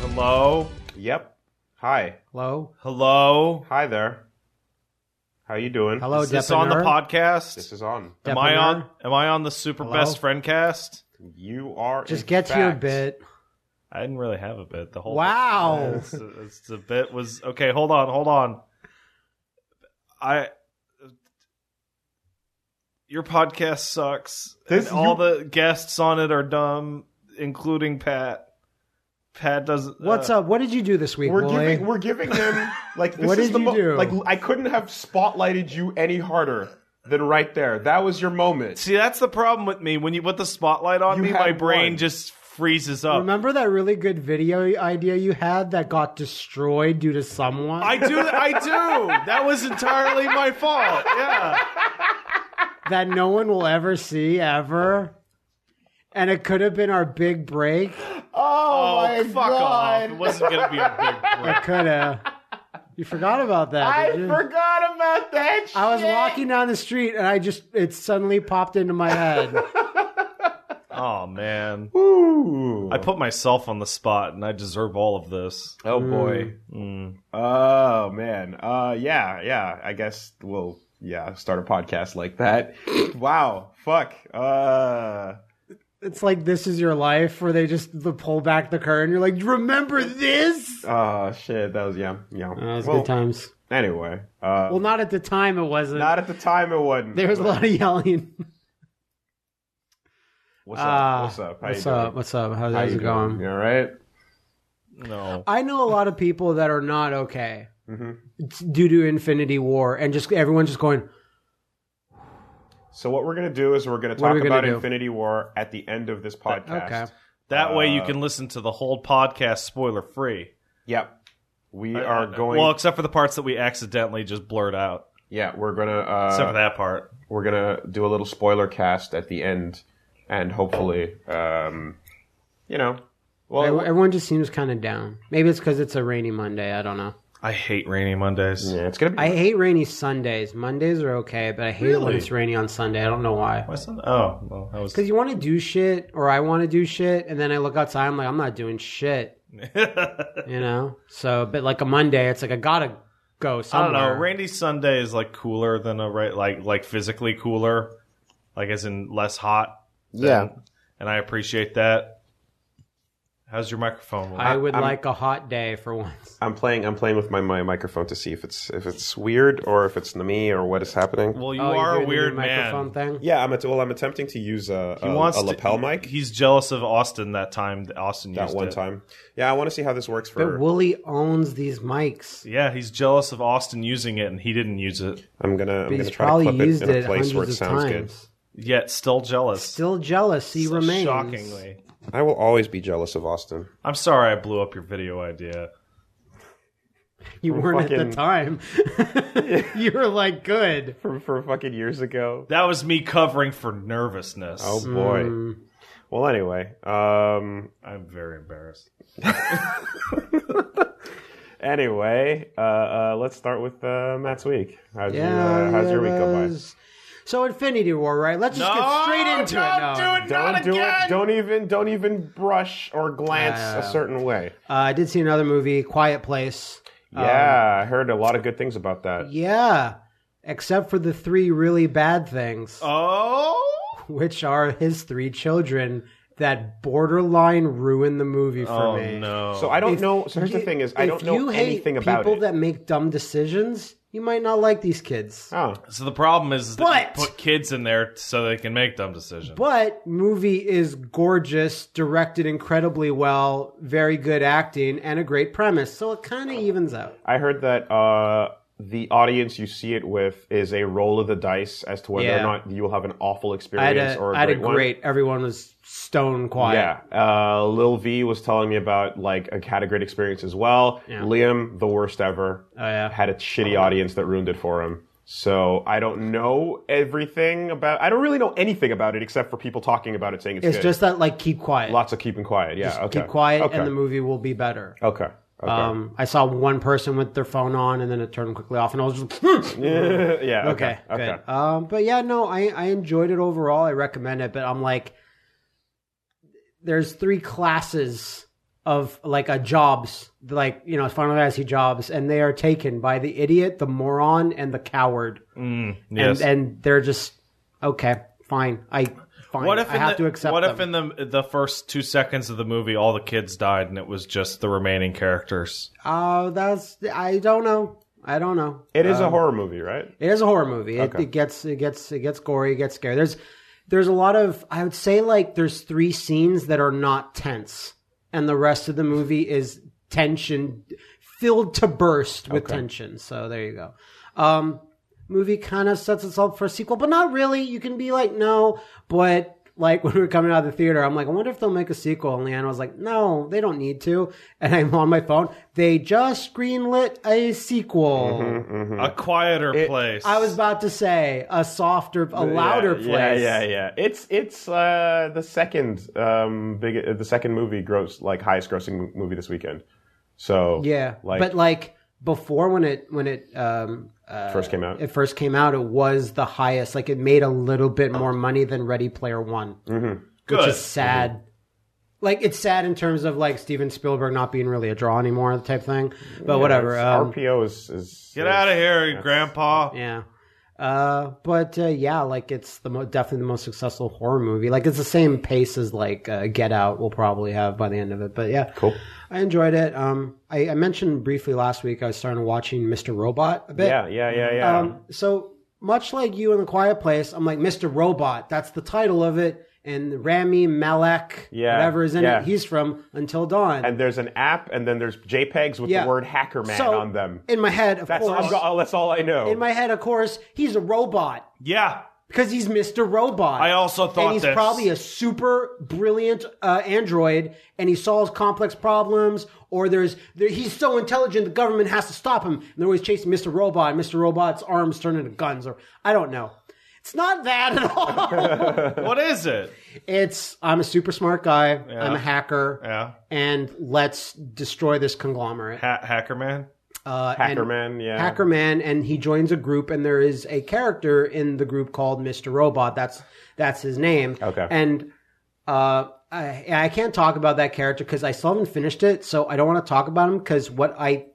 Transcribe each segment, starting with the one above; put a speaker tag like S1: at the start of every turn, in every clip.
S1: Hello?
S2: Yep. Hi.
S3: Hello,
S1: Hello?
S2: Hi there. How you doing?
S3: hello.
S1: Is this on the
S3: Depener?
S1: podcast?
S2: This is on.
S1: am I
S3: Depener?
S1: on am I on the super
S3: Hello?
S1: best friend cast?
S2: You are.
S3: Just
S2: in
S3: get to your
S2: fact-
S3: bit.
S1: I didn't really have a bit. The whole
S3: Wow.
S1: It's, it's the bit was okay, hold on, hold on. I your podcast sucks.
S2: This-
S1: and all the guests on it are dumb, including Pat. Pat uh, doesn't
S3: What's up? What did you do this week,
S2: Uh, We're
S3: Wooly?
S2: giving. We're giving him like this
S3: What
S2: is
S3: did
S2: the
S3: you
S2: mo-
S3: do?
S2: like I couldn't have spotlighted you any harder than right there. That was your moment.
S1: See, that's the problem with me. When you put the spotlight on
S2: You
S1: me,
S2: had
S1: my brain
S2: one.
S1: just freezes up.
S3: Remember that really good video idea you had that got destroyed due to someone?
S1: I do. I do. That was entirely my fault. Yeah.
S3: that no one will ever see ever. And it could have been our big break.
S2: Oh, my
S1: fuck
S2: god!
S1: off! It wasn't gonna be a big break.
S3: It could have. You forgot about that.
S2: I
S3: did you?
S2: forgot about that.
S3: I was
S2: shit.
S3: walking down the street and I just it suddenly popped into my head.
S1: Oh man,
S2: Ooh.
S1: I put myself on the spot, and I deserve all of this.
S2: oh
S3: Hmm.
S2: boy.
S1: Mm.
S2: Oh man. Uh yeah, yeah. I guess we'll yeah, start a podcast like that. wow. Fuck. Uh
S3: It's like this is your life where they just the pull back the curtain. You're like, remember this?
S2: oh shit, that was yeah. Yeah.
S3: That was
S2: well,
S3: good times.
S2: Anyway. Uh
S3: Well, not at the time it wasn't.
S2: not at the time it wasn't.
S3: there was a lot of yelling.
S2: What's up?
S3: Ah,
S2: what's up? How
S3: what's
S2: you doing?
S3: up? What's up? How's,
S2: How
S3: how's
S2: you
S3: it
S2: doing?
S3: going?
S2: You all right?
S1: No.
S3: I know a lot of people that are not okay
S2: Mm-hmm.
S3: due to Infinity War, and just everyone's just going.
S2: So what we're gonna do is we're gonna
S3: What
S2: talk
S3: are we gonna
S2: about
S3: do? Uh,
S2: Infinity War at the end of this podcast.
S3: Okay.
S1: That way, you
S2: Uh,
S1: can listen to the whole podcast spoiler free.
S2: Yep. We are going.
S1: well, except for the parts that we accidentally just blurred out.
S2: yeah, we're gonna. Uh,
S1: Except for that part.
S2: we're gonna do a little spoiler cast at the end, and hopefully, um, you know, well,
S3: Ev- Everyone just seems kind of down. Maybe it's because it's a rainy Monday. I don't know.
S1: I hate rainy Mondays.
S2: yeah, it's gonna be.
S3: I hate rainy Sundays. Mondays are okay, but I hate it when
S1: Really?
S3: it's rainy on Sunday. I don't know why.
S1: Why son- Oh, well, I was.
S3: Because you want to do shit, or I want to do shit, and then I look outside. I'm like, I'm not doing shit. you know. So, but like a Monday, it's like I gotta go
S1: I don't
S3: somewhere.
S1: know. Randy Sunday is like cooler than a right, like like physically cooler, like as in less hot. than-
S2: Yeah.
S1: and I appreciate that. How's your microphone? Will?
S3: I would
S2: I'm-
S3: like a hot day for once.
S2: I'm playing. I'm playing with my, my microphone to see if it's if it's weird or if it's me or what is happening.
S1: well, you
S3: Oh, you're
S1: are a
S3: doing the new
S1: weird
S3: microphone
S1: man.
S3: thing.
S2: Yeah, I'm. At, well, I'm attempting to use a,
S1: He
S2: a,
S1: wants
S2: a
S1: to-
S2: lapel mic
S1: He's jealous of Austin that time. That Austin
S2: that
S1: used
S2: one
S1: it.
S2: time. Yeah, I want to see how this works
S3: But
S2: for.
S3: Wooly owns these mics.
S1: Yeah, he's jealous of Austin using it, and he didn't use it
S2: I'm gonna. I'm
S3: But
S2: gonna
S3: he's
S2: try to
S3: probably
S2: clip it
S3: used
S2: in
S3: it
S2: a place
S3: hundreds
S2: where it
S3: of
S2: sounds
S3: times.
S1: yet. Still jealous.
S3: Still jealous, he remains.
S1: Shockingly,
S2: good. I will always be jealous of Austin.
S1: I'm sorry I blew up your video idea.
S3: You weren't at
S2: fucking-
S3: the time. you were like, good.
S2: From from fucking years ago.
S1: That was me covering for nervousness.
S2: Oh boy.
S3: Mm. Hmm.
S2: Well, anyway. Um.
S1: I'm very embarrassed.
S2: Anyway, uh, uh, let's start with uh, Matt's week. How's your,
S3: Yeah,
S2: uh, how's your week go by?
S3: yeah, those- So Infinity War, right? Let's just get straight into it now.
S2: Don't do it. Don't even. Don't even brush or glance
S3: Yeah.
S2: a certain way.
S3: Uh, I did see another movie, Quiet Place.
S2: Yeah, I heard a lot of good things about that.
S3: Yeah, except for the three really bad things,
S1: Oh,
S3: which are his three children that borderline ruin the movie for
S1: oh
S3: me.
S1: no.
S2: So I don't
S3: If-
S2: know. So here's the
S3: you-
S2: thing: is I
S3: if
S2: don't know
S3: you hate
S2: anything about
S3: people
S2: it.
S3: that make dumb decisions. You might not like these kids,
S2: oh,
S1: So the problem is, is that
S3: But-
S1: you put kids in there so they can make dumb decisions.
S3: but movie is gorgeous, directed incredibly well, very good acting, and a great premise. So it kind of evens out.
S2: I heard that uh, the audience you see it with is a roll of the dice as to whether or
S3: Yeah.
S2: not you will have an awful
S3: I had
S2: experience
S3: a,
S2: or a
S3: I had
S2: great
S3: a
S2: one.
S3: great. Everyone was stone quiet.
S2: Yeah, uh, Lil V was telling me about like a had a great experience as well.
S3: Yeah.
S2: Liam, the worst ever.
S3: Oh yeah.
S2: had a shitty audience that ruined it for him. So I don't know everything about. I don't really know anything about it except for people talking about it, saying it's,
S3: It's
S2: good.
S3: just that like keep quiet.
S2: lots of keeping quiet. Yeah, okay.
S3: Keep quiet,
S2: Okay.
S3: and the movie will be better.
S2: Okay. Okay.
S3: Um, I saw one person with their phone on, and then it turned quickly off, and I was just okay,
S2: yeah. Okay. Okay.
S3: good. Um, but yeah, no, I I enjoyed it overall. I recommend it, but I'm like, there's three classes of like a jobs, like you know Final Fantasy jobs, and they are taken by the idiot, the moron, and the coward,
S1: Mm, yes.
S3: and and they're just okay, fine, I fine,
S1: what if
S3: I
S1: in
S3: have
S1: the,
S3: to accept
S1: What
S3: them.
S1: if in the the first two seconds of the movie, all the kids died, and it was just the remaining characters?
S3: Oh, that's I don't know. I don't know.
S2: It is a horror movie, right?
S3: It is a horror movie. It,
S2: Okay.
S3: it gets it gets it gets gory. It gets scary. There's there's a lot of I would say like there's three scenes that are not tense, and the rest of the movie is tension filled to burst with tension. So there you go. Um, movie kind of sets itself for a sequel, but not really. You can be like no, but. Like when we were coming out of the theater, I'm like, I wonder if they'll make a sequel. And Leanna was like, No, they don't need to. And I'm on my phone. They just greenlit a sequel.
S1: A quieter place.
S3: Mm-hmm. I was about to say a softer, a louder
S2: yeah,
S3: place.
S2: Yeah, yeah, yeah. It's it's uh, the second um, big uh, the second movie gross like highest grossing movie this weekend. So
S3: Yeah.
S2: like
S3: but like before, when it when it um, uh,
S2: first came out.
S3: it first came out, it was the highest. Like it made a little bit more money than Ready Player One,
S2: Mm-hmm.
S3: which
S1: good.
S3: is sad. Like it's sad in terms of like Steven Spielberg not being really a draw anymore, type thing. But whatever.
S2: It's-
S3: Um,
S2: RPO is, is
S1: Get out of here, Grandpa.
S3: Yeah. Uh, but uh, yeah, like it's the mo- definitely the most successful horror movie. Like it's the same pace as like uh, Get Out. We'll probably have by the end of it. But yeah,
S2: Cool.
S3: I enjoyed it. Um, I, I mentioned briefly last week I started watching Mr. Robot a bit.
S2: Yeah, yeah, yeah, yeah.
S3: Um, so much like you in the Quiet Place, I'm like Mr. Robot. That's the title of it. And Rami Malek,
S2: Yeah,
S3: whatever is in
S2: yeah.
S3: it, he's from Until Dawn.
S2: and there's an app, and then there's JPEGs with
S3: Yeah.
S2: the word hacker man
S3: So,
S2: on them.
S3: in my head, of
S2: That's all,
S3: course.
S2: I've got- all- that's all I know.
S3: in my head, of course, he's a robot
S1: Yeah.
S3: because he's Mr. Robot.
S1: I also thought
S3: and he's
S1: this.
S3: probably a super brilliant uh, android, and he solves complex problems. Or there's there, he's so intelligent, the government has to stop him, and they're always chasing Mr. Robot. and Mr. Robot's arms turn into guns, or I don't know. It's not that at all.
S1: what is it?
S3: it's I'm a super smart guy. I'm a hacker,
S1: Yeah.
S3: and let's destroy this conglomerate.
S1: Ha- Hackerman.
S3: Uh,
S2: hacker
S3: and-
S2: man, yeah.
S3: Hackerman, and he joins a group, and there is a character in the group called Mister Robot. That's that's his name.
S2: Okay.
S3: And uh, I, I can't talk about that character because I still haven't finished it, so I don't want to talk about him because what I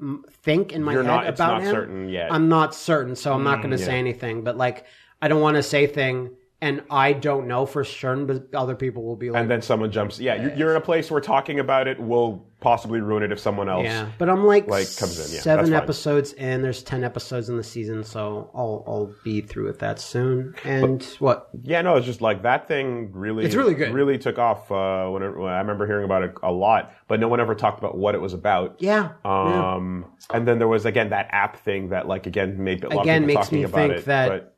S3: mm, think in my
S2: You're
S3: head
S2: not. It's
S3: about
S2: not
S3: him,
S2: certain yet. Mm,
S3: I'm not certain, so I'm not going to say anything. But like, I don't want to say thing, and I don't know for certain, but other people will be like,
S2: and then someone jumps. Yeah, you're, you're in a place where talking about it will possibly ruin it if someone else.
S3: Yeah, but I'm like,
S2: like, comes in, yeah,
S3: seven
S2: that's fine.
S3: episodes in. There's ten episodes in the season, so I'll I'll be through with that soon. And what?
S2: Yeah, no, it's just like that thing really.
S3: It's really good.
S2: Really took off. Uh, when, it, when I remember hearing about it a lot, but no one ever talked about what it was about.
S3: Yeah, yeah.
S2: Um, and then there was again that app thing that like again made a lot
S3: Again,
S2: of people
S3: makes
S2: talking
S3: me
S2: about
S3: think
S2: it.
S3: that-
S2: but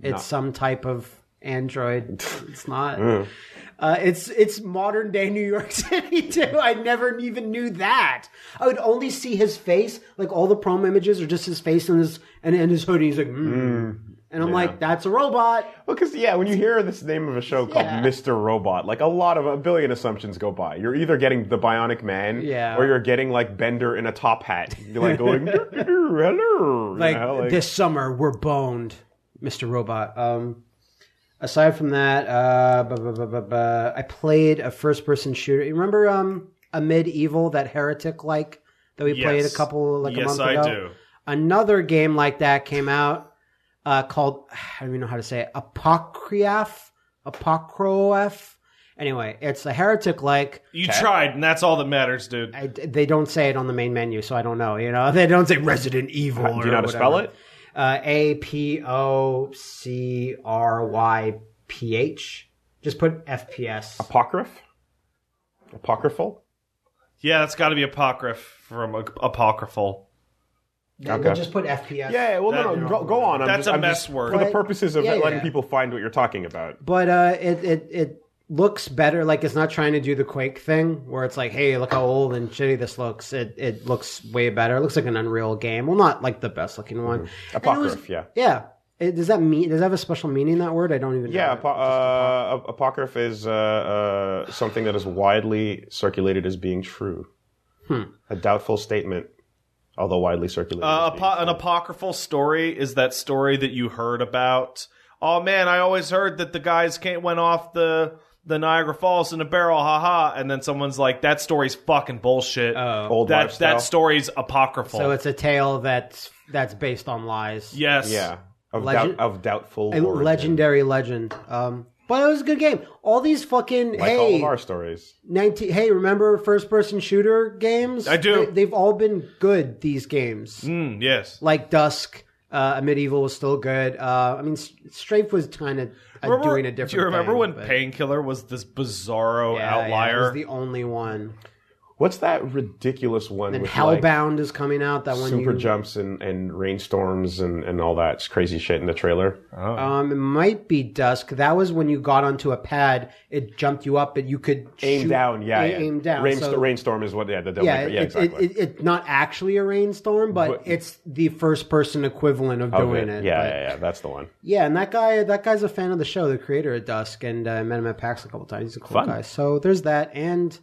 S3: it's some type of android. It's not. Uh, it's it's modern day New York City too. I never even knew that. I would only see his face. Like all the prom images are just his face and his and, and his hoodie. He's like, mm.
S2: Hmm.
S3: and I'm like, that's a robot.
S2: because yeah, when you hear this name of a show called
S3: Yeah.
S2: Mr. Robot, like a lot of a billion assumptions go by. You're either getting the Bionic Man,
S3: Yeah.
S2: or you're getting like Bender in a top hat, you're like going hello, you
S3: like,
S2: know,
S3: this summer we're boned mr robot um aside from that uh bu- bu- bu- bu- bu- i played a first person shooter you remember um a medieval that heretic like that we played a
S1: Yes.
S3: couple like a
S1: yes,
S3: month
S1: I
S3: ago
S1: do.
S3: another game like that came out uh, called I don't even know how to say it Apocryph Apocroef. Anyway, it's a heretic like
S1: You tried, and that's all that matters, dude.
S3: I, they don't say it on the main menu, so I don't know. You know, they don't say Resident Evil.
S2: do you
S3: or
S2: know how to spell
S3: whatever. Uh, A P O C R Y P H. Just put FPS.
S2: apocryph, apocryphal.
S1: Yeah, that's got to be apocryph from a- apocryphal.
S3: They- they Just put FPS.
S2: Yeah, well, no,
S1: That-
S2: no, go, go on. I'm
S1: That's
S2: just,
S1: a
S2: I'm
S1: mess
S2: just-
S1: word.
S2: for the
S3: Right.
S2: purposes of
S3: Yeah,
S2: letting
S3: yeah.
S2: people find what you're talking about.
S3: But uh, it it it looks better. Like it's not trying to do the Quake thing where it's like, hey, look how old and shitty this looks. It it looks way better. It looks like an Unreal game. Well, not like the best looking one. And it was-
S2: Apocryph, Mm-hmm. yeah.
S3: Yeah. It, does that mean? Does that have a special meaning? That word? I don't even. know.
S2: Yeah, apo- uh, ap- apocryph is uh, uh, something that is widely circulated as being true.
S3: Hmm.
S2: A doubtful statement, although widely circulated.
S1: Uh,
S2: as being
S1: apo- an apocryphal story is that story that you heard about. Oh man, I always heard that the guys can't went off the the Niagara Falls in a barrel, haha. And then someone's like, that story's fucking bullshit.
S2: Old
S1: that
S2: lifestyle.
S1: that story's apocryphal.
S3: Oh, So it's a tale that's that's based on lies.
S1: yes.
S2: yeah of
S3: Legend-
S2: doubt of doubtful
S3: a
S2: origin,
S3: legendary legend. Um, but it was a good game. All these fucking
S2: like all
S3: hey,
S2: of our stories.
S3: 19 hey, remember first person shooter games?
S1: I do.
S3: They, have all been good. These games
S1: Mm, yes.
S3: like Dusk. Uh, medieval was still good. Uh, I mean, S- Strafe was kind of uh,
S1: Remember-
S3: doing a different.
S1: Do you remember
S3: thing,
S1: when
S3: but-
S1: Painkiller was this bizarro
S3: Yeah, yeah, it was
S1: outlier?
S3: the only one.
S2: What's that ridiculous one?
S3: And
S2: with like,
S3: Hellbound is coming out. That one
S2: super
S3: you,
S2: jumps and, and rainstorms and, and all that crazy shit in the trailer.
S3: Um, it might be Dusk. That was when you got onto a pad. It jumped you up, but you could
S2: Aim
S3: shoot-
S2: down, yeah,
S3: a-
S2: yeah.
S3: aim down.
S2: Rain-
S3: so-
S2: rainstorm is what, yeah, the devil
S3: yeah,
S2: maker. yeah,
S3: it-
S2: exactly.
S3: it, it, it, not actually a rainstorm, but,
S2: But-
S3: it's the first person equivalent of
S2: Oh,
S3: doing
S2: good.
S3: it.
S2: yeah,
S3: but-
S2: yeah, yeah, that's the one.
S3: yeah, and that guy, that guy's a fan of the show, the creator of Dusk, and uh, I met him at PAX a couple times. He's a cool
S2: Fun.
S3: guy. So there's that, and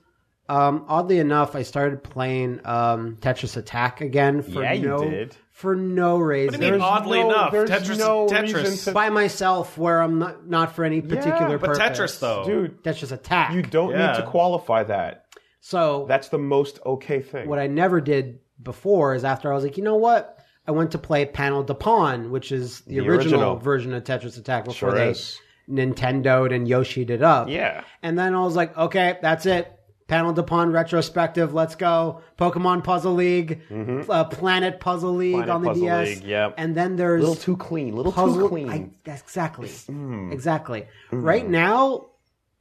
S3: um, oddly enough, I started playing um, Tetris Attack again for
S2: Yeah, you
S3: no
S2: did.
S3: for no reason.
S1: I mean,
S2: There's
S1: oddly
S2: no-
S1: enough,
S2: there's
S1: Tetris.
S2: no reason
S1: Tetris.
S2: to-
S3: by myself, where I'm not not for any particular
S2: Yeah,
S1: but
S3: purpose.
S1: Tetris,
S3: Oh.
S1: though.
S2: Dude,
S3: Tetris Attack.
S2: you don't
S1: Yeah.
S2: need to qualify that.
S3: So
S2: That's the most okay thing.
S3: what I never did before is after I was like, you know what? I went to play Panel de Pon, which is the,
S2: The
S3: original,
S2: original.
S3: version of Tetris Attack before
S2: Sure
S3: they
S2: is.
S3: Nintendoed and Yoshi'd it up.
S2: yeah.
S3: And then I was like, okay, that's it. Panel de Pon retrospective, let's go. Pokemon Puzzle League, uh, Planet Puzzle League
S2: Mm-hmm. Planet
S3: on the
S2: Puzzle
S3: DS.
S2: League, yep.
S3: And then there's
S2: too clean, little
S3: puzzle. I, that's exactly,
S2: Hmm.
S3: exactly. Right now,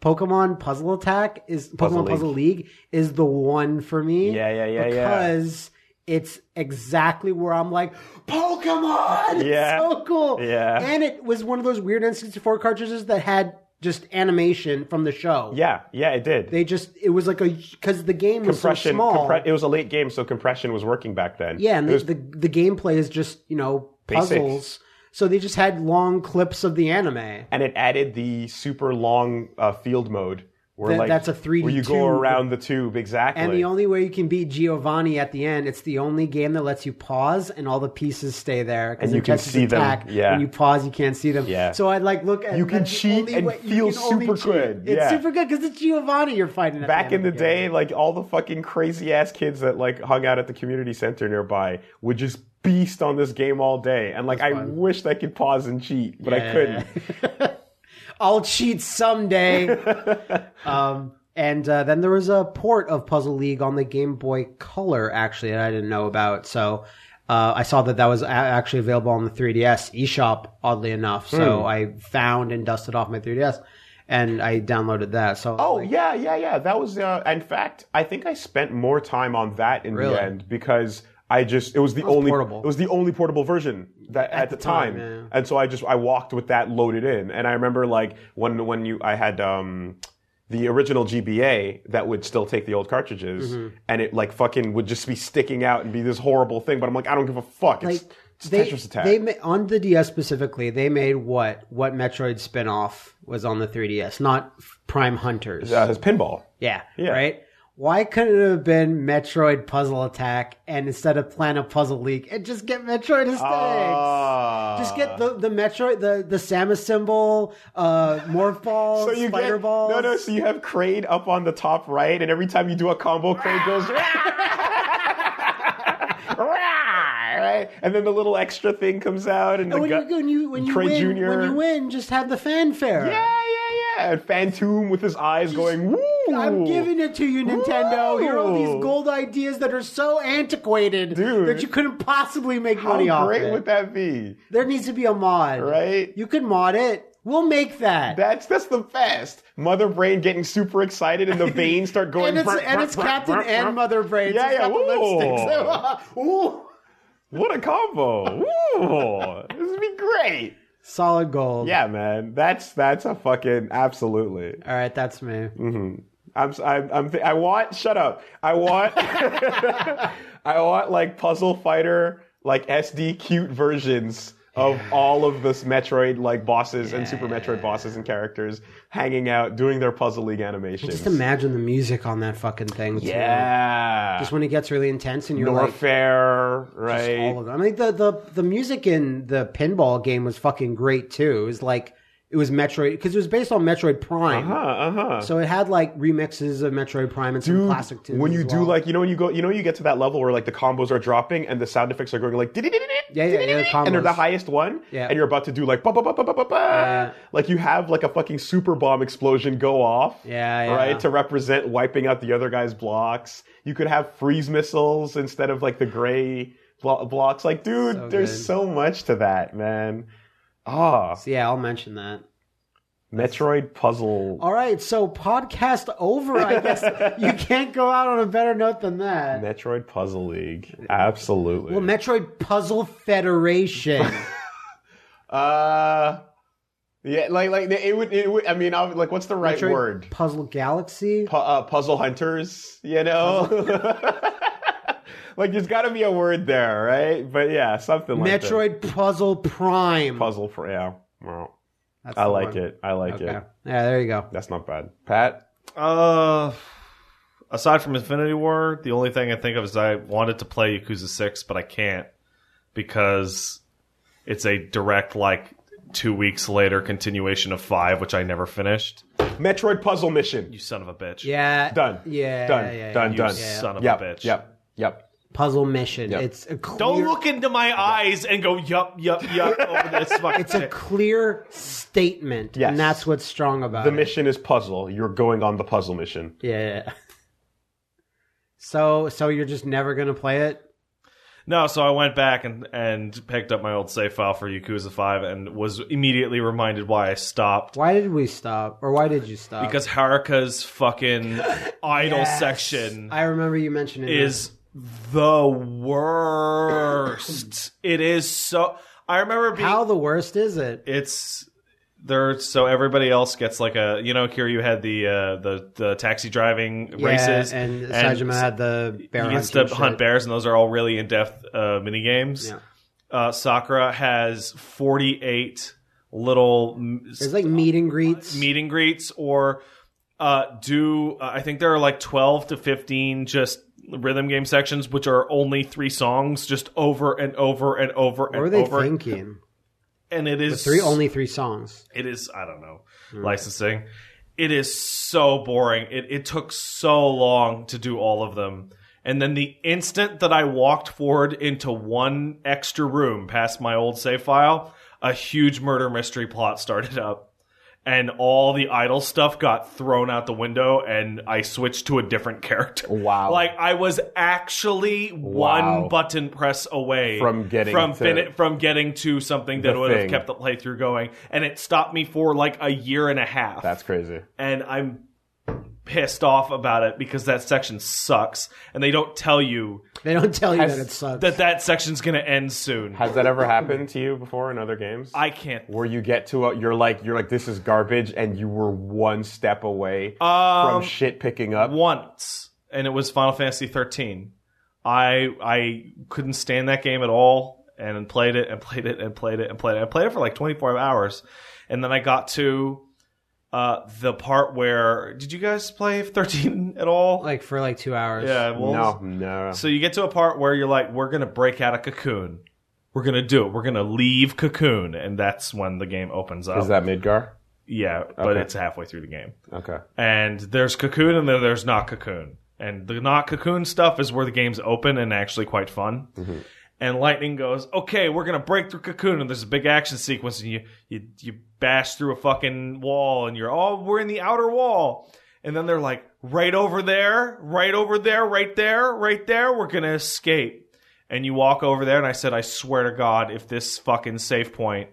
S3: Pokemon Puzzle Attack is Pokemon Puzzle
S2: Puzzle
S3: League. is the one for me.
S2: Yeah, yeah, yeah, yeah.
S3: because it's exactly where I'm like Pokemon. It's
S2: Yeah.
S3: so cool.
S2: Yeah.
S3: and it was one of those weird N64 cartridges that had just animation from the show.
S2: yeah, yeah, it did.
S3: They just it was like a because the game was so
S2: compression.
S3: small.
S2: compre- it was a late game, so compression was working back then.
S3: Yeah, and
S2: it
S3: the,
S2: was
S3: the the gameplay is just you know
S2: Basic.
S3: puzzles. So they just had long clips of the anime.
S2: and it added the super long uh, field mode where
S3: That-
S2: like
S3: that's a 3D
S2: where you go
S3: tube.
S2: around the tube exactly.
S3: And the only way you can beat Giovanni at the end, it's the only game that lets you pause and all the pieces stay there. 'cause
S2: And you
S3: in
S2: can
S3: Tetris
S2: see them,
S3: Attack,
S2: yeah.
S3: When you pause, you can't see them.
S2: Yeah.
S3: So I'd like look at
S2: You can
S3: that's the
S2: cheat
S3: only
S2: and
S3: way- you
S2: feel
S3: can only
S2: super
S3: cheat.
S2: good,
S3: It's
S2: yeah.
S3: super good because it's Giovanni you're fighting. At
S2: Back
S3: the
S2: in
S3: end
S2: the
S3: of game.
S2: day, like all the fucking crazy ass kids that like hung out at the community center nearby would just beast on this game all day. And like, I wish I could pause and cheat, but I couldn't.
S3: I'll cheat someday. um, and uh, then there was a port of Puzzle League on the Game Boy Color, actually, that I didn't know about. So uh, I saw that that was a- actually available on the 3DS eShop, oddly enough. So
S2: Hmm.
S3: I found and dusted off my 3DS, and I downloaded that. So
S2: Oh yeah, yeah, yeah. That was. Uh, in fact, I think I spent more time on that in
S3: Really?
S2: the end because I just it was the only
S3: portable.
S2: it was the only portable version that at, the,
S3: the
S2: time,
S3: time, yeah.
S2: and so I just I walked with that loaded in, and I remember like when when you I had. um the original GBA that would still take the old cartridges,
S3: Mm-hmm.
S2: and it like fucking would just be sticking out and be this horrible thing. But I'm like, I don't give a fuck. It's, it's
S3: they,
S2: Tetris Attack.
S3: They ma- on the DS specifically, they made what what Metroid spinoff was on the 3DS, not Prime Hunters.
S2: uh, it's pinball.
S3: Yeah.
S2: Yeah.
S3: Right? Why couldn't it have been Metroid Puzzle Attack and instead of Planet Puzzle League and just get Metroid instead?
S2: Ah.
S3: just get the, the Metroid, the, the Samus symbol, uh, Morph Balls, Spider
S2: get,
S3: Balls.
S2: No, no. So you have Crane up on the top right, and every time you do a combo, Crane goes. "Rah!" Rah! right? And then the little extra thing comes out, and,
S3: And
S2: the
S3: when,
S2: gu-
S3: you, when, you, when, you
S2: Craig
S3: win,
S2: Jr.
S3: when you win, just have the fanfare.
S2: Yeah, yeah, yeah. And Phantom with his eyes going. Woo!
S3: I'm giving it to you, Nintendo. Here are all
S2: Ooh.
S3: these gold ideas that are so antiquated
S2: Dude.
S3: that you couldn't possibly make
S2: How
S3: money off
S2: great
S3: it.
S2: would that be?
S3: there needs to be a mod.
S2: Right?
S3: You can mod it. We'll make that.
S2: that's that's the best. Mother brain getting super excited, and the veins start going.
S3: and it's
S2: "Brr,
S3: and
S2: brr,
S3: it's
S2: brr,
S3: Captain
S2: brr, brr."
S3: and Mother Brain.
S2: Yeah, yeah,
S3: Yeah, yeah. Got the lipstick. Ooh.
S2: What a combo! Ooh, this would be great.
S3: Solid gold.
S2: Yeah, man, that's that's a fucking absolutely.
S3: All right, that's me.
S2: I'm s- I'm, I'm th- I want shut up. I want I want like puzzle fighter like SD cute versions of all of this Metroid like bosses and Super Metroid bosses and characters hanging out doing their puzzle league animations.
S3: Just imagine the music on that fucking thing. too.
S2: yeah,
S3: Just when it gets really intense and you're
S2: Nor
S3: like
S2: fair, right?
S3: all of them. I mean the, the the music in the pinball game was fucking great too. It was like it it was Metroid because it was based on Metroid Prime.
S2: Uh huh.
S3: So it had like remixes of Metroid Prime and some
S2: Dude,
S3: classic tunes.
S2: when you
S3: as
S2: do
S3: well.
S2: like you know when you go you know when you get to that level where like the combos are dropping and the sound effects are going like
S3: Yeah, yeah, yeah, the
S2: and they're the
S3: combos.
S2: highest one
S3: Yeah.
S2: and you're about to do like ba ba ba ba ba ba ba like you have like a fucking super bomb explosion go off
S3: Yeah, yeah.
S2: right to represent wiping out the other guy's blocks you could have freeze missiles instead of like the gray blo- blocks like dude
S3: So
S2: there's
S3: good.
S2: so much to that man ah
S3: So, yeah, I'll mention that.
S2: Metroid puzzle
S3: All right, so podcast over. I guess you can't go out on a better note than that.
S2: Metroid Puzzle League absolutely
S3: well, Metroid Puzzle Federation.
S2: Uh, yeah, like like it would it would. I mean, I would, like what's the right
S3: Metroid
S2: word?
S3: Puzzle Galaxy.
S2: Pu- uh, puzzle hunters, you know. like there's got to be a word there, right? But yeah, something like that.
S3: Metroid Puzzle Prime.
S2: puzzle for yeah. Well,
S3: That's
S2: I
S3: the
S2: like
S3: one.
S2: it. I like
S3: Okay.
S2: it.
S3: Yeah, there you go.
S2: That's not bad. Pat,
S1: Uh, aside from Infinity War, the only thing I think of is I wanted to play Yakuza Six, but I can't because it's a direct like two weeks later continuation of five, which I never finished.
S2: Metroid puzzle mission
S1: You son of a bitch!
S3: Yeah.
S2: Done.
S3: Yeah.
S2: Done.
S3: yeah, yeah,
S2: Done.
S1: you
S3: yeah.
S2: done.
S1: son of
S2: yep,
S1: a bitch!
S2: Yep. Yep.
S3: Puzzle mission.
S2: Yep.
S3: It's a clear,
S1: Don't look into my eyes and go yup yup yup over this fucking.
S3: It's a
S1: shit.
S3: clear statement,
S2: Yes.
S3: and that's what's strong about
S2: The
S3: it.
S2: mission is puzzle. You're going on the puzzle mission.
S3: Yeah. So, so you're just never gonna play it?
S1: No, so I went back and and picked up my old save file for Yakuza Five and was immediately reminded why I stopped
S3: Why did we stop, or why did you stop?
S1: because Haruka's fucking idol
S3: Yes.
S1: section
S3: I remember you mentioning
S1: is the worst. it is so. I remember
S3: that.
S1: being.
S3: how the worst is it?
S1: It's there, so everybody else gets like a. You know, here you had the uh, the the taxi driving races
S3: yeah, and Sajima had the bear
S1: you
S3: hunt.
S1: get to hunt bears, and those are all really in depth uh, mini games.
S3: Yeah.
S1: Uh, Sakura has forty eight little m-
S3: There's like meet and greets.
S1: meet and greets or uh, do uh, I think there are like 12 to 15 just rhythm game sections which are only three songs just over and over and over
S3: what were
S1: and
S3: they
S1: over
S3: thinking?
S1: and it is
S3: Three only three songs.
S1: it is I don't know licensing it is so boring it it took so long to do all of them and then the instant that I walked forward into one extra room past my old save file a huge murder mystery plot started up and all the idol stuff got thrown out the window and I switched to a different character.
S2: Wow.
S1: Like I was actually
S2: Wow.
S1: one button press away
S2: From getting
S1: from
S2: to-
S1: fini- from getting to something that
S2: The
S1: would
S2: thing.
S1: have kept the playthrough going and it stopped me for like a year and a half.
S2: That's crazy.
S1: and I'm pissed off about it because that section sucks and they don't tell you
S3: They don't tell you
S2: Has-
S3: that it sucks.
S1: that that section's going to end soon.
S2: Has that ever happened to you before in other games?
S1: I can't
S2: where you get to a, you're like you're like this is garbage and you were one step away
S1: Um,
S2: from shit picking up
S1: once, and it was Final Fantasy 13. I I couldn't stand that game at all, and played it and played it and played it and played it. I played it for like 24 hours, and then I got to uh, the part where did you guys play 13 at all?
S3: like for like two hours.
S1: yeah, well,
S2: no no
S1: so you get to a part where you're like, we're gonna break out of cocoon. We're gonna do it. We're gonna leave cocoon, and that's when the game opens up.
S2: is that midgar
S1: yeah, but
S2: Okay.
S1: it's halfway through the game
S2: okay
S1: and there's cocoon and then there's not cocoon and the not cocoon stuff is where the game's open and actually quite fun and lightning goes okay we're gonna break through cocoon and there's a big action sequence and you you, you bash through a fucking wall and you're oh we're in the outer wall and then they're like right over there right over there right there right there we're gonna escape and you walk over there and i said i swear to god if this fucking safe point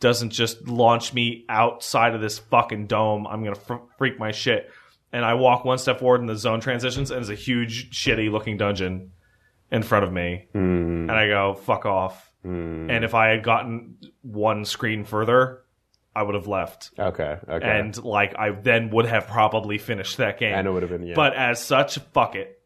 S1: doesn't just launch me outside of this fucking dome, I'm gonna fr- freak my shit. And I walk one step forward, and the zone transitions, and there's a huge, shitty looking dungeon in front of me.
S2: Hmm.
S1: And I go, fuck off. And if I had gotten one screen further, I would have left.
S2: okay okay
S1: And, like, I then would have probably finished that game.
S2: and it would have been yeah
S1: But as such, fuck it.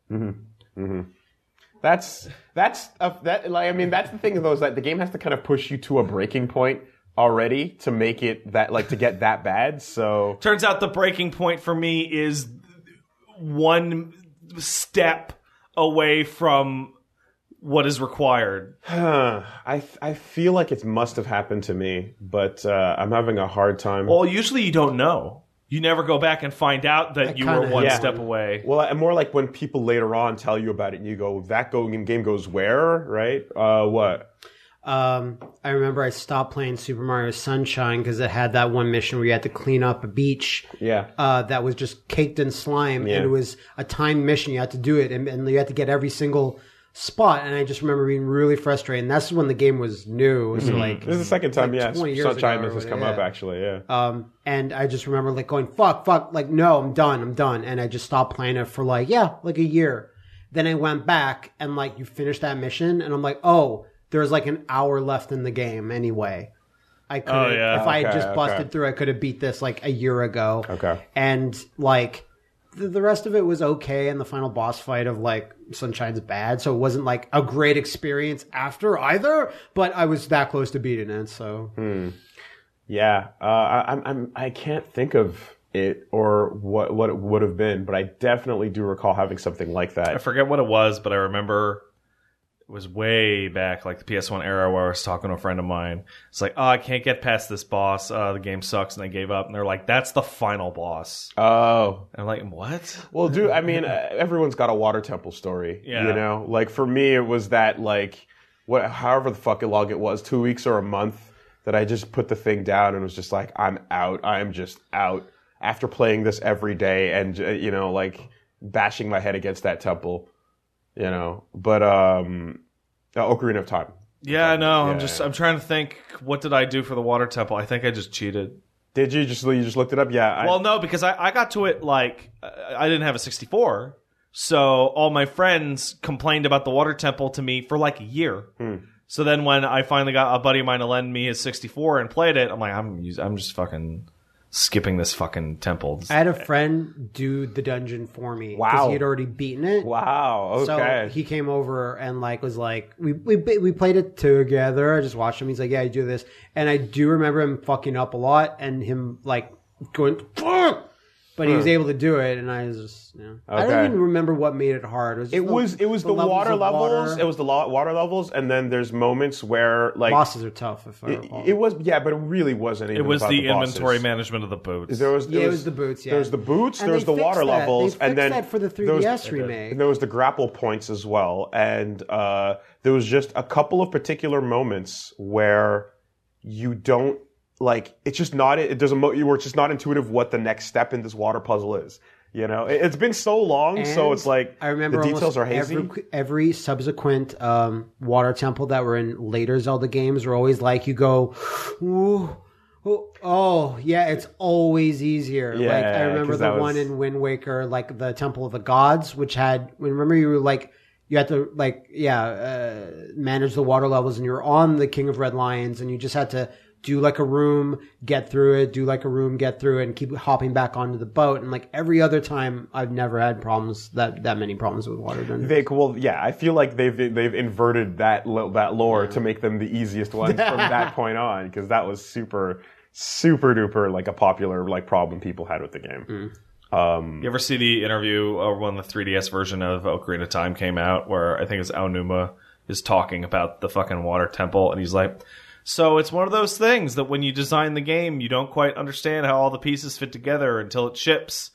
S2: that's that's a, that like i mean that's the thing though is that the game has to kind of push you to a breaking point already to make it that like to get that bad so
S1: Turns out the breaking point for me is one step away from what is required.
S2: Huh. I I feel like it must have happened to me, but uh, I'm having a hard time.
S1: Well, usually you don't know. You never go back and find out that you were
S3: kinda-
S1: one
S2: Yeah.
S1: step away.
S2: Well, I- more like when people later on tell you about it, and you go, "That going in game goes where?" Right? Uh, what?
S3: Um, I remember I stopped playing Super Mario Sunshine because it had that one mission where you had to clean up a beach
S2: Yeah.
S3: uh, that was just caked in slime,
S2: Yeah.
S3: and it was a timed mission. You had to do it, and, and you had to get every single spot. And I just remember being really frustrated. And that's when the game was new. It was
S1: Mm-hmm.
S3: like,
S2: This is the second time, yeah,
S3: 20 years
S2: Sunshine
S3: ago or
S2: this has
S3: whatever,
S2: come up
S3: yeah.
S2: actually. Yeah.
S3: um, and I just remember like going, "Fuck, fuck!" Like, no, I'm done, I'm done. And I just stopped playing it for like, yeah, like a year. Then I went back and like you finished that mission, and I'm like, oh, there's like an hour left in the game anyway. I could
S1: Oh,
S3: have
S1: yeah.
S3: if I had
S2: Okay,
S3: just busted
S2: okay.
S3: through, I could have beat this like a year ago.
S2: Okay.
S3: and like the, the rest of it was okay, and the final boss fight of like Sunshine's bad, so it wasn't like a great experience after either. But I was that close to beating it, so
S2: Yeah, uh, I, I'm, I'm, I can't think of it or what what it would have been, but I definitely do recall having something like
S1: I
S2: that.
S1: forget what it was, but I remember it was way back, like the PS1 era, where I was talking to a friend of mine. It's like, oh, I can't get past this boss. Uh, the game sucks, and I gave up. And they're like, that's the final boss.
S2: Oh,
S1: And I'm like, what?
S2: well, dude, I mean, uh, everyone's got a water temple story,
S1: Yeah.
S2: you know. Like for me, it was that like what, however the fuck long it was, two weeks or a month, that I just put the thing down and was just like, I'm out. I'm just out after playing this every day and uh, you know, like bashing my head against that temple, you know. But um, uh, Ocarina of Time.
S1: Yeah, I know. I'm
S2: Yeah.
S1: just, I'm trying to think. What did I do for the water temple? I think I just cheated.
S2: Did you just you just looked it up? Yeah. I,
S1: Well, no, because I, I got to it like uh, I didn't have a 64, so all my friends complained about the water temple to me for like a year. So then when I finally got a buddy of mine to lend me his 64 and played it, I'm like, I'm us- I'm just fucking skipping this fucking temple.
S3: I had a friend do the dungeon for me. 'cause
S2: Wow.
S3: he had already beaten it.
S2: wow. Okay.
S3: So he came over and like was like, we, we we played it together. I just watched him. He's like, yeah, you do this, and I do remember him fucking up a lot and him like going fuck, but he was able to do it, and I was just, you know, I
S2: Hmm. Okay.
S3: don't even remember what made it hard. It was, just
S2: it
S3: the-
S2: was it was the,
S3: levels
S2: water
S3: of
S2: levels.
S3: water.
S2: It was the lo- water levels, and then there's moments where like
S3: bosses are tough. If I
S2: it,
S3: recall.
S2: it was yeah, but it really wasn't. Even
S1: it was
S2: about
S1: the,
S2: bosses.
S1: inventory management of the boots.
S2: There was, there
S3: yeah, it was the boots. Yeah,
S2: There was the boots.
S3: And
S2: there was
S3: they
S2: the water
S3: fixed that.
S2: levels,
S3: They
S2: and
S3: fixed
S2: then
S3: that for the
S2: there was-
S3: 3DS remake.
S2: And there was the grapple points as well, and uh, there was just a couple of particular moments where you don't like. It's just not. It doesn't. mo- You were just not intuitive what the next step in this water puzzle is. You know, it, it's been so long, so
S3: And
S2: it's like
S3: I remember
S2: the details
S3: almost
S2: are hazy.
S3: Every, every subsequent um, water temple that were in later Zelda games were always like you go, Ooh, oh, oh yeah, it's always easier. like I
S2: Yeah,
S3: remember
S2: 'cause
S3: the
S2: that was-
S3: one in Wind Waker, like the Temple of the Gods, which had remember you were like you had to like yeah uh, manage the water levels, and you were on the King of Red Lions, and you just had to. Do like a room, get through it. Do like a room, get through it, and keep hopping back onto the boat. And like every other time, I've never had problems that that many problems with water dungeons.
S2: They, well, yeah, I feel like they've they've inverted that lo- that lore to make them the easiest ones from that point on because that was super super duper like a popular like problem people had with the game. Um,
S1: Um, You ever see the interview uh, when the 3DS version of Ocarina of Time came out, where I think it's Aonuma is talking about the fucking water temple, and he's like, "So it's one of those things that when you design the game, you don't quite understand how all the pieces fit together until it ships."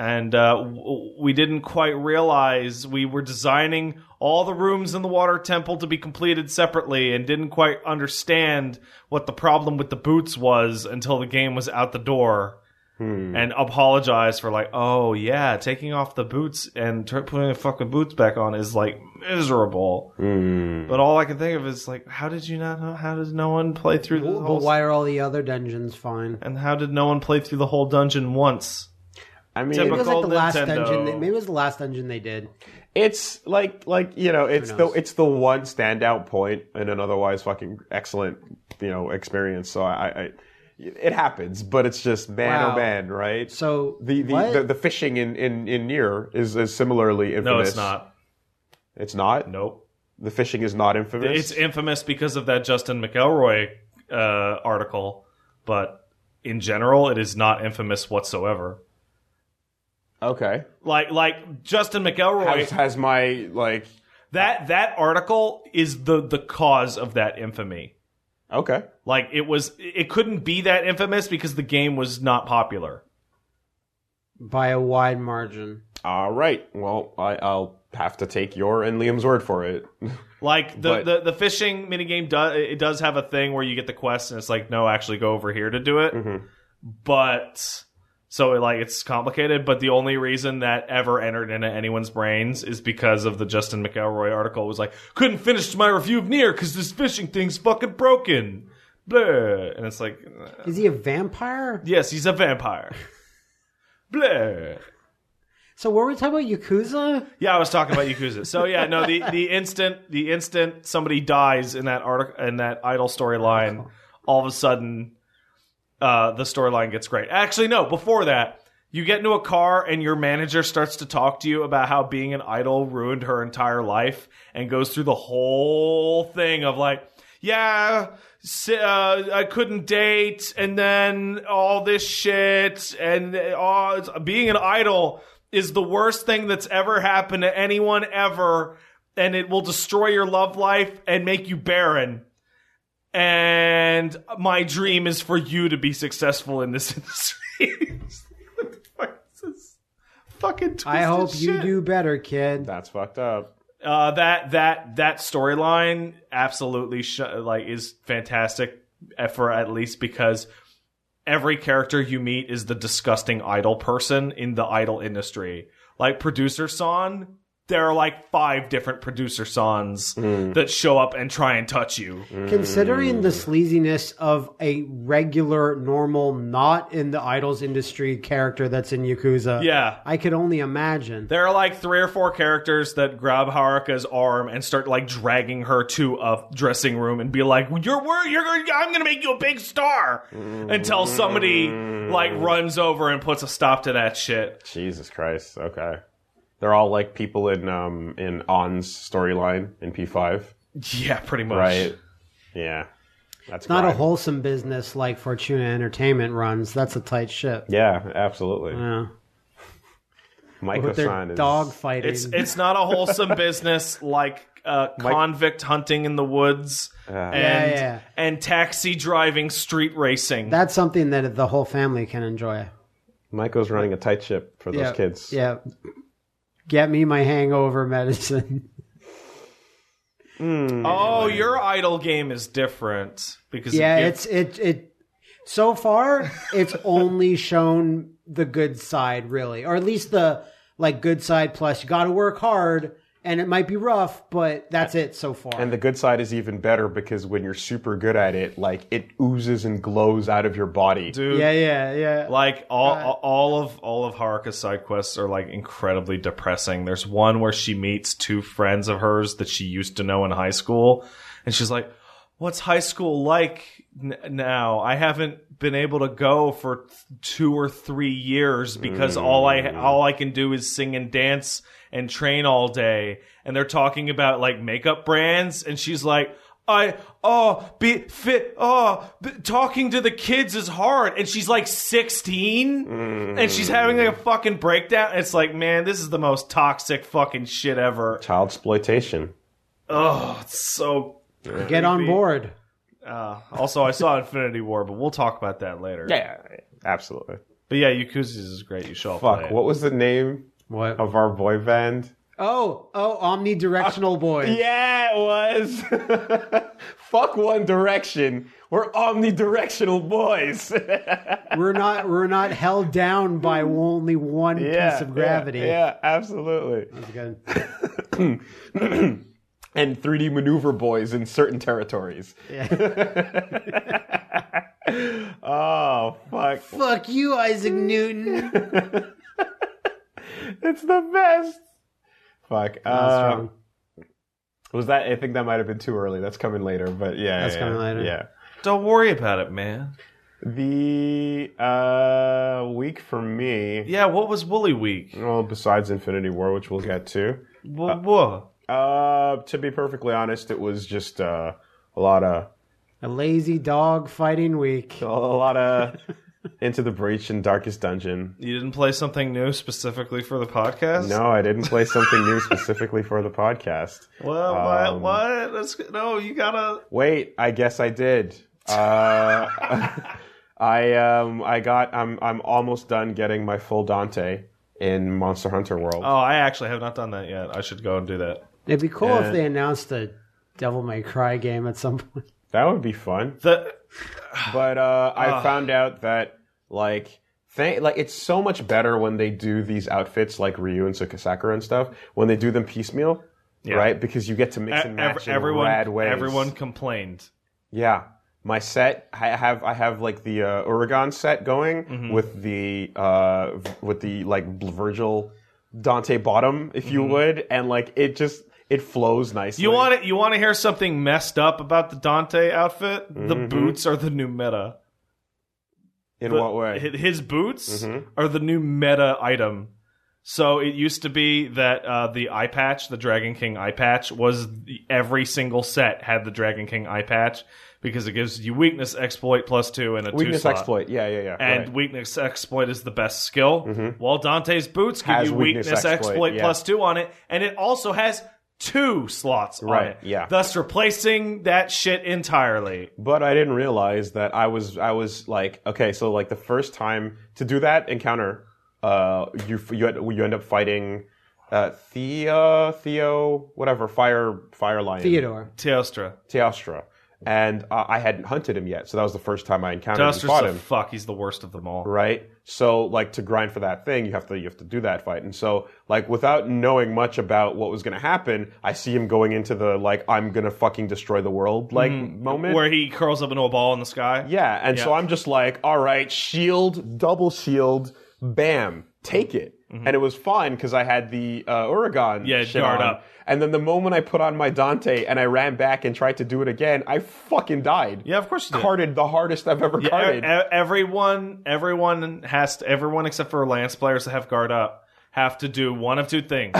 S1: And uh, w- we didn't quite realize we were designing all the rooms in the water temple to be completed separately, and didn't quite understand what the problem with the boots was until the game was out the door and apologize for like, oh yeah, taking off the boots and tr- putting the fucking boots back on is like miserable. But all I can think of is like, how did you not know? How did no one play through the
S3: But
S1: whole?
S3: why are all the other dungeons fine?
S1: and how did no one play through the whole dungeon once?
S2: I mean,
S3: Maybe it was like the
S1: Typical
S3: last
S1: Nintendo.
S3: dungeon. They, maybe it was the last dungeon they did.
S2: it's like like you know, it's the
S3: knows?
S2: it's the one standout point in an otherwise fucking excellent you know experience. So I, I it happens, but it's just man
S3: Wow.
S2: oh man, right?
S3: So
S2: the the,
S3: what?
S2: the the fishing in in in near is, is similarly infamous.
S1: No, it's not.
S2: It's not.
S1: Nope.
S2: The fishing is not infamous.
S1: It's infamous because of that Justin McElroy uh, article, but in general, it is not infamous whatsoever.
S2: okay.
S1: Like like Justin McElroy
S2: has, has my like
S1: That that article is the the cause of that infamy.
S2: Okay.
S1: Like it was, it couldn't be that infamous because the game was not popular.
S3: by a wide margin.
S2: All right. Well, I, I'll have to take your and Liam's word for it.
S1: Like the
S2: But-
S1: the, the fishing minigame does it does have a thing where you get the quest and it's like no, actually go over here to do it. But so it, like it's complicated. But the only reason that ever entered into anyone's brains is because of the Justin McElroy article. It was like couldn't finish my review of Near because this fishing thing's fucking broken. Blah, and it's like uh,
S3: Is he a vampire?
S1: yes, he's a vampire. Blah.
S3: So were we talking about Yakuza?
S1: Yeah, I was talking about Yakuza. So yeah, no, the, the instant the instant somebody dies in that article in that idol storyline, all of a sudden uh, the storyline gets great. Actually, no, before that, you get into a car and your manager starts to talk to you about how being an idol ruined her entire life and goes through the whole thing of like, yeah, si- uh, I couldn't date and then all this shit and uh, all- it's- being an idol is the worst thing that's ever happened to anyone ever and it will destroy your love life and make you barren and my dream is for you to be successful in this industry. what the fuck is this? Fucking twisted
S3: I hope you
S1: shit.
S3: do better, kid.
S2: That's fucked up.
S1: Uh, that that that storyline absolutely sh- like is fantastic for at least because every character you meet is the disgusting idol person in the idol industry. Like producer Son, there are like five different producer Sons that show up and try and touch you.
S3: Hmm.
S2: Mm.
S3: Considering the sleaziness of a regular, normal, not in the idols industry character that's in Yakuza,
S1: Yeah.
S3: I could only imagine.
S1: There are like three or four characters that grab Haruka's arm and start like dragging her to a dressing room and be like, "You're where you're gonna, I'm going to make you a big star," until somebody like runs over and puts a stop to that shit.
S2: Jesus Christ. Okay. They're all like people in um in On's storyline in P5,
S1: Yeah, pretty much.
S2: right? Yeah. That's
S3: Not a
S2: grime.
S3: wholesome business like Fortuna Entertainment runs. That's a tight ship.
S2: Yeah, absolutely.
S3: Yeah.
S2: Michael
S3: With their
S2: San is
S3: dog fighting.
S1: It's it's not a wholesome business like uh, convict hunting in the woods and
S3: Yeah, yeah.
S1: and taxi driving street racing.
S3: That's something that the whole family can enjoy.
S2: Michael's running a tight ship for those
S3: yeah.
S2: kids.
S3: Yeah. Get me my hangover medicine.
S1: oh, your idol game is different because it
S3: yeah,
S1: gives-
S3: it's it it so far it's only shown the good side really. Or at least the like good side plus you got to work hard and it might be rough, but that's it so far.
S2: And the good side is even better because when you're super good at it, like it oozes and glows out of your body.
S1: dude.
S3: yeah, yeah, yeah.
S1: Like all, all of all of Haruka's side quests are like incredibly depressing. There's one where she meets two friends of hers that she used to know in high school, and she's like, "What's high school like n- now? I haven't been able to go for th- two or three years because all I all I can do is sing and dance and train all day." And they're talking about like makeup brands, and she's like. I oh be fit oh b talking to the kids is hard and she's like 16 and she's having like a fucking breakdown it's like man this is the most toxic fucking shit ever
S2: Child exploitation.
S1: oh it's so
S3: Get on board.
S1: uh, also I saw Infinity War but we'll talk about that later
S2: Yeah, absolutely.
S1: but yeah Yakuza's is great you should all play
S2: Fuck,
S1: it.
S2: what was the name
S3: What?
S2: of our boy band?
S3: Oh, oh, omnidirectional boy.
S2: Yeah, it was. Fuck One Direction. We're omnidirectional boys.
S3: We're not we're not held down by only one piece of gravity.
S2: Yeah, absolutely.
S3: That's good.
S2: And 3D maneuver boys in certain territories.
S3: Yeah.
S2: Oh, fuck.
S3: Fuck you, Isaac Newton.
S2: It's the best. Fuck.
S3: That's
S2: um,
S3: wrong.
S2: was that? I think that might have been too early. That's coming later, but yeah.
S3: That's
S2: yeah,
S3: coming later.
S2: Yeah.
S1: don't worry about it man
S2: The uh, week for me.
S1: yeah what was Wooly Week
S2: Well, besides Infinity War, which we'll get to.
S1: Wha- wha-
S2: Uh, to be perfectly honest, it was just uh, a lot of
S3: A lazy dog fighting week.
S2: a lot of Into the Breach and Darkest Dungeon.
S1: You didn't play something new specifically for the podcast?
S2: No, I didn't play something new specifically for the podcast.
S1: Well, what? What? That's, no, you gotta.
S2: Wait, I guess I did. Uh, I um I got I'm I'm almost done getting my full Dante in Monster Hunter World.
S1: Oh, I actually have not done that yet. I should go and do that.
S3: It'd be cool if they announced a Devil May Cry game at some point.
S2: That would be fun.
S1: The
S2: But uh, I
S1: Ah.
S2: found out that like thank like it's so much better when they do these outfits like Ryu and Sakura and stuff when they do them piecemeal, right? Because you get to mix and match
S1: e- ev-
S2: in
S1: everyone,
S2: rad ways.
S1: everyone complained.
S2: Yeah. My set, I have I have like the uh, Oregon set going
S1: Mm-hmm.
S2: with the uh, v- with the like Virgil Dante bottom, if you would, and like it just it flows nicely.
S1: Mm-hmm. You want to You want to hear something messed up about the Dante outfit? The boots are the new meta.
S2: in
S1: the-
S2: what way?
S1: hi-
S2: Mm-hmm.
S1: His boots are the new meta item. So it used to be that uh, the eye patch, the Dragon King eye patch, was the, every single set had the Dragon King eye patch because it gives you weakness exploit plus two and a
S2: Weakness
S1: two slot.
S2: exploit. Yeah, yeah, yeah.
S1: And
S2: right. Mm-hmm.
S1: weakness exploit is the best skill. While Dante's boots give
S2: Has
S1: you
S2: weakness
S1: weakness,
S2: exploit,
S1: exploit,
S2: yeah.
S1: plus two on it, and it also has two slots on
S2: Right,
S1: it.
S2: yeah.
S1: Thus replacing that shit entirely.
S2: But I didn't realize that I was I was like okay, so like the first time to do that encounter, uh, you f- you had, you end up fighting uh, Thea Theo whatever fire fire lion
S3: Theodore.
S1: Teostra.
S2: Teostra. And uh, I hadn't hunted him yet, so that was the first time I encountered and
S1: Teostra's
S2: fought
S1: the
S2: him.
S1: fuck. He's the worst of them all.
S2: Right. So like to grind for that thing, you have to you have to do that fight. And so like without knowing much about what was gonna happen, I see him going into the like I'm gonna fucking destroy the world like moment.
S1: where he curls up into a ball in the sky.
S2: yeah. And so
S1: Yeah.
S2: I'm just like, all right, shield, double shield, bam, take it. And it was fine because I had the uh, Oregon
S1: Mm-hmm. Yeah,
S2: shit
S1: guard
S2: on.
S1: up.
S2: And then the moment I put on my Dante and I ran back and tried to do it again, I fucking died.
S1: yeah, of course. You did.
S2: Carded the hardest I've ever
S1: Yeah, e-
S2: carded.
S1: e- everyone, everyone has to, everyone except for Lance players that have guard up have to do one of two things: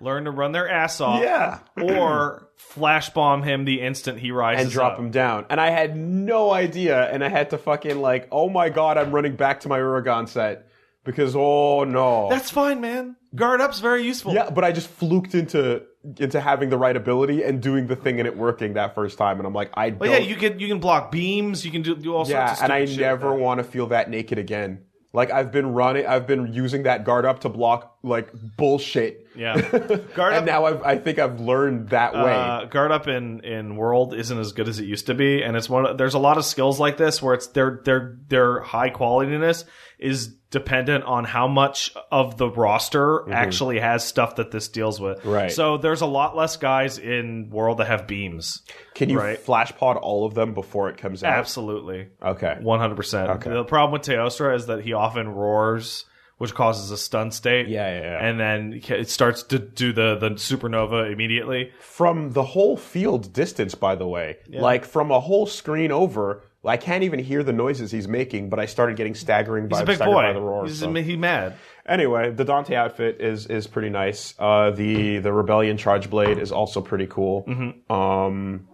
S1: learn to run their ass off,
S2: yeah.
S1: or flash bomb him the instant he rises
S2: and drop
S1: up.
S2: him down. And I had no idea, and I had to fucking like, oh my god, I'm running back to my Uragon set because oh no.
S1: That's fine, man. Guard up's very useful.
S2: yeah, but I just fluked into into having the right ability and doing the thing and it working that first time, and I'm like, I don't.
S1: But yeah, you can you can block beams. You can do, do all
S2: Yeah,
S1: sorts of
S2: and I
S1: stupid shit
S2: never
S1: Like
S2: want to feel that naked again. Like I've been running, I've been using that guard up to block like bullshit.
S1: that. yeah, guard
S2: and
S1: up.
S2: now I've, I think I've learned that way.
S1: Uh, guard up in, in world isn't as good as it used to be, and it's one. Of, there's a lot of skills like this where it's their their their high qualityness is dependent on how much of the roster actually has stuff that this deals with.
S2: Mm-hmm. Right.
S1: So there's a lot less guys in world that have beams.
S2: Can you
S1: right.
S2: flash pod all of them before it comes out?
S1: Absolutely.
S2: Okay.
S1: One hundred percent. The problem with Teostra is that he often roars, which causes a stun state.
S2: Yeah, yeah, yeah.
S1: And then it starts to do the the supernova immediately.
S2: from the whole field distance, by the way. Like from a whole screen over, I can't even hear the noises he's making, but I started getting staggering by,
S1: He's a big
S2: staggered by
S1: boy.
S2: the roar.
S1: He's
S2: so.
S1: he mad.
S2: Anyway, the Dante outfit is is pretty nice. Uh, the the Rebellion Charge Blade is also pretty cool.
S1: Mm-hmm.
S2: Um,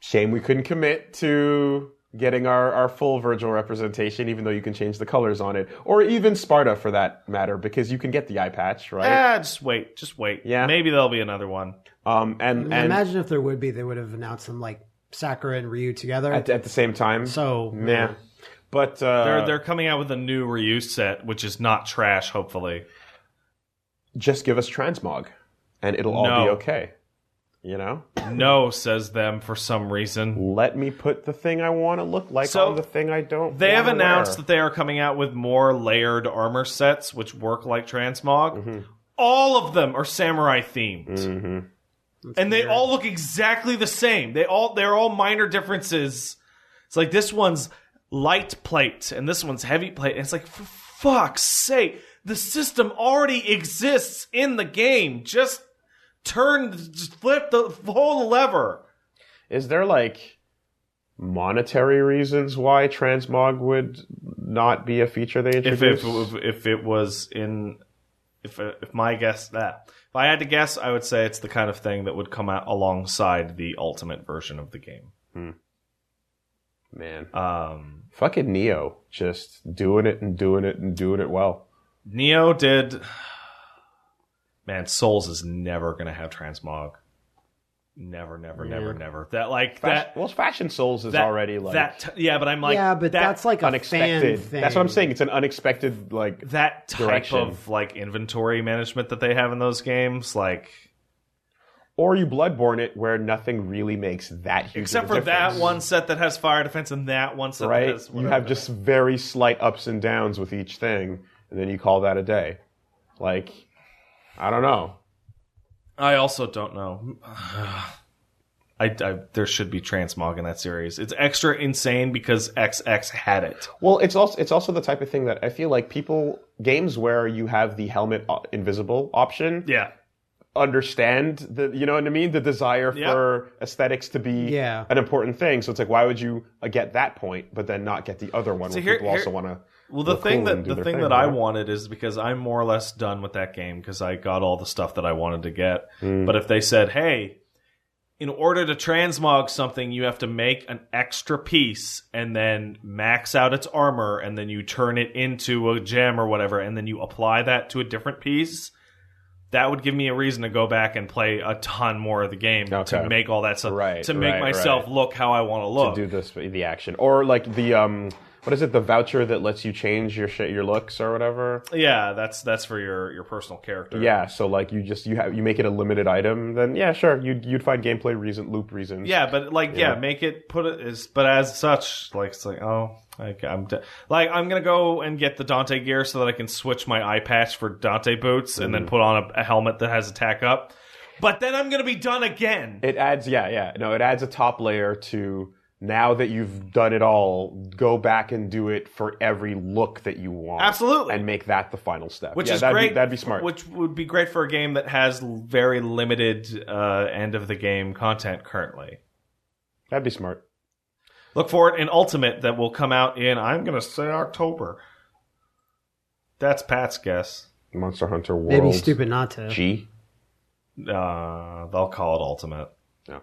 S2: shame we couldn't commit to getting our, our full Virgil representation, even though you can change the colors on it, or even Sparta for that matter, because you can get the eye patch, right?
S1: Ah, just wait, just wait.
S2: Yeah.
S1: maybe there'll be another one.
S2: Um, and and at,
S3: Imagine if there would be, they would have announced them like Sakura and Ryu together.
S2: at the same time,
S3: so
S2: Yeah. But uh,
S1: They're they're coming out with a new reuse set, which is not trash. Hopefully,
S2: just give us transmog and it'll all be
S1: No.
S2: okay. You know?
S1: no says them for some reason.
S2: Let me put the thing I want to look like
S1: So,
S2: on the thing I don't
S1: They have
S2: wanna
S1: announced
S2: wear.
S1: that they are coming out with more layered armor sets, which work like transmog. All of them are samurai themed, and they all look exactly the same. They all they're all minor differences. It's like this one's light plate and this one's heavy plate. And it's like, for fuck's sake, the system already exists in the game. Just turn, just flip the whole lever.
S2: Is there like monetary reasons why transmog would not be a feature they
S1: if
S2: introduced?
S1: if if it was in if uh, if my guess that if I had to guess, I would say it's the kind of thing that would come out alongside the ultimate version of the game.
S2: Man,
S1: Um,
S2: fucking Neo, just doing it and doing it and doing it well.
S1: Neo did. Man, Souls is never gonna have transmog. Never, never, never, never. That like
S2: Fashion,
S1: that.
S2: well, Fashion Souls is
S1: that-
S2: already like
S1: that. t- yeah, but I'm like.
S3: yeah, but
S1: that-
S3: that's like a
S2: unexpected.
S3: fan thing.
S2: That's what I'm saying. It's an unexpected like.
S1: that type
S2: Direction.
S1: of like inventory management that they have in those games, like
S2: Or you Bloodborne it where nothing really makes that huge.
S1: except
S2: of
S1: for
S2: a difference,
S1: that one set that has fire defense and that one set that
S2: right?
S1: has
S2: You
S1: whatever.
S2: have just very slight ups and downs with each thing, and then you call that a day. Like, I don't know.
S1: I also don't know. I, I there should be transmog in that series. It's extra insane because XX had it.
S2: Well, it's also it's also the type of thing that I feel like people games where you have the helmet o- invisible option
S1: Yeah,
S2: understand the you know what I mean the desire
S1: Yeah.
S2: for aesthetics to be
S3: Yeah.
S2: an important thing. So it's like why would you uh, get that point but then not get the other one where
S1: here-
S2: people
S1: here-
S2: also want to
S1: Well, the
S2: look
S1: thing
S2: cool
S1: that
S2: and do
S1: the
S2: their
S1: thing
S2: thing,
S1: that I
S2: right?
S1: wanted is because I'm more or less done with that game because I got all the stuff that I wanted to get.
S2: Hmm.
S1: But if they said, "Hey, in order to transmog something, you have to make an extra piece and then max out its armor and then you turn it into a gem or whatever and then you apply that to a different piece," that would give me a reason to go back and play a ton more of the game
S2: Okay.
S1: to make all that stuff
S2: Right,
S1: to make
S2: right,
S1: myself
S2: right.
S1: look how I want to look.
S2: do this the action or like the um what is it the voucher that lets you change your shit your looks or whatever.
S1: yeah, that's that's for your your personal character.
S2: Yeah, so like you just you have you make it a limited item, then yeah, sure, you'd you'd find gameplay reason loop reasons.
S1: Yeah, but like, yeah, make it put it is, but as such, like, it's like, oh, like I'm d like I'm gonna go and get the Dante gear so that I can switch my eye patch for Dante boots and
S2: Mm-hmm.
S1: then put on a, a helmet that has attack up. But then I'm gonna be done again.
S2: It adds, yeah, yeah. No, it adds a top layer to now that you've done it all, go back and do it for every look that you want.
S1: Absolutely.
S2: And make that the final step.
S1: which
S2: yeah,
S1: is
S2: that'd
S1: great.
S2: Be, that'd be smart.
S1: Which would be great for a game that has l- very limited uh, end of the game content currently.
S2: that'd be smart.
S1: Look for it in Ultimate that will come out in I'm gonna say October. That's Pat's guess.
S2: Monster Hunter World.
S3: Maybe stupid not to.
S2: G.
S1: uh they'll call it ultimate
S2: Yeah.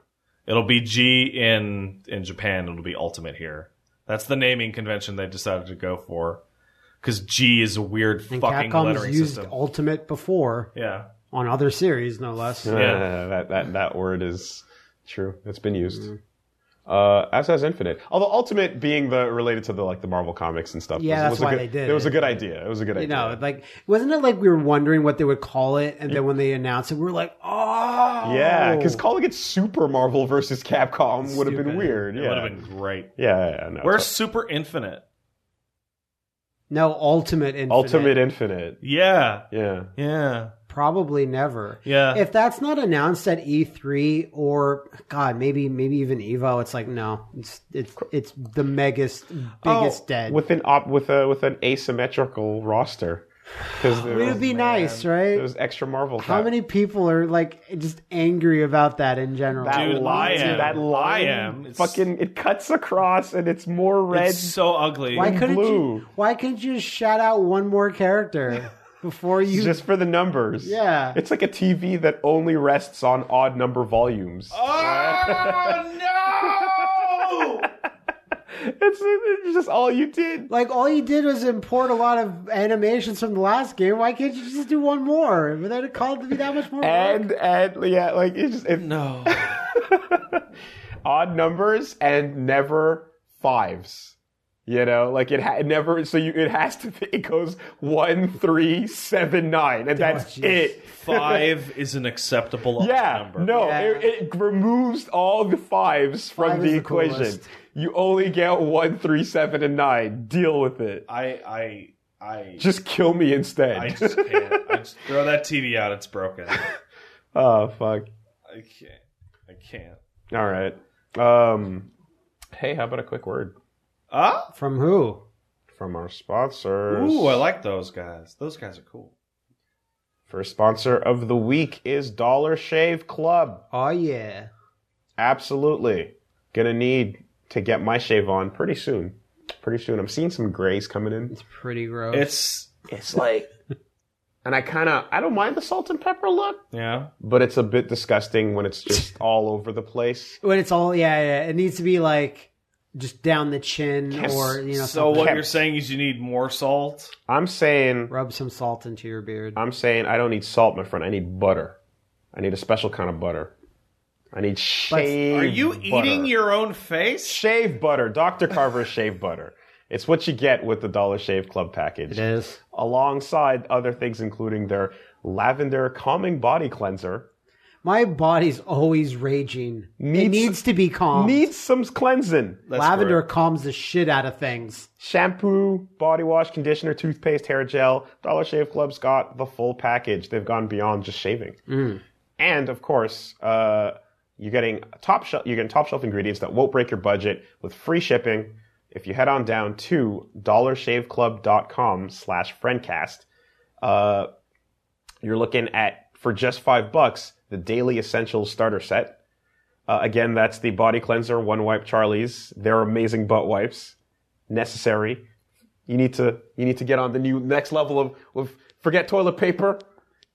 S1: it'll be g in in japan it'll be ultimate here that's the naming convention they decided to go for because g is a weird
S3: And
S1: fucking
S3: Capcom's
S1: lettering
S3: used
S1: system
S3: Ultimate before
S1: yeah
S3: on other series, no less.
S1: Yeah.
S2: that that that word is true. It's been used.
S1: Mm-hmm.
S2: Uh, as has Infinite, although Ultimate being the related to the like the Marvel comics and stuff.
S3: Yeah,
S2: was-
S3: that's
S2: was a
S3: why
S2: good-
S3: they did
S2: It was
S3: it.
S2: a good idea. It was a good
S3: You
S2: idea.
S3: know, like wasn't it like we were wondering what they would call it, and then when they announced it, we were like, oh,
S2: yeah, because calling it Super Marvel versus Capcom would have been
S3: Stupid.
S2: weird.
S1: it
S2: Yeah,
S1: would have been great
S2: yeah, yeah, yeah, no,
S1: we're
S2: it's-
S1: super infinite
S3: no Ultimate Infinite,
S2: Ultimate Infinite.
S1: yeah
S2: Yeah.
S1: yeah
S3: probably never.
S1: yeah
S3: If that's not announced at E3 or God, maybe maybe even Evo, it's like no, it's it's it's the megast biggest
S1: Oh,
S3: dead.
S2: With an op, with a with an asymmetrical roster. Because
S3: it would
S2: Oh,
S3: be nice, right?
S2: It was extra Marvel.
S3: How
S2: time.
S3: many people are like just angry about that in general?
S2: That
S1: Dude,
S2: line,
S1: I am.
S2: that line,
S1: I am. It's-
S2: fucking, it cuts across and it's more red.
S1: it's so ugly
S3: why couldn't
S2: blue.
S3: you? Why couldn't you just shout out one more character before you?
S2: just for the numbers.
S3: Yeah.
S2: It's like a TV that only rests on odd number volumes.
S1: oh no
S2: It's, it's just all you did.
S3: like all you did was import a lot of animations from the last game. Why can't you just do one more? Would that call it to be that much more? work?
S2: And, and, yeah, like, it's just, it,
S1: no
S2: odd numbers and never fives. You know, like it, ha- it never. So you, it has to. Be, it goes one, three, seven, nine, and that's
S3: jeez.
S2: it.
S1: five is an acceptable
S2: Yeah,
S1: number
S2: no,
S3: Yeah.
S2: It, it removes all the fives from
S3: Five is
S2: the,
S3: the
S2: equation.
S3: coolest.
S2: You only get one, three, seven, and nine. Deal with it.
S1: i i i
S2: Just kill me instead.
S1: I just can't. I just throw that TV out. It's broken. I
S2: oh fuck!
S1: can't. I can't.
S2: All right. Um, hey, how about a quick word
S1: Ah.
S3: from who?
S2: from our sponsors?
S1: Ooh, I like those guys. Those guys are cool.
S2: First sponsor of the week is Dollar Shave Club.
S3: Oh yeah.
S2: Absolutely. Gonna need to get my shave on pretty soon. Pretty soon. I'm seeing some grays coming in.
S3: It's pretty gross.
S1: It's
S2: It's like and I kinda I don't mind the salt and pepper look,
S1: yeah.
S2: but it's a bit disgusting when it's just all over the place.
S3: when it's all yeah, yeah, it needs to be like just down the chin or you
S1: so
S3: know something.
S1: what
S2: kept-
S1: you're saying is you need more salt.
S2: I'm saying
S3: rub some salt into your beard.
S2: I'm saying I don't need salt, my friend. I need butter. I need a special kind of butter. I need shaved.
S1: Are you
S2: butter.
S1: eating your own face?
S2: shave butter? Dr. Carver's shave butter. It's what you get with the Dollar Shave Club package,
S3: It is.
S2: alongside other things, including their lavender calming body cleanser.
S3: My body's always raging. it
S2: Needs-
S3: needs to be
S1: Um,
S3: calm.
S2: Needs some cleansing.
S3: Lavender calms the shit out of things.
S2: Shampoo, body wash, conditioner, toothpaste, hair gel. Dollar Shave Club's got the full package. They've gone beyond just shaving. And of course, uh, you're getting top shelf. You're getting top shelf ingredients that won't break your budget with free shipping. If you head on down to dollarshaveclub.com/friendcast, uh, you're looking at for just five bucks the daily essentials starter set. Uh, again, that's the body cleanser, one wipe Charlie's. They're amazing butt wipes necessary. You need to you need to get on the new next level of, of forget toilet paper.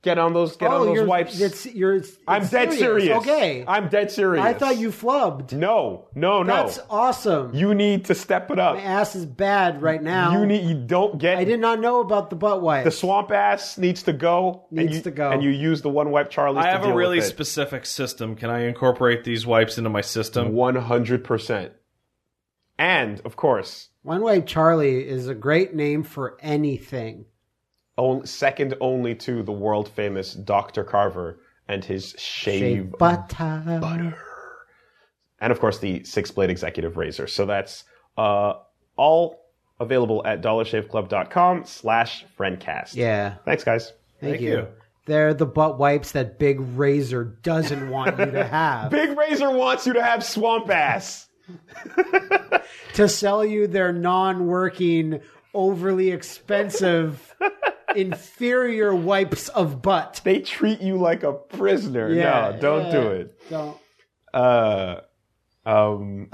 S2: Get on those get on those
S3: Oh, you're,
S2: wipes.
S3: It's, you're, it's
S2: I'm dead serious.
S3: Okay. i
S2: I'm dead serious.
S3: thought you flubbed.
S2: No, no, no.
S3: That's awesome.
S2: you need to step it up.
S3: My ass is bad right now.
S2: You need. You don't get.
S3: I did not know about the butt wipe.
S2: The swamp ass needs to go. and
S3: Needs
S2: you,
S3: to go.
S2: And you use the one wipe Charlie's.
S1: I
S2: to
S1: have a
S2: deal
S1: really
S2: with it.
S1: specific system. Can I incorporate these wipes into my system?
S2: 100%. And of course,
S3: One Wipe Charlie is a great name for anything.
S2: on, second only to the world famous Dr. Carver and his shave.
S3: Shave butter.
S2: and of course, the six blade executive razor. So that's uh, all available at dollarshaveclub.com slash friendcast.
S3: Yeah.
S2: Thanks, guys.
S3: Thank,
S1: Thank
S3: you.
S1: you.
S3: They're the butt wipes that Big Razor doesn't want you to have.
S2: Big Razor wants you to have swamp ass.
S3: to sell you their non-working, overly expensive, inferior wipes of butt.
S2: They treat you like a prisoner.
S3: Yeah,
S2: no, don't do
S3: yeah.
S2: it.
S3: Don't.
S2: Uh, um,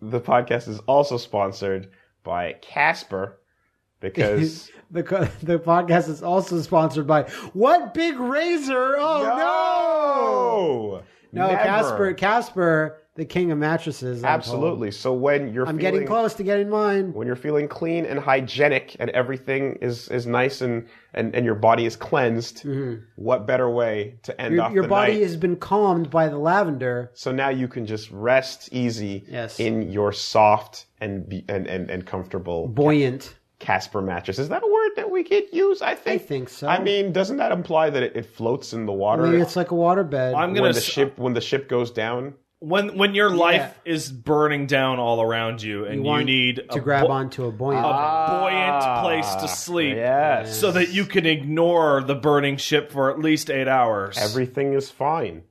S2: the podcast is also sponsored by Casper because
S3: The, co- the podcast is also sponsored by What Big Razor? Oh no! No,
S2: Never.
S3: Casper, Casper, the king of mattresses. I'm told.
S2: Absolutely. So when you're
S3: I'm
S2: feeling,
S3: getting close to getting mine.
S2: when you're feeling clean and hygienic and everything is is nice and and, and your body is cleansed, what better way to end
S3: Your,
S2: off
S3: your
S2: the
S3: body
S2: night?
S3: has been calmed by the lavender.
S2: So now you can just rest easy
S3: Yes.
S2: in your soft and, be, and and and comfortable
S3: Buoyant.
S2: Casper mattress. Is that a word that we could use? I
S3: I
S2: think.
S3: think so.
S2: I mean, doesn't that imply that it, it floats in the water
S3: maybe it's like a waterbed.
S1: I'm gonna
S2: when the
S1: s-
S2: ship when the ship goes down?
S1: when when your life is burning down all around you and you,
S3: want
S1: need
S3: to
S1: a
S3: grab
S1: bu- Ah.
S3: onto a buoyant. Ah,
S1: buoyant place to sleep.
S2: Yes.
S1: so that you can ignore the burning ship for at least eight hours.
S2: everything is fine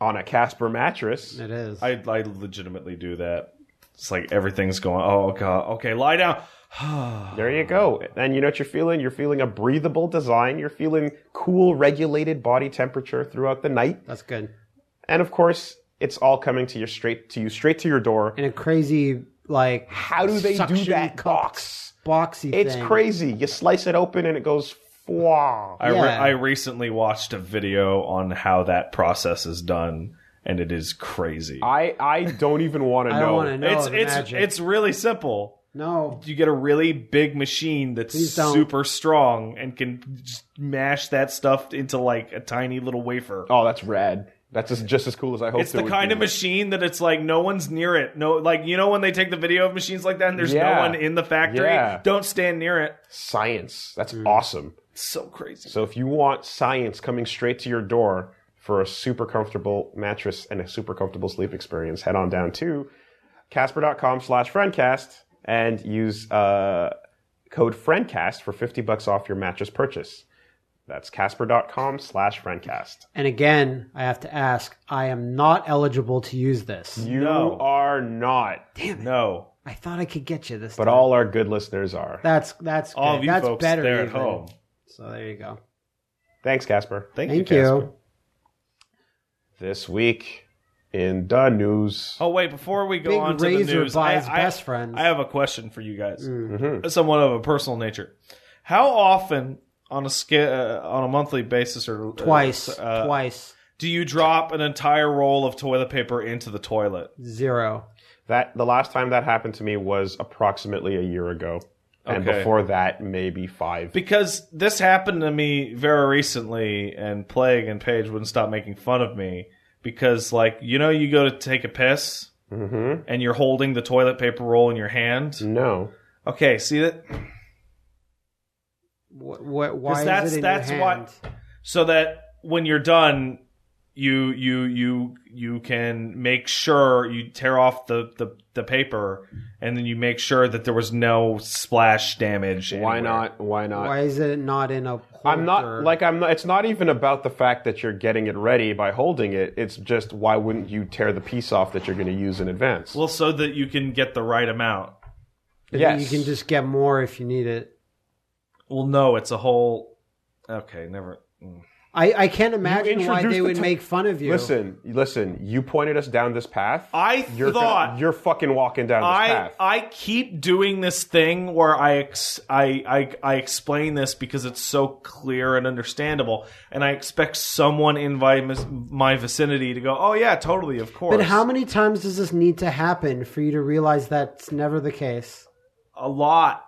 S2: on a Casper mattress.
S3: it is.
S1: I, I legitimately do that. It's like everything's going. Oh god. Okay, lie down.
S2: There you go. And you know what you're feeling? You're feeling a breathable design. You're feeling cool, regulated body temperature throughout the night.
S3: That's good.
S2: And of course, it's all coming to your straight to you straight to your door.
S3: In a crazy like
S2: How do they do
S3: suction
S2: that
S3: cup
S2: box?
S3: boxy
S2: It's
S3: thing.
S2: crazy. You slice it open and it goes fwa.
S1: I, re-
S3: Yeah.
S1: I recently watched a video on how that process is done, and it is crazy.
S2: I I don't even want to
S3: I don't
S2: know.
S3: want to know.
S1: it's
S3: the
S1: it's
S3: magic.
S1: it's really simple.
S3: no.
S1: You get a really big machine that's
S3: Please don't.
S1: super strong and can just mash that stuff into like a tiny little wafer.
S2: Oh, that's rad. That's just, just as cool as I hoped.
S1: It's
S2: it
S1: the
S2: would
S1: kind
S2: be.
S1: of machine that it's like no one's near it. No, like you know when they take the video of machines like that and there's no
S2: Yeah.
S1: one in the factory.
S2: Yeah.
S1: Don't stand near it.
S2: science. That's
S3: Mm.
S2: awesome.
S1: It's so crazy.
S2: So if you want science coming straight to your door for a super comfortable mattress and a super comfortable sleep experience, head on down to casper.com slash friendcast and use uh, code friendcast for 50 bucks off your mattress purchase. That's casper.com slash friendcast.
S3: And again, I have to ask, I am not eligible to use this.
S2: You
S1: No.
S2: are not,
S1: No,
S3: I thought I could get you this.
S2: but
S3: time.
S2: all our good listeners are.
S3: that's that's
S1: all
S3: good.
S1: of you
S3: that's
S1: folks
S3: better
S1: there at
S3: even.
S1: home.
S3: So there you go.
S2: Thanks, Casper.
S1: Thank,
S3: Thank
S1: you.
S3: you.
S1: Casper.
S2: This week in the news.
S1: Oh wait, before we go
S3: Big
S1: on to the
S3: razor
S1: news,
S3: buys
S1: I, I-
S3: best friends. Mm.
S1: I have uh, a question for you guys,
S2: Mm-hmm.
S1: somewhat of a personal nature. How often on a sca- uh, on a monthly basis or
S3: Twice,
S1: uh,
S3: twice,
S1: do you drop an entire roll of toilet paper into the toilet?
S3: zero.
S2: That the last time that happened to me was approximately a year ago, and
S1: Okay.
S2: before that, maybe five.
S1: because this happened to me very recently, and Plague and Paige wouldn't stop making fun of me because, like, you know, you go to take a piss
S2: Mm-hmm.
S1: and you're holding the toilet paper roll in your hand.
S2: No,
S1: Okay, see that
S3: What, what, why
S1: that's-
S3: is it in
S1: that's
S3: your
S1: why-
S3: hand?
S1: so that when you're done, you you you you can make sure you tear off the the, the paper, and then you make sure that there was no splash damage.
S2: why
S1: anywhere.
S2: not? Why not?
S3: Why is it not in a holder?
S2: I'm not like I'm not. It's not even about the fact that you're getting it ready by holding it. It's just why wouldn't you tear the piece off that you're going to use in advance?
S1: Well, so that you can get the right amount.
S2: yes,
S3: you can just get more if you need it.
S1: Well, no, it's a whole. Okay, never. mm.
S3: I, I can't imagine why
S2: introduced
S3: they
S2: the
S3: would
S2: te-
S3: make fun of you.
S2: listen. Listen, you pointed us down this path.
S1: I
S2: you're gonna-
S1: thought
S2: you're fucking walking down this
S1: I
S2: path.
S1: I keep doing this thing where I, ex- I I I explain this because it's so clear and understandable, and I expect someone in my, my vicinity to go, "Oh yeah, totally, of course."
S3: But how many times does this need to happen for you to realize that's never the case?
S1: A lot.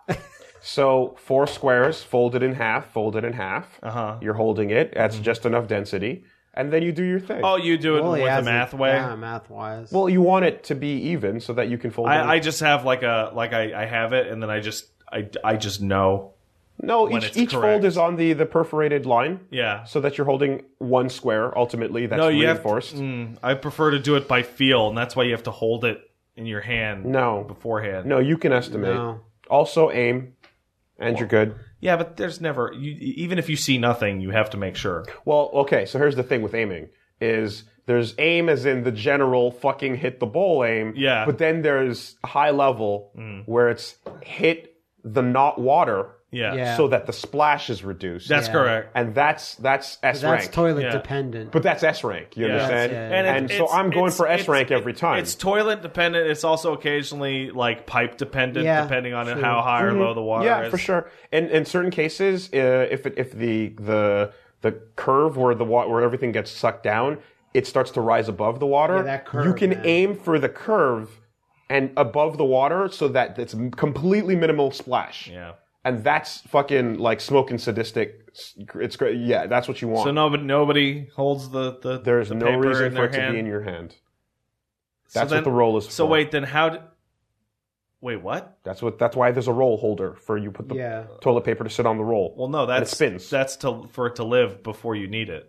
S2: so four squares, folded in half, folded in half.
S1: Uh huh.
S2: You're holding it. That's just enough density, and then you do your thing.
S1: Mm-hmm. Oh, you do it
S3: Well, he
S1: with a
S3: has
S1: math
S3: it.
S1: way.
S3: Yeah, math wise.
S2: Well, you want it to be even so that you can fold. it in.
S1: I, I just have like a like I, I have it, and then I just I, I just know.
S2: no,
S1: when
S2: each
S1: it's
S2: each
S1: correct.
S2: fold is on the the perforated line.
S1: Yeah.
S2: so that you're holding one square ultimately that's
S1: No, you have.
S2: reinforced
S1: mm, I prefer to do it by feel, and that's why you have to hold it in your hand
S2: no
S1: beforehand.
S2: no you can estimate
S3: no.
S2: also aim and you're good
S1: Yeah, but there's never you, even if you see nothing, you have to make sure.
S2: well okay so here's the thing with aiming is there's aim as in the general fucking hit the ball aim
S1: Yeah. Mm.
S2: but then there's high level where it's hit the not water
S1: Yeah,
S3: Yeah.
S2: so that the splash is reduced
S1: that's
S3: Yeah.
S1: correct.
S2: and that's that's s
S3: That's
S2: rank
S3: toilet
S1: Yeah.
S3: dependent.
S2: but that's s rank you
S1: Yeah.
S2: understand
S3: Yes, yeah,
S2: and,
S3: yeah.
S1: it's-
S2: so
S1: it's-
S2: i'm going
S1: it's-
S2: for s rank
S1: it's-
S2: every time
S1: It's toilet dependent. It's also occasionally like pipe dependent,
S3: Yeah,
S1: depending on
S3: true.
S1: how high or low the water
S2: Mm-hmm. yeah,
S1: is.
S2: for sure. And in certain cases, uh, if it, if the the the curve where the wa- where everything gets sucked down, it starts to rise above the water.
S3: Yeah, that curve,
S2: you can
S3: man.
S2: aim for the curve and above the water so that it's m- completely minimal splash.
S1: Yeah.
S2: And that's fucking like smoking sadistic. s- It's great. Yeah, that's what you want.
S1: So nobody nobody holds the the.
S2: There's
S1: the
S2: no
S1: paper
S2: reason
S1: in
S2: for
S1: their
S2: it to
S1: hand.
S2: be in your hand.
S1: So
S2: That's
S1: then-
S2: what the roll is for.
S1: So wait, then how? d wait, what?
S2: That's what. That's why there's a roll holder for you put the
S3: Yeah.
S2: toilet paper to sit on the roll.
S1: Well, no, that's
S2: spins.
S1: That's to for it to live before you need it.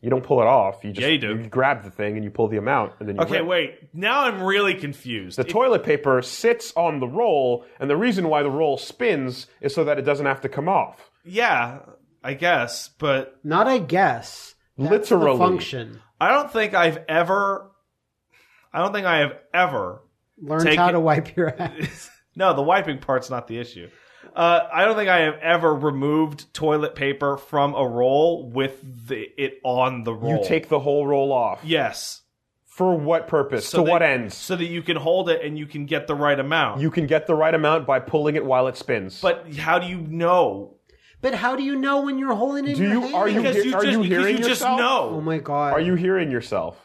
S2: You don't pull it off. You just
S1: Yeah, you do.
S2: grab the thing and you pull the amount and then you
S1: Okay,
S2: rip.
S1: wait. Now I'm really confused.
S2: The toilet paper sits on the roll, and the reason why the roll spins is so that it doesn't have to come off.
S1: yeah, I guess, but
S3: Not a guess. That's
S2: Literally.
S3: the function.
S1: I don't think I've ever. I don't think I have ever.
S3: Learn
S1: Take
S3: how
S1: it-
S3: to wipe your ass.
S1: No, the wiping part's not the issue. Uh, I don't think I have ever removed toilet paper from a roll with the, it on the roll.
S2: You take the whole roll off.
S1: yes.
S2: For what purpose?
S1: So
S2: to
S1: that-
S2: what ends?
S1: So that you can hold it and you can get the right amount.
S2: You can get the right amount by pulling it while it spins.
S1: but how do you know?
S3: But how do you know when you're holding it in
S2: Do
S3: your
S2: you-
S3: hand?
S2: are you-
S1: Because
S2: hear-
S1: you
S2: are
S1: just
S2: you
S1: because
S2: hearing
S1: you just
S2: yourself?
S3: Oh
S1: know.
S3: my god.
S2: are you hearing yourself?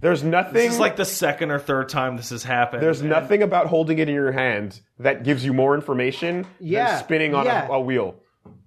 S2: There's nothing.
S1: This is like the second or third time this has happened.
S2: there's
S1: And-
S2: nothing about holding it in your hand that gives you more information
S3: Yeah,
S2: than spinning on
S3: yeah.
S2: a, a wheel.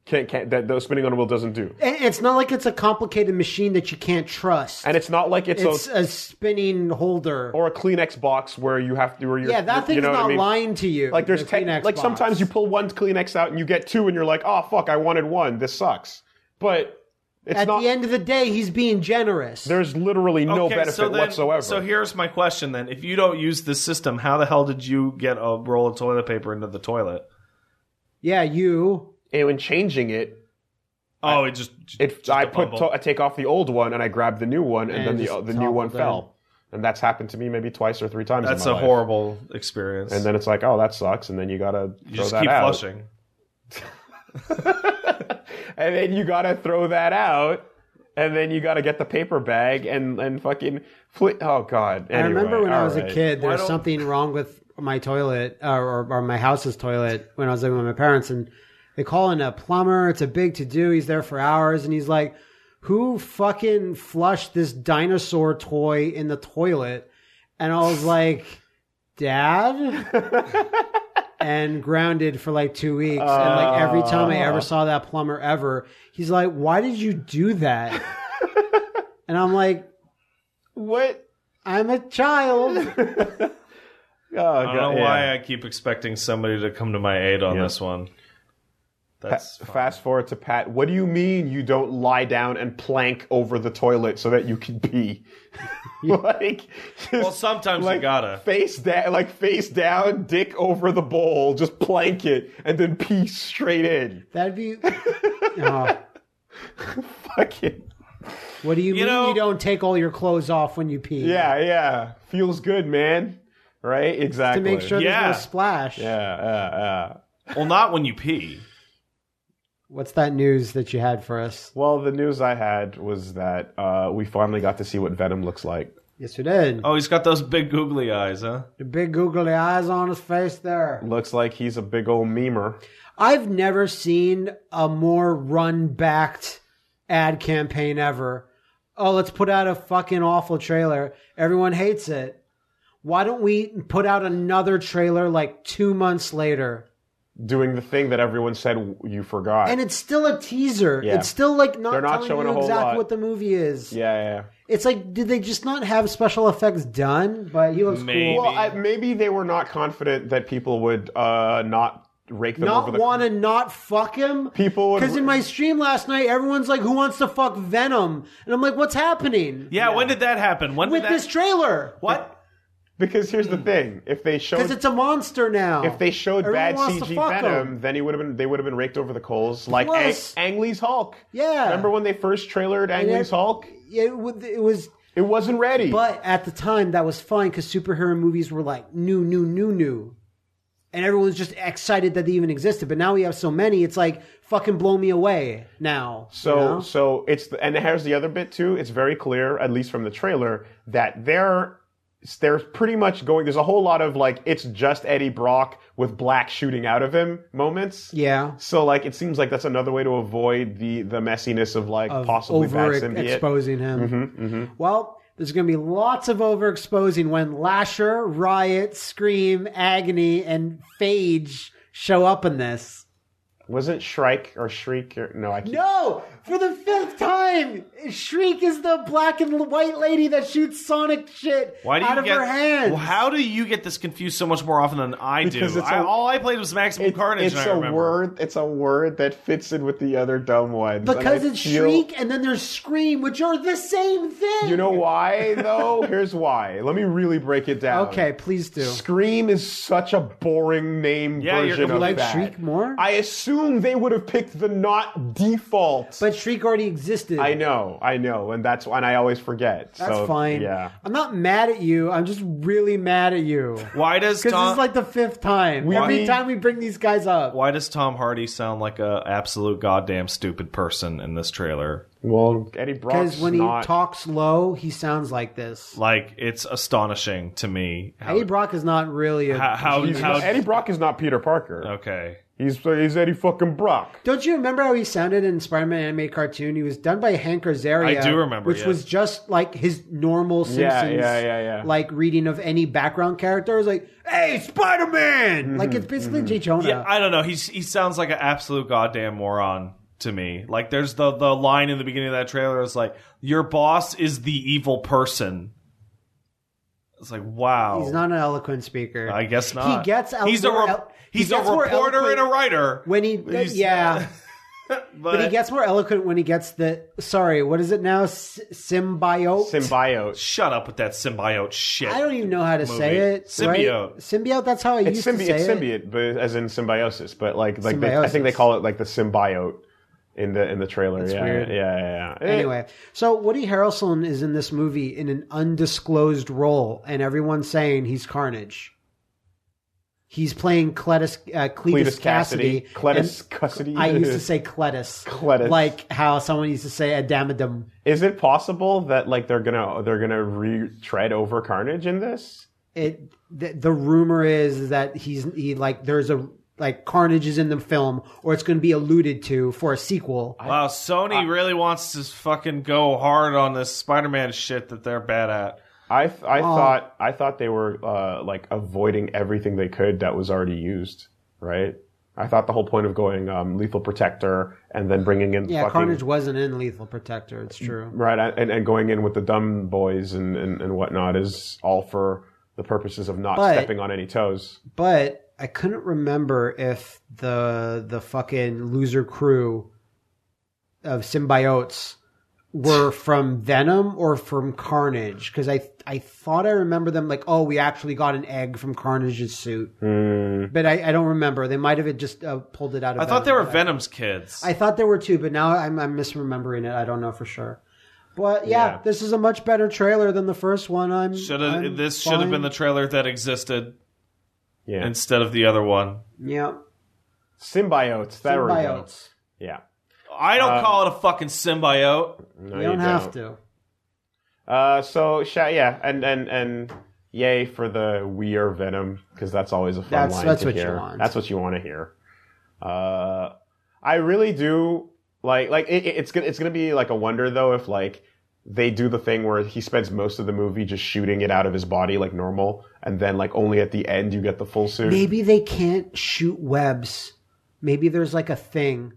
S2: Can't, can't, that, that spinning on a wheel doesn't do.
S3: And It's not like it's a complicated machine that you can't trust.
S2: And it's not like it's,
S3: it's uh,
S2: a
S3: a spinning holder.
S2: or a Kleenex box where you have to, where you
S3: yeah, that
S2: you
S3: thing's
S2: know what
S3: not
S2: I mean?
S3: lying to you.
S2: Like there's
S3: The
S2: tech,
S3: Kleenex
S2: like
S3: box.
S2: sometimes you pull one Kleenex out and you get two, and you're like, oh fuck, I wanted one. This sucks. But it's
S3: At
S2: not.
S3: the end of the day, he's being generous.
S2: there's literally no
S1: Okay,
S2: benefit
S1: so then-
S2: whatsoever.
S1: So here's my question then: If you don't use this system, how the hell did you get a roll of toilet paper into the toilet?
S3: yeah, you.
S2: and when changing it,
S1: Oh, it just.
S2: it
S1: just
S2: I
S1: a
S2: put
S1: bubble.
S2: to, I take off the old one and I grab the new one, and,
S3: And
S2: then the uh,
S3: just
S2: the new one
S3: toppled down.
S2: fell. And that's happened to me maybe twice or three times. in
S1: That's
S2: my
S1: a
S2: life.
S1: horrible experience.
S2: And then it's like, oh, that sucks. And then you gotta
S1: you
S2: throw
S1: just
S2: that
S1: keep
S2: out.
S1: flushing.
S2: and then you gotta throw that out, and then you gotta get the paper bag and and fucking fli oh god.
S3: I remember
S2: Anyway,
S3: when I
S2: all
S3: was
S2: right.
S3: a kid, there
S1: Why
S3: was
S1: don't-
S3: something wrong with my toilet uh, or, or my house's toilet when I was living with my parents, and they call in a plumber. It's a big to do. He's there for hours, and he's like, "Who fucking flushed this dinosaur toy in the toilet?" and I was like, "Dad," and grounded for like two weeks. and like every time I
S1: Ah.
S3: ever saw that plumber ever, he's like, "Why did you do that?" and I'm like,
S2: What?
S3: "I'm a child."
S2: Oh, God,
S1: I don't know
S2: yeah.
S1: why I keep expecting somebody to come to my aid on
S2: Yeah.
S1: this one. That's fine.
S2: Fast forward to Pat. What do you mean you don't lie down and plank over the toilet so that you can pee? like, just
S1: Well, sometimes
S2: like
S1: you gotta.
S2: face down, like face down, dick over the bowl, just plank it, and then pee straight in.
S3: That'd be. Oh,
S2: Fucking
S3: what do you, mean
S1: know-
S3: you don't take all your clothes off when you pee?
S2: yeah, yeah. Feels good, man. Right?
S3: To
S2: Exactly.
S3: make sure
S1: Yeah.
S3: there's no splash.
S2: Yeah, yeah, yeah.
S1: Well, not when you pee.
S3: What's that news that you had for us?
S2: Well, the news I had was that uh, we finally got to see what Venom looks like.
S3: Yes, we did.
S1: Oh, he's got those big googly eyes, huh?
S3: The big googly eyes on his face there.
S2: Looks like he's a big old memer.
S3: I've never seen a more run backed ad campaign ever. Oh, let's put out a fucking awful trailer. Everyone hates it. Why don't we put out another trailer like two months later?
S2: doing the thing that everyone said you forgot.
S3: And it's still a teaser.
S2: Yeah.
S3: It's still like not,
S2: They're not
S3: telling
S2: showing
S3: you
S2: a whole
S3: exactly
S2: lot.
S3: what the movie is.
S2: yeah, yeah, yeah.
S3: It's like, did they just not have special effects done? But he looks
S1: Maybe.
S3: cool.
S2: Well, I, maybe they were not confident that people would uh, not rake them
S3: Not
S2: over the.
S3: want to not fuck him.
S2: people would.
S3: Because in my stream last night, everyone's like, "Who wants to fuck Venom?" And I'm like, "What's happening?"
S1: Yeah, when did that happen? When
S3: with
S1: did that...
S3: this trailer,
S1: What?
S2: because here's the thing: if they
S3: because
S2: showed
S3: Hmm. it's a monster now.
S2: if they showed
S3: Everyone
S2: bad
S3: wants to
S2: CG
S3: fuck
S2: Venom,
S3: him.
S2: then he would have been they would have been raked over the coals like Ang,
S3: Plus-
S2: Ang Lee's Hulk.
S3: Yeah.
S2: Remember when they first trailered Ang
S3: And
S2: Lee's
S3: ev-
S2: Hulk?
S3: Yeah, it, wa- it was.
S2: It wasn't ready.
S3: But at the time, that was fine because superhero movies were like new, new, new, new, and everyone's just excited that they even existed. But now we have so many, it's like fucking blow me away now. you
S2: So
S3: know?
S2: so it's the, and here's the other bit too. It's very clear, at least from the trailer, that they're they're pretty much going. There's a whole lot of like it's just Eddie Brock with black shooting out of him moments.
S3: yeah,
S2: So like it seems like that's another way to avoid the the messiness of like
S3: of
S2: possibly bad symbiote.
S3: overexposing him.
S2: Mm-hmm,
S3: Well, there's going to be lots of overexposing when Lasher, Riot, Scream, Agony, and Phage show up in this.
S2: Wasn't Shrike or Shriek? Or, no, I can't.
S3: No, for the fifth time, Shriek is the black and white lady that shoots Sonic shit
S1: Why do you
S3: out of
S1: get?
S3: her hands.
S1: Well, how do you get this confused so much more often than I do?
S2: Because it's
S1: I-
S2: a-
S1: all I played was Maximum
S2: It-
S1: Carnage.
S2: it's
S1: and I
S2: a
S1: remember.
S2: word. It's a word that fits in with the other dumb ones. and
S3: because
S2: I
S3: it's
S2: feel-
S3: Shriek and then there's Scream, which are the same thing.
S2: You know why though? Here's why. Let me really break it down.
S3: Okay, please do.
S2: Scream is such a boring name
S1: Yeah, you're-
S2: version
S1: you
S2: of
S1: like
S2: that.
S3: Shriek more?
S2: I assume they would have picked the not default.
S3: But Shriek already existed.
S2: I know, I know, and that's and I always forget.
S3: That's
S2: so,
S3: fine.
S2: Yeah,
S3: I'm not mad at you. I'm just really mad at you.
S1: Why does
S3: Because this
S1: Tom?
S3: is like the fifth time.
S2: We-
S3: Every
S2: we-
S3: time we bring these guys up.
S1: Why does Tom Hardy sound like a absolute goddamn stupid person in this trailer?
S2: well, Eddie Brock's
S3: Because when he
S2: not.
S3: talks low, he sounds like this.
S1: Like it's astonishing to me. How,
S3: Eddie Brock is not really a.
S1: how, how,
S2: he's
S1: how-
S2: not- Eddie Brock is not Peter Parker.
S1: okay.
S2: He's he's Eddie fucking Brock.
S3: Don't you remember how he sounded in Spider-Man animated cartoon? He was done by Hank Azaria.
S1: I do remember,
S3: which
S1: yeah.
S3: was just like his normal Simpsons,
S2: Yeah, yeah, yeah, yeah.
S3: like reading of any background character. It was like, "Hey, Spider-Man!" Like it's basically Jay Jonah.
S1: Yeah, I don't know. He's he sounds like an absolute goddamn moron to me. Like there's the the line in the beginning of that trailer is like, "Your boss is the evil person." It's like, wow.
S3: He's not an eloquent speaker.
S1: I guess not.
S3: He gets out.
S1: He's a
S3: more
S1: re-
S3: el- he
S1: he's a
S3: gets more
S1: reporter
S3: eloquent
S1: and a writer.
S3: when he
S1: He's-
S3: yeah.
S1: but,
S3: But he gets more eloquent when he gets the sorry. What is it now? S- symbiote.
S2: Symbiote.
S1: shut up with that symbiote shit.
S3: I don't even know how to say it.
S1: Symbiote.
S3: Right? Symbiote. That's how I
S2: It's,
S3: used to
S2: symbi-
S3: say
S2: it's
S3: it.
S2: symbiote, but as in symbiosis. But like, like they, I think they
S3: Symbiosis.
S2: call it like the symbiote in the in the trailer. yeah,
S3: weird.
S2: yeah, yeah, Eh, yeah.
S3: Anyway, so Woody Harrelson is in this movie in an undisclosed role, and everyone's saying he's Carnage. He's playing Cletus, uh, Cletus,
S2: Cletus Cassidy.
S3: Cassidy.
S2: Cletus
S3: and
S2: Cassidy.
S3: I used to say Cletus.
S2: Cletus.
S3: Like how someone used to say Adamidum.
S2: Is it possible that like they're gonna they're gonna retread over Carnage in this?
S3: it the, the rumor is that he's he like there's a like carnage is in the film or it's going to be alluded to for a sequel
S1: Wow, Sony really wants to fucking go hard on this Spider-Man shit that they're bad at.
S2: I th-
S3: Oh.
S2: I thought I thought they were uh, like avoiding everything they could that was already used, right? I thought the whole point of going um, lethal protector and then bringing in
S3: Yeah,
S2: fucking,
S3: Carnage wasn't in Lethal Protector. It's true.
S2: right I- and, and going in with the dumb boys and, and, and whatnot is all for the purposes of not
S3: But-
S2: stepping on any toes.
S3: But I couldn't remember if the the fucking loser crew of symbiotes were from Venom or from Carnage because I I thought I remember them like oh we actually got an egg from Carnage's suit
S2: Hmm.
S3: but I, I don't remember they might have just uh, pulled it out of
S1: I thought they were
S3: but-
S1: Venom's kids.
S3: I thought there were two, but now I'm, I'm misremembering it. I don't know for sure. But yeah,
S2: Yeah.
S3: this is a much better trailer than the first one. I'm
S1: should
S3: I'm
S1: have this should have
S3: fine.
S1: been the trailer that existed
S2: Yeah,
S1: instead of the other one.
S3: yeah
S2: symbiotes. There
S3: symbiotes.
S2: we go. Yeah,
S1: I don't
S2: Um,
S1: call it a fucking symbiote.
S2: no,
S3: You don't have to.
S2: Uh, so sh- yeah, and and and yay for the we are Venom because that's always a fun
S3: That's-
S2: line
S3: that's
S2: to
S3: what you
S2: hear.
S3: want.
S2: That's what you want to hear. Uh, I really do like like it, it- it's gonna it's gonna be like a wonder though if like they do the thing where he spends most of the movie just shooting it out of his body like normal, and then like only at the end you get the full suit.
S3: Maybe they can't shoot webs. Maybe there's like a thing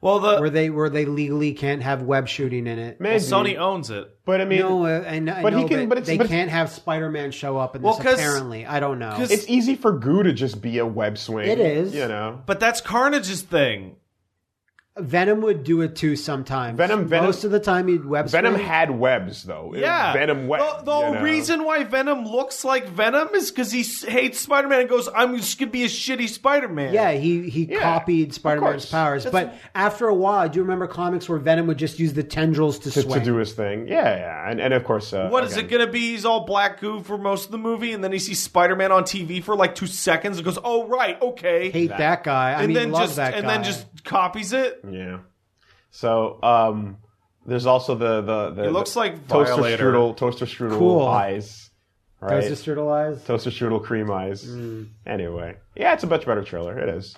S1: Well,
S2: Uh,
S3: where
S1: the
S3: they where they legally can't have web shooting in it.
S2: Maybe,
S1: well, Sony owns it.
S2: but I mean,
S3: no, uh, I, know, I
S2: But he
S3: know,
S2: can-
S3: but,
S2: but it's-
S3: they
S2: but-
S3: can't have Spider-Man show up in
S1: Well,
S3: this.
S1: 'cause-
S3: Apparently, I don't know.
S1: 'cause-
S2: it's easy for Goo to just be a web swing.
S3: It is.
S2: you know.
S1: But that's Carnage's thing.
S3: Venom would do it too sometimes.
S2: Venom- Venom-
S3: most of the time he'd web.
S2: Venom
S3: swing.
S2: had webs though.
S1: Yeah,
S2: Venom web.
S1: The, the
S2: you know?
S1: reason why Venom looks like Venom is because he s- hates Spider Man and goes, "I'm just gonna be a shitty Spider Man."
S3: Yeah, he he
S2: Yeah,
S3: copied
S2: of
S3: Spider-Man's
S2: course.
S3: powers, but after a while, I do remember comics where Venom would just use the tendrils to,
S2: to,
S3: swing.
S2: to do his thing. Yeah, yeah, and and of course, uh,
S1: What is it gonna be? He's all black goo for most of the movie, and then he sees Spider Man on TV for like two seconds and goes, "Oh right, okay."
S3: Hate that, guy. I
S1: and
S3: mean,
S1: then
S3: love
S1: just
S3: that guy.
S1: and then just copies it.
S2: gonna? Yeah. So um, there's also the the, the
S1: It looks
S2: the
S1: like
S2: toaster
S1: Violator.
S2: strudel toaster strudel
S3: Cool.
S2: eyes, right?
S3: Those strudel eyes.
S2: toaster strudel cream eyes. Anyway, yeah, it's a much better trailer. It is,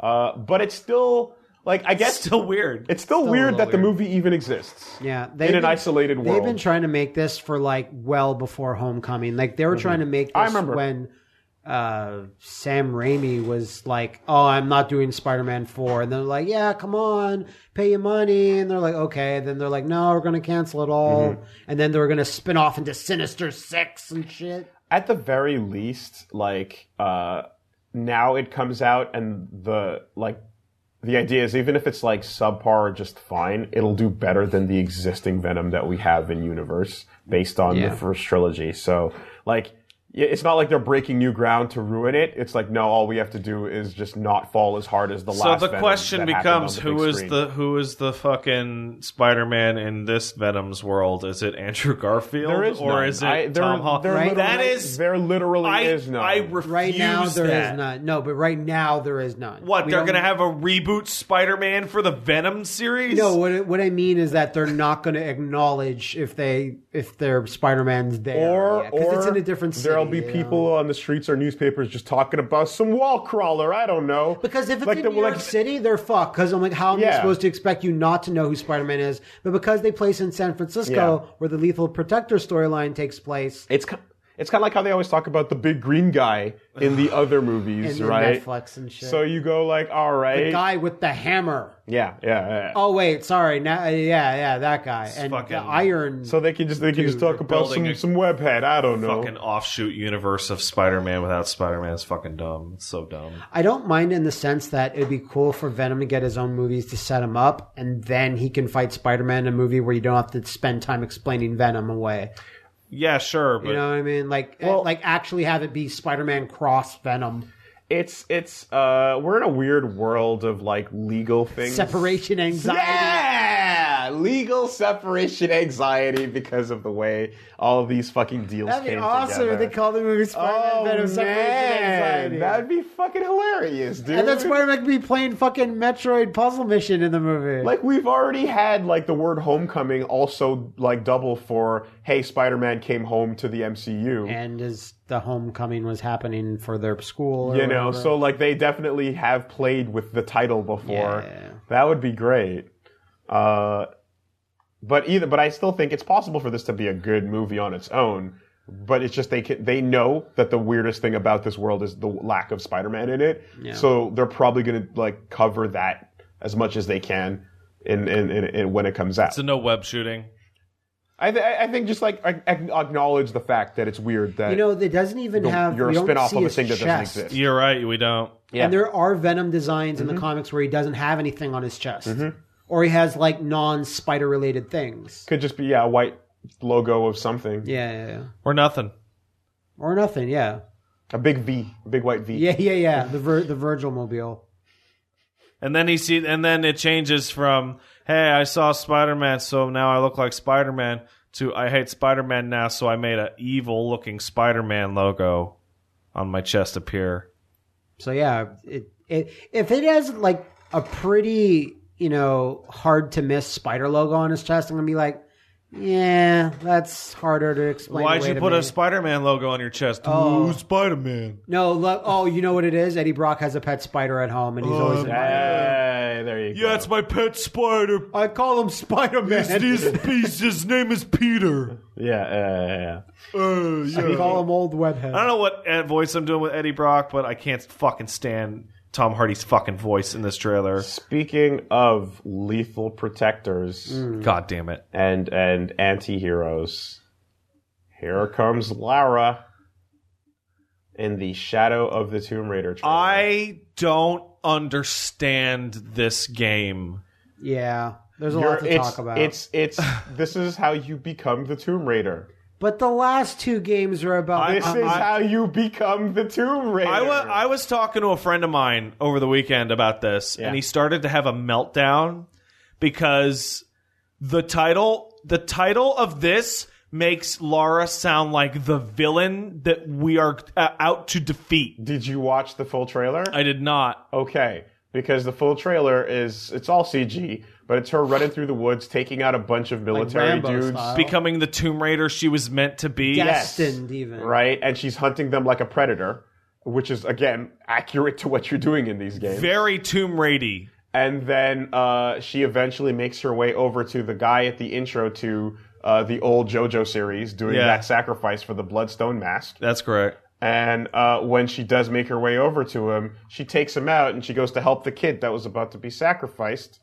S2: uh, but it's still like I
S1: That's
S2: guess
S1: still weird.
S2: it's still,
S3: still a
S2: weird
S3: little
S2: that the
S3: weird.
S2: movie even exists
S3: Yeah,
S2: in
S3: they've
S2: an
S3: been-
S2: isolated world.
S3: They've been trying to make this for like well before Homecoming. Like they were trying to make this
S2: Mm-hmm. I remember.
S3: when uh, Sam Raimi was like, "Oh, I'm not doing Spider-Man 4." And they're like, "Yeah, come on, pay your money." And they're like, "Okay." And then they're like, "No, we're going to cancel it all."
S2: Mm-hmm.
S3: And then they were going to spin off into Sinister 6 and shit.
S2: at the very least, like uh, now it comes out and the like the idea is even if it's like subpar or just fine, it'll do better than the existing Venom that we have in universe based on
S3: Yeah.
S2: the first trilogy. So like y- it's not like they're breaking new ground to ruin it. It's like no, all we have to do is just not fall as hard as the
S1: so
S2: last.
S1: the
S2: Venom
S1: question
S2: that happened on
S1: becomes:
S2: the
S1: Who
S2: big
S1: is
S2: screen.
S1: the who is the fucking Spider Man in this Venom's world? Is it Andrew Garfield
S2: There is
S1: or
S2: none.
S1: is it
S2: I- there-
S1: Tom Holland?
S2: there
S3: Right.
S1: That
S2: literally-
S1: is
S2: there literally
S1: I,
S2: is none.
S1: I refuse
S3: Right now there is
S1: that.
S3: none. No, but right now there is none.
S1: What
S3: We
S1: they're
S3: don't-
S1: gonna have a reboot Spider-Man for the Venom series?
S3: No, what I- what I mean is that they're not going to acknowledge if they if their Spider-Man's there
S2: Or,
S3: Yeah, 'cause
S2: or
S3: it's in a different. City,
S2: there'll be
S3: you know?
S2: people on the streets or newspapers just talking about some wall crawler. I don't know.
S3: Because if it's
S2: Like
S3: in
S2: the-
S3: New York
S2: like-
S3: City, they're fucked. Because I'm like, how am I
S2: Yeah.
S3: supposed to expect you not to know who Spider Man is? But because they place in San Francisco,
S2: Yeah.
S3: where the Lethal Protector storyline takes place,
S2: it's ki- it's kind of like how they always talk about the big green guy in the other movies,
S3: and then
S2: right?
S3: Netflix and shit.
S2: So you go like, all right,
S3: the guy with the hammer.
S2: yeah, yeah. yeah.
S3: Oh wait, sorry. Now, uh, yeah, yeah, that guy and
S1: fucking-
S3: the iron.
S2: So they can just they can just talk about
S1: building
S2: some
S1: a
S2: some webhead. I don't know.
S1: Fucking offshoot universe of Spider-Man without Spider-Man is fucking dumb. It's so dumb.
S3: I don't mind in the sense that it'd be cool for Venom to get his own movies to set him up, and then he can fight Spider Man in a movie where you don't have to spend time explaining Venom away.
S1: Yeah, sure, but
S3: You know what I mean? Like, eh,
S2: Well-
S3: like actually have it be Spider Man cross Venom.
S2: It's it's uh we're in a weird world of like legal things.
S3: separation anxiety.
S2: Yeah, legal separation anxiety because of the way all of these fucking deals
S3: That'd be
S2: came
S3: awesome
S2: together. Oh,
S3: if they called the movie Spider-Man Venom Separation Anxiety.
S2: that'd be fucking hilarious, dude.
S3: and then Spider-Man could be playing fucking Metroid puzzle mission in the movie.
S2: like we've already had like the word homecoming also like double for hey Spider-Man came home to the MCU.
S3: and as the homecoming was happening for their school. Or
S2: you know,
S3: whatever.
S2: so like they definitely have played with the title before.
S3: Yeah.
S2: That would be great. Uh But either, but I still think it's possible for this to be a good movie on its own. But it's just they can, they know that the weirdest thing about this world is the lack of Spider-Man in it. So they're probably going to like cover that as much as they can in in, in, in when it comes out.
S1: So no web shooting.
S2: I, th- I think just like ac- acknowledge the fact that it's weird that
S3: You know, it doesn't even have.
S2: you're
S3: we
S2: a
S3: don't
S2: spin-off
S3: see
S2: of a
S3: his
S2: thing that doesn't
S3: chest.
S2: exist.
S1: You're right. We don't.
S2: Yeah. Mm-hmm.
S3: And there are Venom designs in the comics where he doesn't have anything on his chest, or he has like non-spider related things.
S2: could just be yeah a white logo of something,
S3: Yeah, yeah, yeah,
S1: We're nothing.
S3: or nothing. Yeah,
S2: a big V, a big white V.
S3: yeah, yeah, yeah. The Vir- the Virgil mobile.
S1: And then he see, and then it changes from "Hey, I saw Spider Man, so now I look like Spider Man" to "I hate Spider Man now, so I made a evil looking Spider Man logo on my chest appear."
S3: So yeah, it, it if it has like a pretty you know hard to miss spider logo on his chest, I'm gonna be like, yeah, that's harder to explain.
S1: Why'd
S3: away
S1: you
S3: to
S1: put
S3: me.
S1: a Spider Man logo on your chest? Ooh, Spider Man.
S3: no? Look, oh, you know what it is? Eddie Brock has a pet spider at home, and he's
S1: Oh,
S3: always.
S2: Hey, there you go.
S1: Yeah, it's my pet spider.
S3: I call him Spider Man.
S1: This piece, his name is Peter.
S2: Yeah, yeah, yeah, yeah.
S1: Uh, yeah.
S3: I call him Old
S1: I
S3: Webhead.
S1: don't know what uh, voice I'm doing with Eddie Brock, but I can't fucking stand Tom Hardy's fucking voice in this trailer.
S2: Speaking of lethal protectors
S3: Mm.
S1: God damn it.
S2: and and anti-heroes, here comes Lara in the Shadow of the Tomb Raider trailer.
S1: I don't understand this game.
S3: Yeah, there's a
S2: You're-
S3: lot to
S2: it's,
S3: talk about.
S2: It's it's this is how you become the Tomb Raider.
S3: But the last two games are about.
S2: This is how you become the Tomb Raider.
S1: I wa- I was talking to a friend of mine over the weekend about this, and he started to have a meltdown because the title the title of this makes Lara sound like the villain that we are uh, out to defeat.
S2: Did you watch the full trailer?
S1: I did not.
S2: okay because the full trailer is it's all cg but it's her running through the woods taking out a bunch of military
S3: Rambo
S2: dudes
S3: style.
S1: Becoming the Tomb Raider she was meant to be.
S3: destined, even
S2: right and she's hunting them like a predator which is again accurate to what you're doing in these games
S1: Very Tomb Raidy.
S2: and then uh, she eventually makes her way over to the guy at the intro to uh, the old jojo series doing
S1: Yeah.
S2: that sacrifice for the bloodstone mask
S1: That's correct.
S2: and uh, when she does make her way over to him, she takes him out and she goes to help the kid that was about to be sacrificed.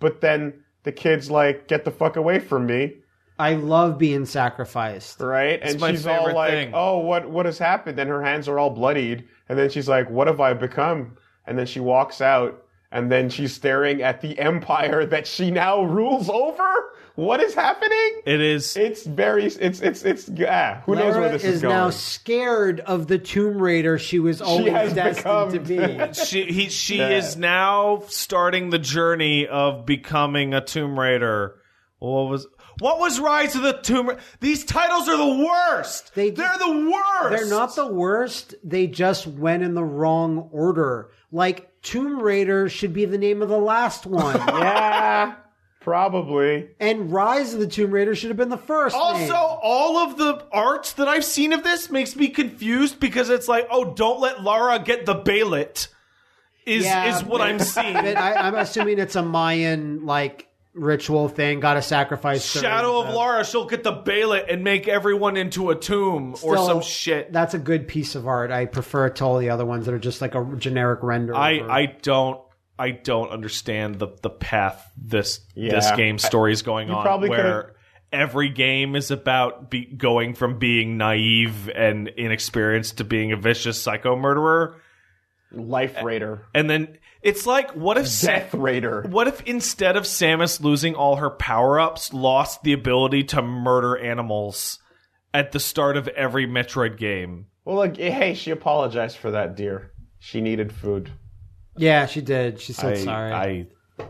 S2: But then the kid's like, "Get the fuck away from me!"
S3: I love being sacrificed.
S2: Right? And
S1: my
S2: she's all
S1: favorite
S2: like,
S1: thing.
S2: "Oh, what what has happened?" Then her hands are all bloodied, and then she's like, "What have I become?" And then she walks out, and then she's staring at the empire that she now rules over. What is happening?
S1: It is.
S2: It's very, it's it's it's ah, who knows where
S3: Lara
S2: this
S3: is,
S2: is, going.
S3: now scared of the Tomb Raider she was always
S2: has
S3: destined
S2: become-
S3: to be.
S1: she he, she is now starting the journey of becoming a Tomb Raider. What was what was Rise of the Tomb? Ra- These titles are the worst.
S3: They-
S1: are the worst.
S3: They're not the worst. They just went in the wrong order. Like Tomb Raider should be the name of the last one,
S2: yeah, probably.
S3: and Rise of the Tomb Raider should have been the first. name.
S1: Also, all of the art that I've seen of this makes me confused because it's like, oh, don't let Lara get the bailet. Is
S3: Yeah,
S1: is what
S3: but-
S1: I'm seeing.
S3: But I, I'm assuming it's a Mayan like ritual thing. Got to sacrifice. certain-
S1: Shadow of Lara, she'll get the bailet and make everyone into a tomb or
S3: Still,
S1: some shit.
S3: That's a good piece of art. I prefer it to all the other ones that are just like a generic render.
S1: I,
S3: of her.
S1: I don't I don't understand the the path this
S2: Yeah.
S1: this game story is going on
S2: probably could've-
S1: where every game is about be, going from being naive and inexperienced to being a vicious psycho murderer
S2: Life Raider.
S1: and then it's like what if Sa-
S2: Death Raider.
S1: what if instead of Samus losing all her power-ups lost the ability to murder animals at the start of every Metroid game
S2: Well, like, hey, she apologized for that, dear. She needed food.
S3: yeah, she did. She said
S1: I,
S3: sorry.
S1: I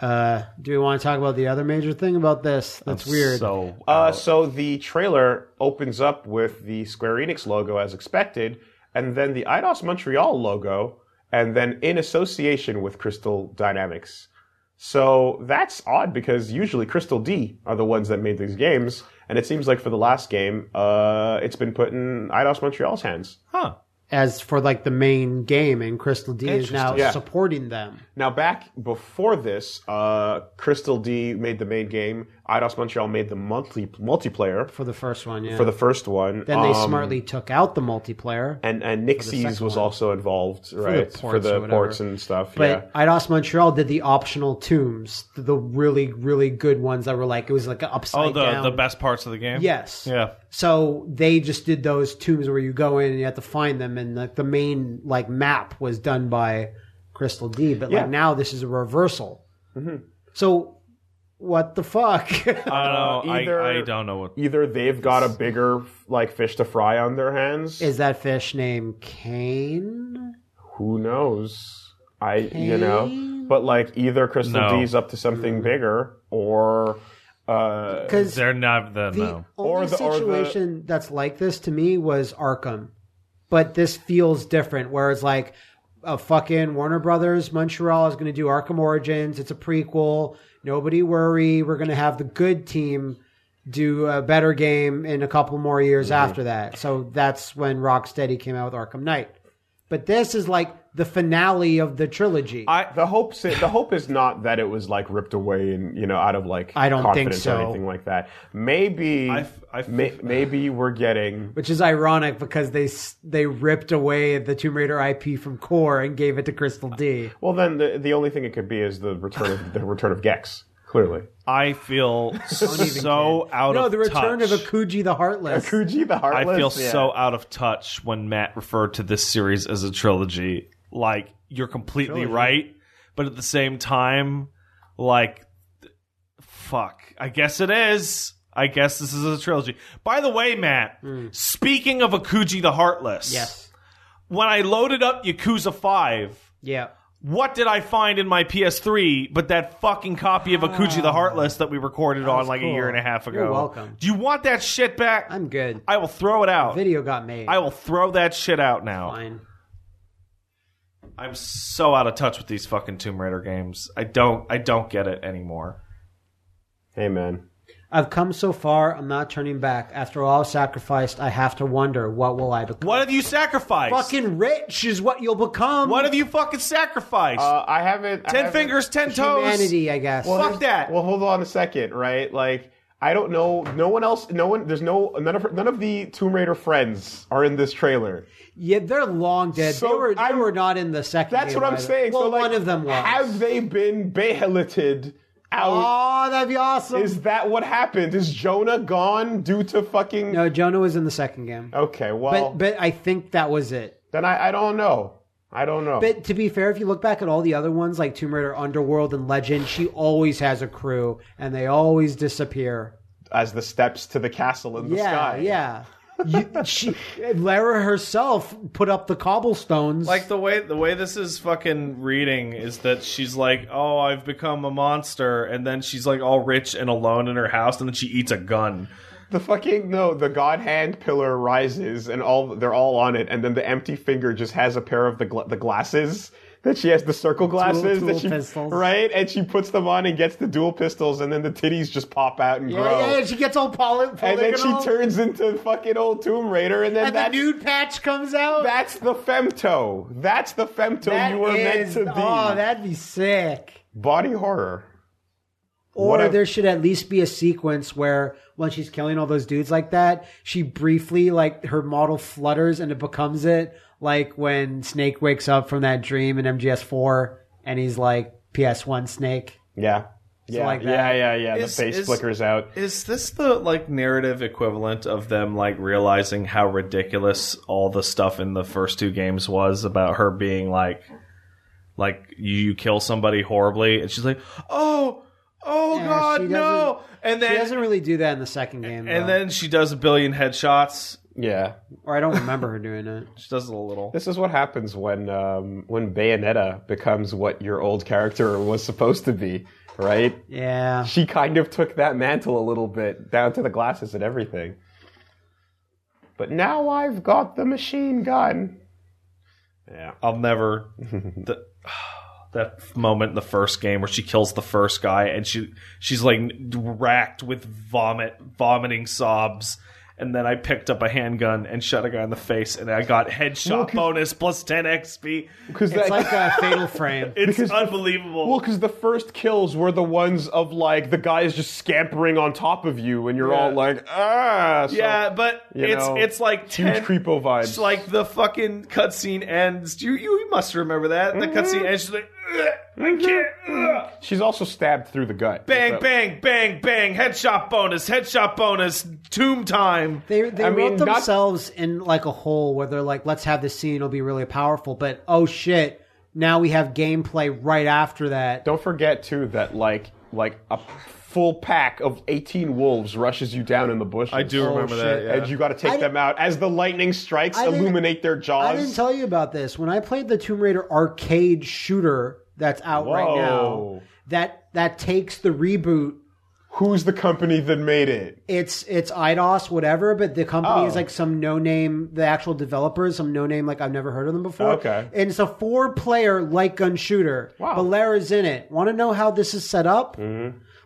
S3: uh, do we want to talk about the other major thing about this? That's weird.
S1: so
S2: Uh, so the trailer opens up with the Square Enix logo as expected, and then the IDOS Montreal logo, and then in association with Crystal Dynamics. So that's odd because usually Crystal D are the ones that made these games, and it seems like for the last game, uh, it's been put in IDOS Montreal's hands.
S1: huh
S3: As for like the main game, and Crystal D is now
S1: Interesting.
S2: Yeah.
S3: supporting them.
S2: Now, back before this, uh, Crystal D made the main game. IDOS Montreal made the monthly multiplayer
S3: for the first one. Yeah.
S2: for the first one.
S3: then they
S2: um,
S3: smartly took out the multiplayer.
S2: and and Nixies
S3: second
S2: was
S3: one.
S2: also involved, right?
S3: ports
S2: For
S3: or
S2: the
S3: whatever.
S2: ports and stuff. yeah.
S3: But IDOS Montreal did the optional tombs, the- the really, really good ones that were like it was like an upside
S1: Oh, the,
S3: down.
S1: the best parts of the game?
S3: Yes.
S1: Yeah.
S3: So they just did those tombs where you go in and you have to find them, and like the main like map was done by Crystal D. But
S2: Yeah.
S3: like now this is a reversal. So what the fuck?
S1: I don't know. I-
S2: either-
S1: Uh, I, don't know what.
S2: Either they've got a bigger like fish to fry on their hands.
S3: is that fish named Kane?
S2: Who knows? I you know. But like either Crystal
S1: No.
S2: D's up to something bigger or uh
S3: Because
S1: They're not. The,
S3: the
S1: no.
S3: only
S2: Or the- or the-
S3: situation that's like this to me was Arkham, but this feels different. Where it's like a fucking Warner Brothers Montreal is going to do Arkham Origins. It's a prequel. Nobody worry. We're going to have the good team do a better game in a couple more years after that. So that's when Rocksteady came out with Arkham Knight. But this is like the finale of the trilogy. I,
S2: the hope the hope is not that it was like ripped away and you know out of like
S3: I don't think
S2: confidence or
S3: so.
S2: anything like that. Maybe
S1: I f- I f- uh,
S2: may- maybe we're getting
S3: which is ironic because they s- they ripped away the Tomb Raider IP from Core and gave it to Crystal D.
S2: well then the the only thing it could be is the return of the return of Gex clearly.
S1: I feel so out
S3: no,
S1: of
S3: the return
S1: touch.
S3: of Akuji the Heartless.
S2: Kuji the
S1: I
S2: Heartless.
S1: feel
S2: yeah.
S1: so out of touch when Matt referred to this series as a trilogy. Like you're completely right, but at the same time, like th- fuck. I guess it is. I guess this is a trilogy. By the way, Matt, speaking of Akuji the Heartless,
S3: Hmm. Yes.
S1: when I loaded up Yakuza 5,
S3: Yeah.
S1: what did I find in my PS3 but that fucking copy of Akuji the Heartless that we recorded on
S3: Ah. was
S1: like a
S3: cool.
S1: year and a half ago?
S3: You're welcome.
S1: Do you want that shit back?
S3: I'm good.
S1: I will throw it out.
S3: Video got made.
S1: I will throw that shit out now.
S3: Fine.
S1: I'm so out of touch with these fucking Tomb Raider games. I don't I don't get it anymore.
S2: Hey man.
S3: I've come so far. I'm not turning back. After all I've sacrificed, I have to wonder what will I become.
S1: What have you sacrificed?
S3: Fucking rich is what you'll become.
S1: what have you fucking sacrificed?
S2: Uh, I haven't. I
S1: ten
S2: haven't-
S1: fingers, ten toes.
S3: humanity? I guess.
S1: Fuck that.
S2: Well, hold on a second, right? Like, I don't know. No one else. No one. There's no. None of none of the Tomb Raider friends are in this trailer.
S3: yeah, they're long dead.
S2: So
S3: they were.
S2: I'm-
S3: they were not in the second.
S2: That's
S3: game
S2: what I'm
S3: either.
S2: saying.
S3: Well,
S2: so, like,
S3: one of them was.
S2: Have they been bailited out?
S3: oh, that'd be awesome.
S2: Is that what happened? Is Jonah gone due to fucking?
S3: no, Jonah was in the second game.
S2: Okay. Well,
S3: But but I think that was it.
S2: then I, I don't know. I don't know.
S3: But to be fair, if you look back at all the other ones like Tomb Raider, Underworld, and Legend, she always has a crew, and they always disappear.
S2: As the steps to the castle in the
S3: yeah,
S2: sky.
S3: yeah. You, she, Lara herself put up the cobblestones.
S1: like the way the way this is fucking reading is that she's like, "Oh, I've become a monster," and then she's like all rich and alone in her house, and then she eats a gun.
S2: The fucking no, the god hand pillar rises and all they're all on it, and then the empty finger just has a pair of the gla- the glasses that she has the circle glasses
S3: dual
S2: that she
S3: pistols.
S2: right, and she puts them on and gets the dual pistols, and then the titties just pop out and
S3: yeah,
S2: grow,
S3: yeah, yeah, she gets all poly-
S2: and
S3: polygonal,
S2: then she turns into fucking old Tomb Raider, and then
S3: and the
S2: that's
S3: nude patch comes out.
S2: that's the femto, that's the femto
S3: That
S2: you were meant
S3: is-
S2: to be,
S3: Oh, that'd be sick.
S2: body horror.
S3: Or
S2: What if-
S3: there should at least be a sequence where when she's killing all those dudes like that, she briefly like her model flutters and it becomes it like when Snake wakes up from that dream in MGS4 and he's like PS1 Snake.
S2: Yeah, yeah,
S3: like
S2: yeah,
S3: that.
S2: yeah, yeah.
S1: Is-
S2: the face
S1: is-
S2: flickers out.
S1: Is this the like narrative equivalent of them like realizing how ridiculous all the stuff in the first two games was about her being like like you, you kill somebody horribly and she's like, "Oh, oh
S3: Yeah,
S1: god,
S3: she
S1: no." And
S3: She
S1: then
S3: doesn't really do that in the second game,
S1: and
S3: though.
S1: then she does a billion headshots.
S2: Yeah,
S3: or I don't remember her doing it.
S1: She does it a little.
S2: This is what happens when um, when Bayonetta becomes what your old character was supposed to be, right?
S3: Yeah,
S2: She kind of took that mantle a little bit, down to the glasses and everything. But now I've got the machine gun. Yeah.
S1: I'll never the, that moment in the first game where she kills the first guy and she she's like racked with vomit vomiting sobs and then I picked up a handgun and shot a guy in the face, and I got headshot bonus plus 10 XP.
S2: Because
S3: It's like a fatal frame.
S1: It's unbelievable.
S2: Well, because the first kills were the ones of like the guys just scampering on top of you, and you're all
S1: Yeah.
S2: like, ah. So
S1: yeah, but
S2: you
S1: it's
S2: know,
S1: it's like
S2: huge
S1: 10,
S2: creepo vibes.
S1: It's like the fucking cutscene ends. You you must remember that
S2: Mm-hmm.
S1: the cutscene ends. She's like, "Ugh, I can't. ugh."
S2: she's also stabbed through the gut.
S1: Bang,
S2: So-
S1: bang, bang, bang! Headshot bonus, headshot bonus, tomb time.
S3: They they
S2: I
S3: wrote
S2: mean, not-
S3: themselves in like a hole where they're like, let's have this scene, it'll be really powerful. But oh shit, now we have gameplay right after that.
S2: Don't forget too that like like a full pack of 18 wolves rushes you down in the bushes.
S3: remember that, Oh, shit. yeah.
S2: And you got to take
S3: I
S2: them out as the lightning strikes,
S3: I didn't-
S2: illuminate their jaws.
S3: I didn't tell you about this. When I played the Tomb Raider arcade shooter that's out right now,
S2: Whoa.
S3: that that takes the reboot.
S2: Who's the company that made it?
S3: It's it's IDOS whatever, but the company is
S2: Oh.
S3: like some no name. The actual developer is some no name. Like I've never heard of them before.
S2: Okay.
S3: and it's a four player light gun shooter.
S2: Wow. Mm-hmm.
S3: Balera's in it. Want to know how this is set up?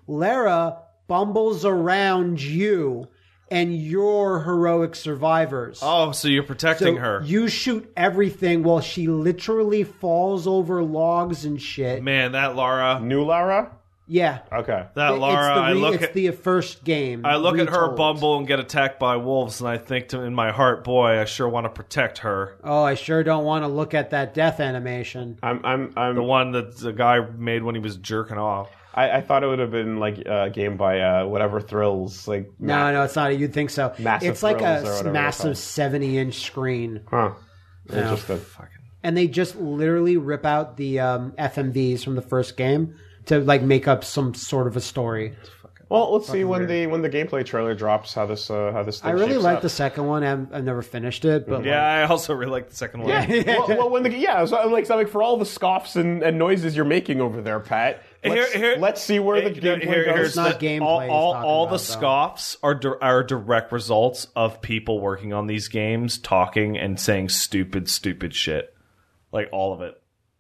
S3: Lara bumbles around you and your heroic survivors.
S1: Oh, so you're protecting
S3: So
S1: her?
S3: You shoot everything while she literally falls over logs and shit.
S1: Man, that Lara,
S2: New Lara?
S3: Yeah.
S2: Okay.
S1: that uh,
S3: It-
S1: Lara.
S3: it's the,
S1: I
S3: re-
S1: look
S3: it's
S1: at
S3: the first game.
S1: I look at her
S3: retold.
S1: bumble and get attacked by wolves, and I think to, in my heart, boy, I sure want to protect her.
S3: Oh, I sure don't want to look at that death animation.
S2: I'm I'm I'm
S1: The one that the guy made when he was jerking off.
S2: I, I thought it would have been like a game by uh, whatever thrills like
S3: No, no, it's not. You'd think so.
S2: Massive
S3: it's like
S2: thrills or
S3: a
S2: whatever they're
S3: massive
S2: called.
S3: 70 inch screen.
S2: Huh. Interesting.
S3: And they just literally rip out the um, FMVs from the first game to like make up some sort of a story.
S2: Well, let's see when the when the gameplay trailer drops how this uh, how this. Thing
S3: I really
S2: shapes
S3: like
S2: up.
S3: the second one. I've, I've never finished it, but
S1: Yeah, I also really like the second one.
S2: Yeah. well, well, when the yeah, so I'm like, so I'm like for all the scoffs and, and noises you're making over there, Pat. Let's,
S1: Here- here-
S2: let's see where the
S1: Here-
S2: gameplay
S1: Eh, here-
S2: goes.
S1: here's
S3: It's not
S1: the-
S3: gameplay
S1: All,
S3: he's
S1: all,
S3: talking
S1: all
S3: about,
S1: the
S3: though.
S1: scoffs are dir- are direct results of people working on these games, talking and saying stupid, stupid shit. Like all of it.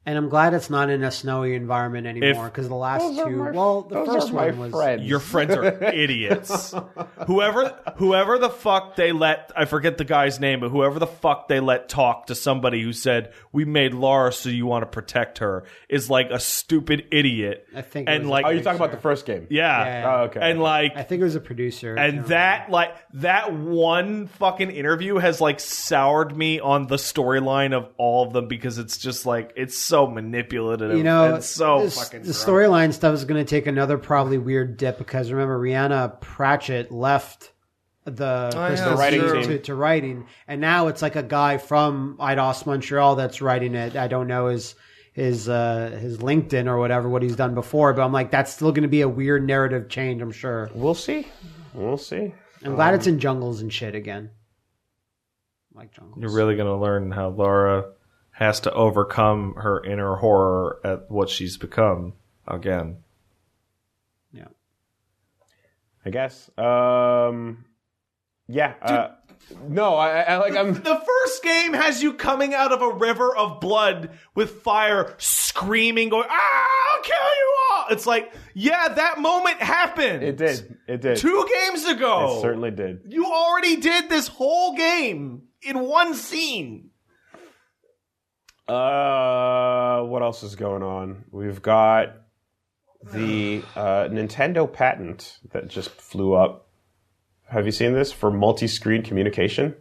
S3: And I'm glad it's not in a snowy environment anymore because the last
S2: Those are
S3: two.
S2: my-
S3: well, the
S2: those
S3: first
S2: are my
S3: one was.
S2: friends.
S1: Your friends are idiots. whoever, whoever the fuck they let, I forget the guy's name, but whoever the fuck they let talk to somebody who said, "We made Laura, so you want to protect her," is like a stupid idiot.
S3: I think it
S1: and
S3: was-
S1: like,
S2: oh, you're talking about the first game.
S1: yeah,
S3: Yeah.
S2: Oh, okay.
S1: and like,
S3: I think it was a producer.
S1: and that like that one fucking interview has like soured me on the storyline of all of them because it's just like it's so manipulative
S3: you know,
S1: and so
S3: this-
S1: fucking
S3: the storyline stuff is going to take another probably weird dip because remember Rihanna Pratchett left the, Crystal
S1: the
S2: writing
S3: Sphere
S2: team.
S3: to, to writing, and now it's like a guy from IDOS Montreal that's writing it. I don't know his his uh, his LinkedIn or whatever what he's done before, but I'm like that's still going to be a weird narrative change. I'm sure.
S2: We'll see. We'll see.
S3: I'm glad
S2: Um,
S3: it's in jungles and shit again. Like jungles.
S1: you're really gonna learn how Laura has to overcome her inner horror at what she's become again.
S3: Yeah.
S2: I guess. Um, yeah. Uh, no, I, I like. I'm.
S1: The first game has you coming out of a river of blood with fire, screaming, going, "Ah, I'll kill you all!" It's like, yeah, that moment happened.
S2: It did. It did.
S1: two games ago.
S2: It certainly did.
S1: You already did this whole game in one scene.
S2: Uh, what else is going on? We've got the uh, Nintendo patent that just flew up. Have you seen this for multi-screen communication?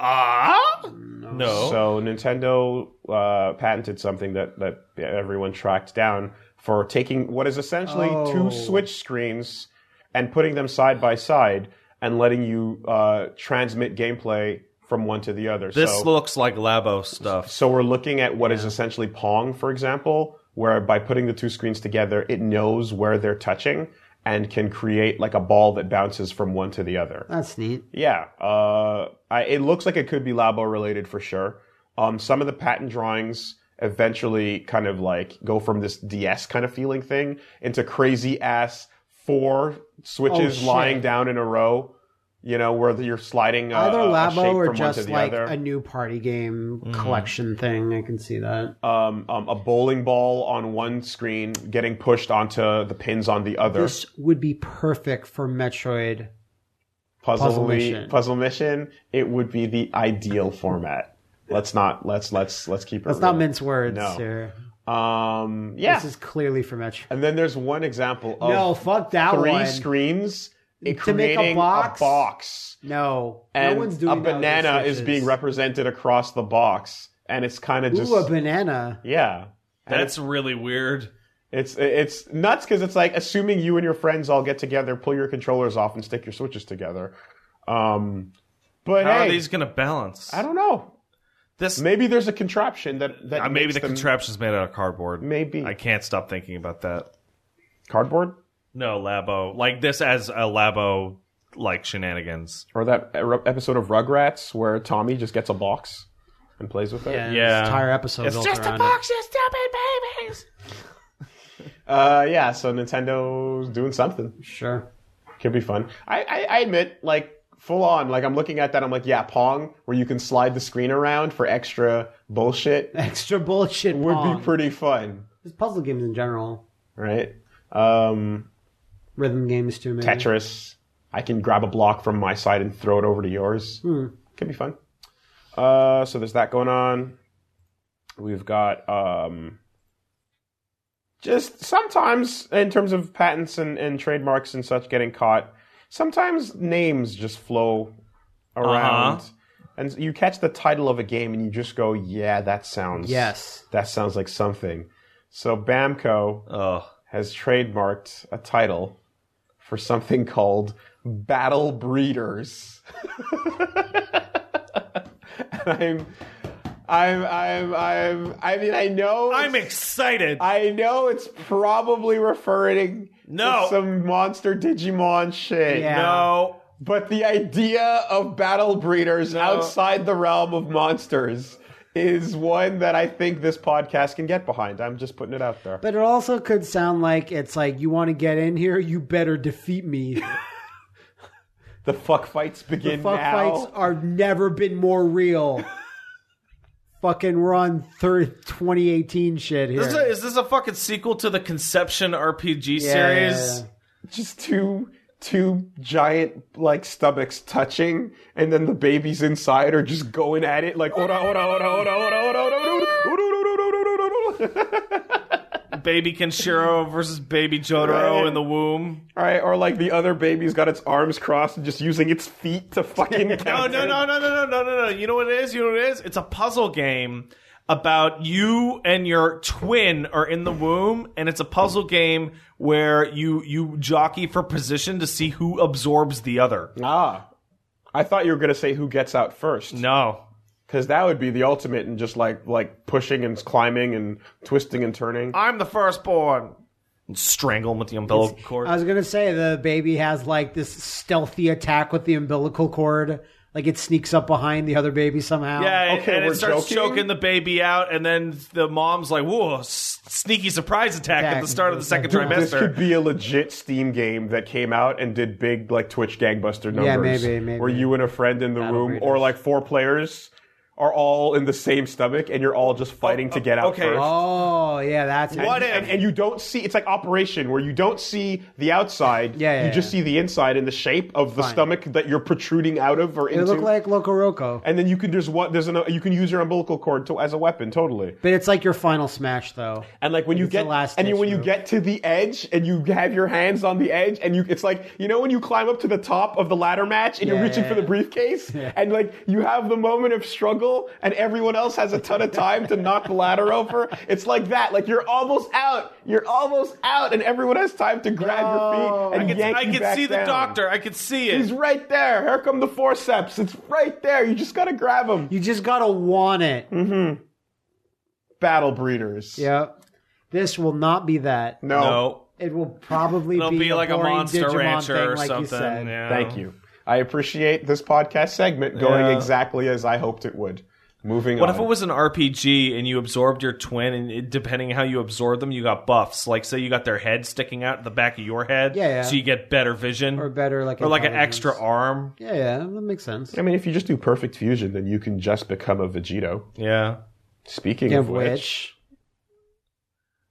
S1: Ah? No.
S2: So Nintendo uh, patented something that that everyone tracked down for taking what is essentially
S3: Oh.
S2: two Switch screens and putting them side by side and letting you uh, transmit gameplay from one to the other.
S1: this
S2: so,
S1: looks like Labo stuff.
S2: so we're looking at what is essentially Pong, for example, where by putting the two screens together, it knows where they're touching and can create like a ball that bounces from one to the other.
S3: That's neat.
S2: Yeah, uh, I, it looks like it could be Labo related for sure. Um, some of the patent drawings eventually kind of like go from this DS kind of feeling thing into crazy ass four switches
S3: Oh, shit.
S2: lying down in a row. You know where you're sliding uh,
S3: Either
S2: a, a shape
S3: Labo or
S2: from one
S3: just
S2: to the
S3: like
S2: other. Mm-hmm.
S3: a new party game collection thing. I can see that.
S2: um, um, a bowling ball on one screen getting pushed onto the pins on the other.
S3: This would be perfect for Metroid
S2: puzzle,
S3: Puzzle
S2: mission.
S3: mission.
S2: puzzle mission, it would be the ideal format. Let's not let's let's let's keep it.
S3: Let's not
S2: real.
S3: mince words
S2: No.
S3: here.
S2: Um, yeah.
S3: This is clearly for Metro.
S2: and then there's one example of
S3: No, fuck that
S2: three
S3: one.
S2: screens
S3: make a
S2: creating
S3: box?
S2: box.
S3: no,
S2: and
S3: no one's doing
S2: a
S3: that with
S2: banana
S3: those
S2: is
S3: switches.
S2: being represented across the box, and it's kind of just
S3: Ooh, a banana.
S2: yeah. And
S1: That's really weird.
S2: It's it's nuts because it's like assuming you and your friends all get together, pull your controllers off, and stick your switches together. Um, but
S1: How
S2: hey,
S1: are these going to balance?
S2: I don't know.
S1: This
S2: Maybe there's a contraption that that
S1: uh, maybe
S2: makes
S1: the
S2: them-
S1: contraption's made out of cardboard.
S2: maybe
S1: I can't stop thinking about that.
S2: cardboard
S1: No, Labo. Like this as a Labo like shenanigans.
S2: or that er- episode of Rugrats where Tommy just gets a box and plays with it.
S3: Yeah,
S1: Yeah.
S3: This entire episode.
S1: It's
S3: built
S1: just a
S3: around
S1: box, you stupid babies.
S2: Uh, yeah. So Nintendo's doing something.
S3: It. Sure.
S2: Could be fun. I, I, I admit, like, full on, like, I'm looking at that, I'm like, yeah, Pong, where you can slide the screen around for extra bullshit,
S3: Extra bullshit.
S2: would
S3: Pong.
S2: be pretty fun,
S3: Just puzzle games in general.
S2: right? Um,
S3: Rhythm games too, maybe.
S2: Tetris, I can grab a block from my side and throw it over to yours.
S3: Hmm.
S2: Could be fun. Uh, so there's that going on. We've got, um, just sometimes, in terms of patents and, and trademarks and such getting caught, sometimes names just flow around. And you catch the title of a game and you just go, yeah, that sounds.
S3: Yes.
S2: That sounds like something. So Bamco
S1: Oh,
S2: has trademarked a title for something called Battle Breeders. and I'm, I'm, I'm, I'm, I mean, I know.
S1: I'm
S2: it's-
S1: excited.
S2: I know it's probably referring
S1: No.
S2: to some monster Digimon shit.
S3: Yeah.
S1: no.
S2: But the idea of battle breeders outside the realm of monsters is one that I think this podcast can get behind. I'm just putting it out there.
S3: But it also could sound like it's like you want to get in here, you better defeat me.
S2: The fuck fights
S3: The
S2: begin
S3: fuck
S2: now.
S3: fights are never been more real. Fucking run third 2018 shit here.
S1: This is, a, is this a fucking sequel to the Conception RPG
S3: Yeah,
S1: series?
S3: yeah,
S2: Just two two giant like stomachs touching, and then the babies inside are just going at it like ora ora ora ora ora ora ora ora ora ora ora
S1: Baby Kenshiro versus Baby Jotaro
S2: Right.
S1: in the womb.
S2: All right, or like the other baby's got its arms crossed and just using its feet to fucking.
S1: No, Oh, no, no, no, no, no, no, no, no. You know what it is? You know what it is? It's a puzzle game about you and your twin are in the womb, and it's a puzzle game where you you jockey for position to see who absorbs the other.
S2: Ah, I thought you were gonna say who gets out first.
S1: No.
S2: Because that would be the ultimate in just like like pushing and climbing and twisting and turning.
S1: I'm the firstborn. And strangle him with the umbilical cord.
S2: Uh,
S3: I was gonna say the baby has like this stealthy attack with the umbilical cord, like it sneaks up behind the other baby somehow.
S1: yeah, and-
S2: okay,
S1: and
S2: we're
S1: it starts
S2: joking?
S1: choking the baby out, and then the mom's like, "Whoa, s- sneaky surprise attack at
S3: Attack.
S1: the start of the second
S2: This could
S1: trimester."
S2: be a legit Steam game that came out and did big like Twitch gangbuster numbers.
S3: Yeah, maybe, maybe.
S2: Where you and a friend in the room, or
S3: breeders.
S2: like four players, are all in the same stomach and you're all just fighting to get out
S1: okay.
S2: first.
S3: Oh yeah, that's it.
S1: What
S2: and,
S1: if?
S2: and you don't see it's like operation where you don't see the outside
S3: Yeah, yeah,
S2: you just
S3: yeah.
S2: see the inside and the shape of the
S3: Fine.
S2: stomach that you're protruding out of or
S3: It
S2: into
S3: looked like Loco Roco.
S2: and then you can there's what there's an you can use your umbilical cord to, as a weapon totally
S3: But it's like your final smash though.
S2: and like when you
S3: It's the
S2: get
S3: last
S2: and you,
S3: ditch
S2: when you
S3: move.
S2: get to the edge and you have your hands on the edge and you it's like you know when you climb up to the top of the ladder match and you're
S3: Yeah,
S2: reaching
S3: yeah,
S2: for the
S3: yeah.
S2: briefcase and like you have the moment of struggle and everyone else has a ton of time to knock the ladder over. It's like that. Like you're almost out. You're almost out and everyone has time to grab your feet and
S1: I can,
S2: yank
S1: I
S2: you
S1: can
S2: back
S1: see the
S2: down.
S1: doctor. I can see it.
S2: He's right there. Here come the forceps. It's right there. You just gotta grab him.
S3: You just gotta want it.
S2: Battle breeders.
S3: Yep. This will not be that.
S2: No.
S1: no,
S3: It will probably
S1: it'll
S3: be,
S1: be, like a
S3: boring
S1: monster
S3: Digimon
S1: rancher
S3: thing,
S1: or
S3: like You
S1: something.
S3: said.
S1: yeah.
S2: Thank you. I appreciate this podcast segment going
S1: Oh. Yeah.
S2: exactly as I hoped it would. Moving
S1: What
S2: on.
S1: if it was an RPG and you absorbed your twin, and it, depending how you absorb them, you got buffs. Like, say you got their head sticking out the back of your head,
S3: Yeah, yeah.
S1: so you get better vision,
S3: Or better, like
S1: or like an
S3: intelligence.
S1: extra arm.
S3: Yeah, yeah, that makes sense.
S2: I mean, if you just do perfect fusion, then you can just become a Vegito.
S1: Yeah.
S2: Speaking
S3: Yeah,
S2: of which,
S3: which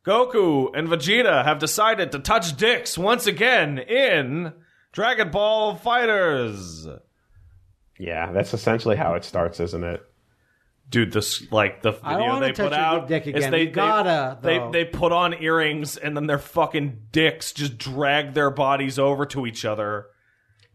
S1: Goku and Vegeta have decided to touch dicks once again in Dragon Ball Fighters.
S2: Yeah, that's essentially how it starts, isn't it?
S1: Dude, this like the
S3: don't
S1: video
S3: wanna
S1: they
S3: touch
S1: put
S3: your
S1: out
S3: dick
S1: is
S3: again.
S1: they
S3: You gotta,
S1: they,
S3: though.
S1: they they put on earrings and then their fucking dicks just drag their bodies over to each other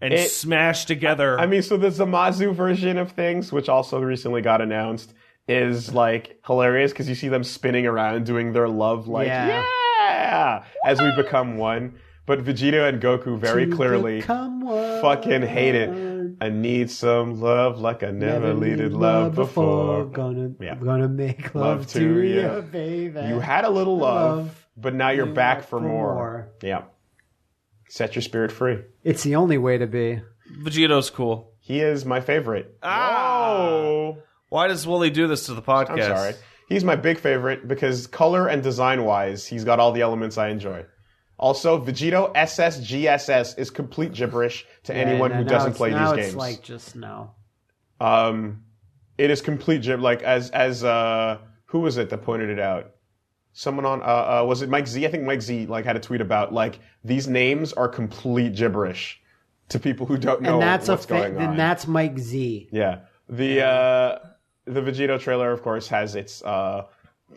S1: and
S2: It-
S1: smash together.
S2: I mean, so the Zamazu version of things, which also recently got announced, is like hilarious because you see them spinning around doing their love, like,
S3: Yeah.
S2: yeah, as we become one. But Vegeta and Goku very clearly
S3: Become one.
S2: fucking hate it. I need some love like I never, needed love before.
S3: Gonna,
S2: Yeah.
S3: gonna make love,
S2: Love
S3: to,
S2: to
S3: you,
S2: ya.
S3: baby.
S2: You had a little love,
S3: Love.
S2: but now you're
S3: You
S2: back
S3: want
S2: for
S3: for
S2: more.
S3: more.
S2: Yeah. Set your spirit free.
S3: it's the only way to be.
S1: Vegito's cool.
S2: He is my favorite.
S1: Oh. Why does Wooly do this to the podcast?
S2: I'm sorry. He's my big favorite because color and design wise, he's got all the elements I enjoy. Also, Vegito SSGSS is complete gibberish to anyone
S3: And
S2: who
S3: now
S2: doesn't
S3: it's-
S2: play
S3: now
S2: these
S3: it's
S2: games.
S3: like just no.
S2: Um, it is complete gib. Like as as uh, who was it that pointed it out? Someone on uh, uh, was it Mike Z? I think Mike Z like had a tweet about like these names are complete gibberish to people who don't know
S3: and that's a
S2: what's
S3: fa-
S2: going
S3: then
S2: on.
S3: that's Mike Z.
S2: yeah, the uh, the Vegito trailer, of course, has its uh,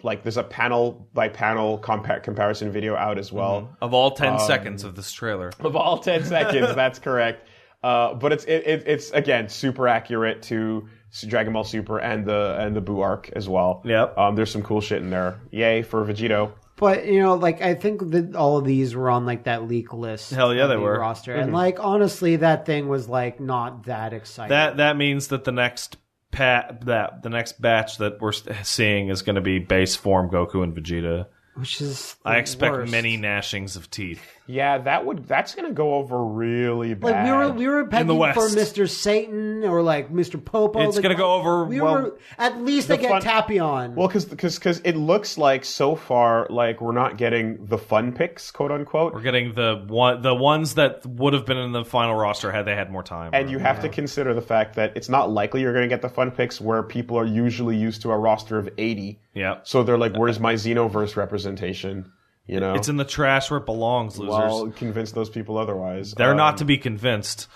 S2: like there's a panel by panel compa- comparison video out as
S3: Mm-hmm.
S2: well
S1: Of all 10
S2: Um,
S1: seconds of this trailer.
S2: of all 10 seconds that's correct uh, but it's it, it, it's again super accurate to S- Dragon Ball Super and the and the Buu arc as well.
S1: Yep.
S2: Um, there's some cool shit in there. Yay for Vegito.
S3: But you know, like I think that all of these were on like that leak list.
S1: Hell yeah,
S3: of
S1: they
S3: the
S1: were. Mm-hmm.
S3: roster. And like honestly, that thing was like not that exciting.
S1: That that means that the next pat that the next batch that we're seeing is going to be base form Goku and Vegeta.
S3: which is the
S1: I expect
S3: worst.
S1: many gnashings of teeth.
S2: Yeah, that would that's gonna go over really bad.
S3: Like we were we were
S1: the
S3: pegging for
S1: West.
S3: Mr. Satan or like Mr. Popo.
S1: It's
S3: Like,
S1: gonna go over,
S3: We
S1: well,
S3: were at least they
S2: the
S3: get
S2: fun-
S3: Tapion.
S2: well, because because it looks like so far like we're not getting the fun picks, quote unquote.
S1: We're getting the one the ones that would have been in the final roster had they had more time.
S2: And you have to consider the fact that it's not likely you're going to get the fun picks where people are usually used to a roster of 80.
S1: yeah.
S2: So they're like, where's my Xenoverse representation? You know?
S1: It's in the trash where it belongs, losers.
S2: well, convince those people otherwise.
S1: they're
S2: Um,
S1: not to be convinced.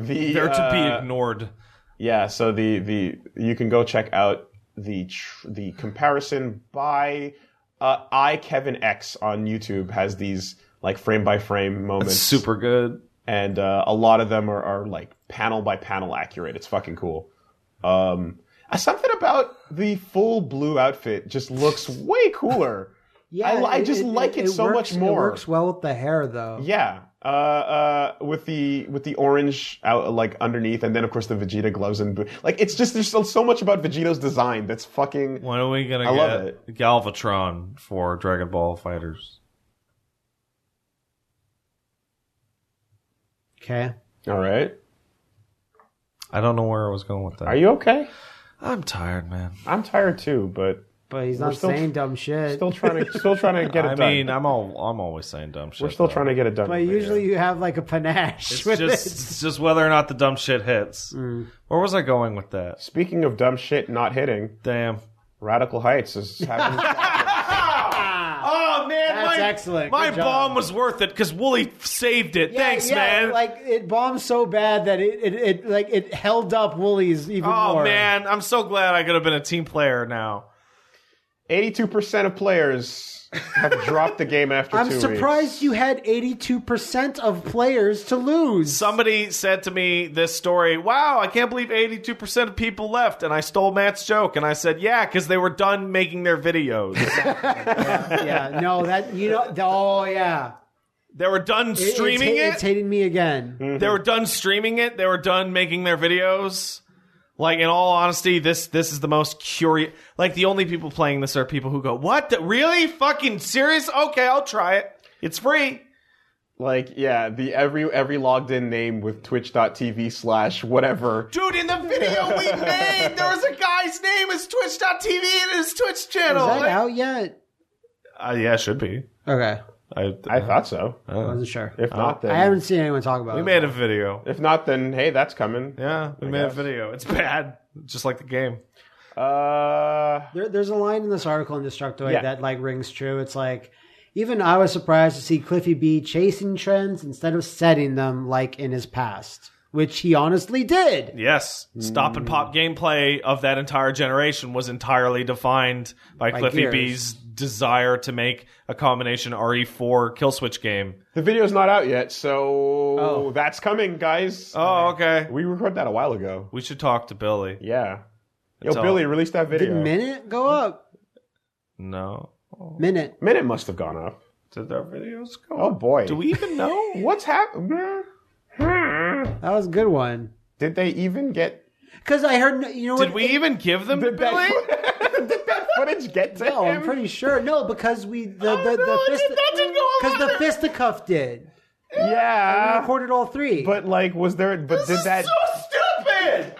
S2: The,
S1: They're to be
S2: uh,
S1: ignored.
S2: Yeah, so the the you can go check out the tr- the comparison by uh, I Kevin X on YouTube has these like frame by frame moments,
S1: Super good.
S2: and uh, a lot of them are, are like panel by panel accurate. It's fucking cool. Um, uh, something about the full blue outfit just looks way cooler.
S3: yeah,
S2: I- I just like it so
S3: works-
S2: much more.
S3: It works well with the hair though.
S2: Yeah, uh, uh, with the with the orange out like underneath, and then of course the Vegeta gloves and boot. Like it's just there's so, so much about Vegeta's design that's fucking.
S1: When are we gonna
S2: I
S1: get
S2: love
S1: Galvatron for Dragon Ball Fighters?
S3: Okay.
S2: All right,
S1: I don't know where I was going with that.
S2: are you okay?
S1: I'm tired, man.
S2: I'm tired too, but
S3: But he's not
S2: still-
S3: saying dumb shit.
S2: still trying to still trying to get it
S1: I
S2: done.
S1: mean, I'm all I'm always saying dumb shit.
S2: We're still trying to get it done.
S3: but
S2: over
S3: usually
S2: here.
S3: you have like a panache
S1: It's
S3: with
S1: just
S3: it.
S1: it's just whether or not the dumb shit hits.
S2: Mm.
S1: Where was I going with that?
S2: speaking of dumb shit not hitting,
S1: Damn.
S2: Radical Heights is having.
S1: Oh man,
S3: That's excellent.
S1: My
S3: Good job.
S1: bomb was worth it because Wooly saved it.
S3: Yeah,
S1: Thanks,
S3: yeah,
S1: man.
S3: Like it bombed so bad that it, it, it like it held up Woolies even
S1: oh
S3: more.
S1: man, I'm so glad I could have been a team player now.
S2: Eighty-two percent of players have dropped the game after
S3: I'm
S2: two
S3: surprised
S2: weeks.
S3: you had 82% of players to lose.
S1: Somebody said to me this story. Wow, I can't believe 82% of people left, and I stole Matt's joke, and I said, yeah, because they were done making their videos.
S3: yeah, no, that you know, the- oh yeah,
S1: they were done
S3: It-
S1: streaming
S3: it's,
S1: it.
S3: It's hitting me again.
S2: Hmm.
S1: They were done streaming it. They were done making their videos. Like in all honesty, this this is the most curious. Like the only people playing this are people who go, "What? The, really? Fucking serious? Okay, I'll try it. It's free."
S2: Like, yeah, the every every logged in name with twitch.tv slash whatever
S1: Dude, in the video we made, there was a guy's name is Twitch.tv in his Twitch
S3: Is
S1: channel.
S3: that
S1: Like-
S3: out yet?
S1: Uh, yeah, it should be.
S3: Okay,
S1: I,
S2: I thought so.
S3: I wasn't sure.
S2: If
S1: Oh,
S2: not, then
S3: I haven't seen anyone talk about
S1: we
S3: it.
S1: made a video.
S2: if not, then hey, that's coming.
S1: Yeah, we made a video. It's bad, just like the game.
S2: Uh,
S3: There, there's a line in this article in Destructoid
S2: Yeah.
S3: that like rings true. It's like Even I was surprised to see Cliffy B chasing trends instead of setting them like in his past, which he honestly did.
S1: Yes, stop and
S3: Hmm.
S1: pop gameplay of that entire generation was entirely defined by, Cliffy
S3: Gears.
S1: B's desire to make a combination RE4 kill switch game.
S2: The video's not out yet, so that's coming, guys.
S1: Oh, okay.
S2: we recorded that a while ago.
S1: We should talk to Billy.
S2: Yeah. Yo,
S1: That's all.
S2: Billy, release that
S3: Did
S2: video.
S3: minute go up?
S1: No.
S3: Minute.
S2: Minute must have gone up.
S1: Did our videos go?
S2: Oh boy.
S1: Do we even know?
S2: What's happening?
S3: That was a good one.
S2: Did they even get?
S3: Because I heard, no- you know what?
S1: Did we even give them to
S2: Did
S1: Billy?
S2: that, did that footage get to
S3: No,
S2: him?
S3: I'm pretty sure. No, because we the the,
S1: Oh, no,
S3: the
S1: it did- that didn't go up
S3: because the fisticuff did.
S1: Uh,
S3: I
S2: yeah.
S3: recorded all three.
S2: But like, was there? But did that?
S1: stupid.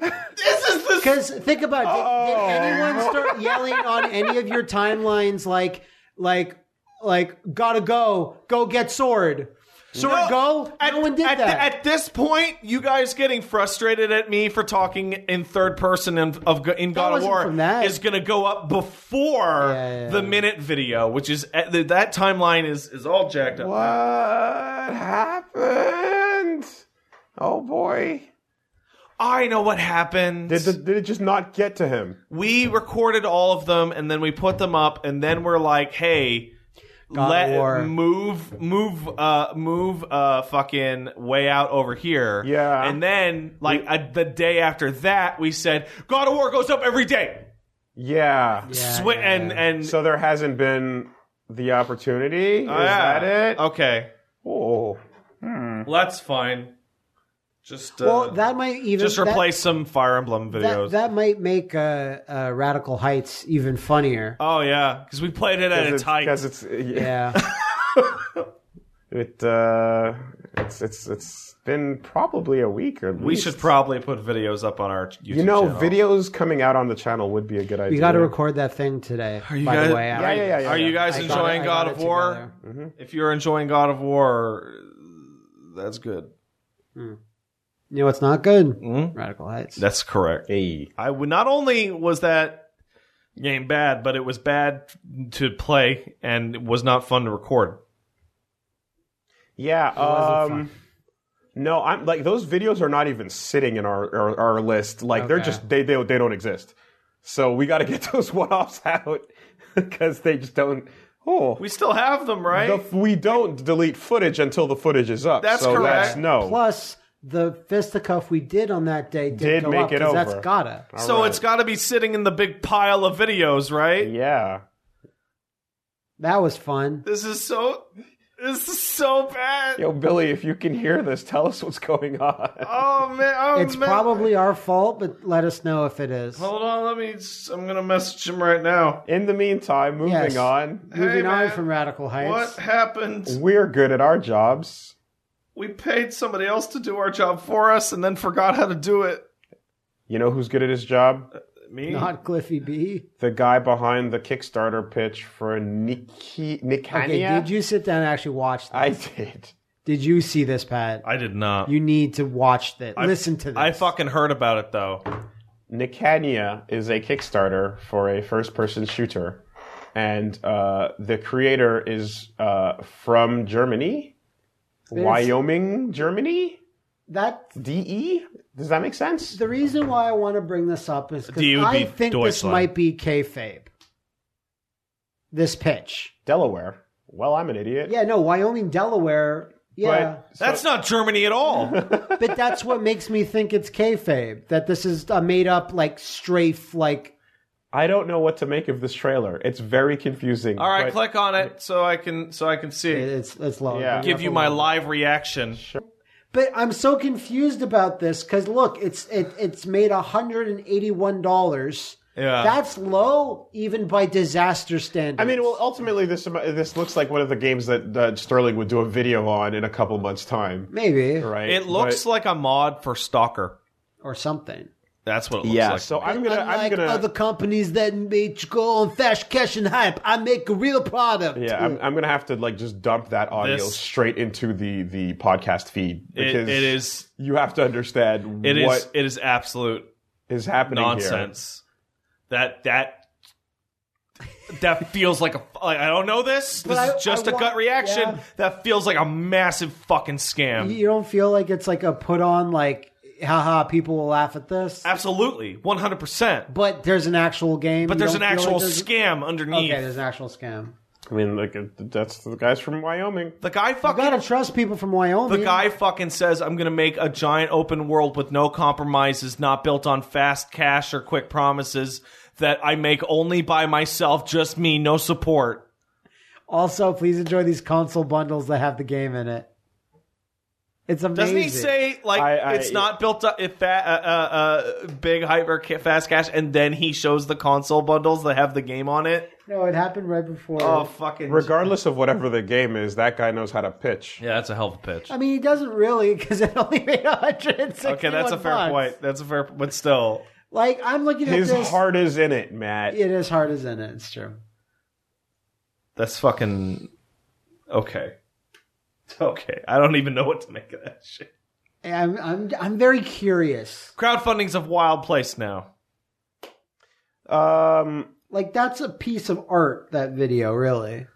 S1: This is the
S3: Because think about it.
S2: Oh.
S3: Did, did anyone start yelling on any of your timelines like, like, like, gotta go, go get sword, sword
S1: No,
S3: go?
S1: At,
S3: no one did
S1: at
S3: that.
S1: thi- at this point, you guys getting frustrated at me for talking in third person in, of Go- in God of
S3: wasn't
S1: War
S3: from that.
S1: is going to go up before
S3: Yeah, yeah,
S1: the
S3: yeah.
S1: minute video, which is at the, that timeline is is all jacked up.
S2: What happened? Oh boy.
S1: I know what happened.
S2: Did the, did it just not get to him?
S1: we recorded all of them and then we put them up, and then we're like, hey.
S3: God of
S1: let
S3: War.
S1: move move uh move uh fucking way out over here
S2: Yeah.
S1: and then like a, the day after that we said god of war goes up every day
S2: Yeah.
S3: Yeah,
S1: Swi-
S3: yeah,
S1: and
S3: yeah.
S1: and
S2: So there hasn't been the opportunity. Is
S1: Oh, yeah.
S2: that it?
S1: Okay,
S2: Oh.
S1: well, that's fine. Just uh,
S3: well, that might even
S1: just
S3: that-
S1: replace some Fire Emblem
S3: that,
S1: videos.
S3: that, might make uh, uh, Radical Heights even funnier.
S1: oh yeah, because we played it at its height.
S2: Because it's yeah.
S3: Yeah,
S2: It uh, it's it's it's been probably a week or at
S1: we
S2: least.
S1: should probably put videos up on our YouTube
S2: You know,
S1: channel.
S2: videos coming out on the channel would be a good idea.
S3: we got to record that thing today.
S1: Are you
S3: by
S1: guys-
S3: the way,
S1: yeah,
S2: Yeah, yeah, yeah. yeah,
S1: Are you
S2: yeah.
S1: guys
S3: I got
S1: enjoying
S3: it- I
S1: God
S3: got
S1: of
S3: it
S1: War?
S3: together.
S1: If you're enjoying God of War, that's good.
S3: You know what's not good?
S1: Mm-hmm.
S3: Radical Heights.
S1: That's correct.
S2: Hey.
S1: I would not only was that game bad, but it was bad to play and it was not fun to record.
S2: Yeah.
S3: wasn't
S2: Um, no, I'm like those videos are not even sitting in our our, our list. Like they're
S3: Okay.
S2: just they they they don't exist. So we got to get those one offs out because they just don't. Oh,
S1: We still have them, right?
S2: The f- we don't delete footage until the footage is up.
S1: That's
S2: so
S1: correct.
S2: That's no.
S3: Plus, the fisticuff we did on that day did,
S2: Did
S3: go
S2: make
S3: up,
S2: it
S3: 'cause
S2: over.
S3: That's gotta.
S2: All
S1: so
S2: right.
S1: it's got to be sitting in the big pile of videos, right?
S2: yeah.
S3: That was fun.
S1: This is so. This is so bad.
S2: Yo, Billy, if you can hear this, tell us what's going on.
S1: Oh man. Oh,
S3: It's
S1: man.
S3: probably our fault, but let us know if it is.
S1: Hold on. Let me. I'm gonna message him right now.
S2: In the meantime, moving
S3: Yes.
S2: on,
S1: Hey,
S3: Moving on
S1: man.
S3: from Radical
S1: What
S3: Heights.
S1: happened?
S2: we're good at our jobs.
S1: We paid somebody else to do our job for us, and then forgot how to do it.
S2: You know who's good at his job?
S1: Me.
S3: Not Cliffy B.
S2: The guy behind the Kickstarter pitch for Nikki Nikania.
S3: Okay, did you sit down and actually watch this?
S2: I did.
S3: Did you see this, Pat?
S1: I did not.
S3: You need to watch this. Listen to this.
S1: I fucking heard about it though.
S2: Nicania is a Kickstarter for a first-person shooter, and uh, the creator is uh, from Germany,
S3: There's-
S2: Wyoming, Germany.
S3: That
S2: DE? Does that make sense?
S3: the reason why I want to bring this up is because
S1: D would
S3: I
S1: be
S3: think this
S1: Deutschland.
S3: might be kayfabe. This pitch.
S2: Delaware. Well, I'm an idiot.
S3: Yeah, no, Wyoming, Delaware. Yeah.
S2: But,
S1: That's not Germany at all.
S3: but that's what makes me think it's kayfabe that this is a made up like strafe like
S2: I don't know what to make of this trailer. It's very confusing.
S1: all right,
S2: but-
S1: click on it so I can so I can see. it.
S3: it's it's low.
S2: Yeah.
S1: Give you my live reaction.
S3: But I'm so confused about this because look, it's it, it's made 181 dollars.
S1: Yeah.
S3: That's low even by disaster standards.
S2: Uh. I mean, well, ultimately, this this looks like one of the games that, that Sterling would do a video on in a couple months' time,
S3: maybe
S2: right?
S1: It looks like a mod for Stalker.
S3: or something.
S1: That's what it
S2: But-
S1: looks
S2: yeah.
S1: like.
S2: so I'm gonna, I'm
S3: Unlike
S2: gonna,
S3: other companies that make go on fast cash and hype, I make a real product.
S2: yeah, I'm, I'm gonna have to like just dump that audio
S1: This-
S2: straight into the the podcast feed
S1: It-
S2: because
S1: it is
S2: You have to understand
S1: it is
S2: what is
S1: it is absolute
S2: happening here.
S1: nonsense. That that that feels like a. Like, I don't know this. This
S3: I-
S1: is just
S3: I
S1: a
S3: want-
S1: gut reaction.
S3: yeah.
S1: That feels like a massive fucking scam.
S3: You don't feel like it's like a put on, like, haha, people will laugh at this.
S1: Absolutely, one hundred percent.
S3: But there's an actual game.
S1: But
S3: You
S1: there's an
S3: don't feel
S1: actual
S3: like there's-
S1: scam underneath.
S3: Okay, there's an actual scam.
S2: I mean, like uh, that's the guys from Wyoming.
S1: the guy fucking.
S3: Gotta trust people from Wyoming.
S1: The guy fucking says, I'm going to make a giant open world with no compromises, not built on fast cash or quick promises that I make only by myself, just me, no support.
S3: Also, please enjoy these console bundles that have the game in it. It's amazing.
S1: Doesn't he say, like,
S2: I- I-
S1: it's not built up, if that, uh, uh, uh, big hyper ca- fast cash, and then he shows the console bundles that have the game on it?
S3: No, it happened right before.
S1: Oh, fucking.
S2: Regardless of whatever the game is, that guy knows how to pitch.
S1: yeah, that's a hell of a pitch.
S3: I mean, he doesn't really because it only made 160.
S1: Okay, that's a fair
S3: bucks.
S1: point. That's a fair, but still.
S3: Like I'm looking at
S2: His
S3: this.
S2: heart is in it, Matt.
S3: It is hard as in it. It's true.
S1: That's fucking okay. Okay, I don't even know what to make of that shit.
S3: And I'm I'm I'm very curious.
S1: Crowdfunding's a wild place now.
S2: Um,
S3: Like that's a piece of art. That video, really.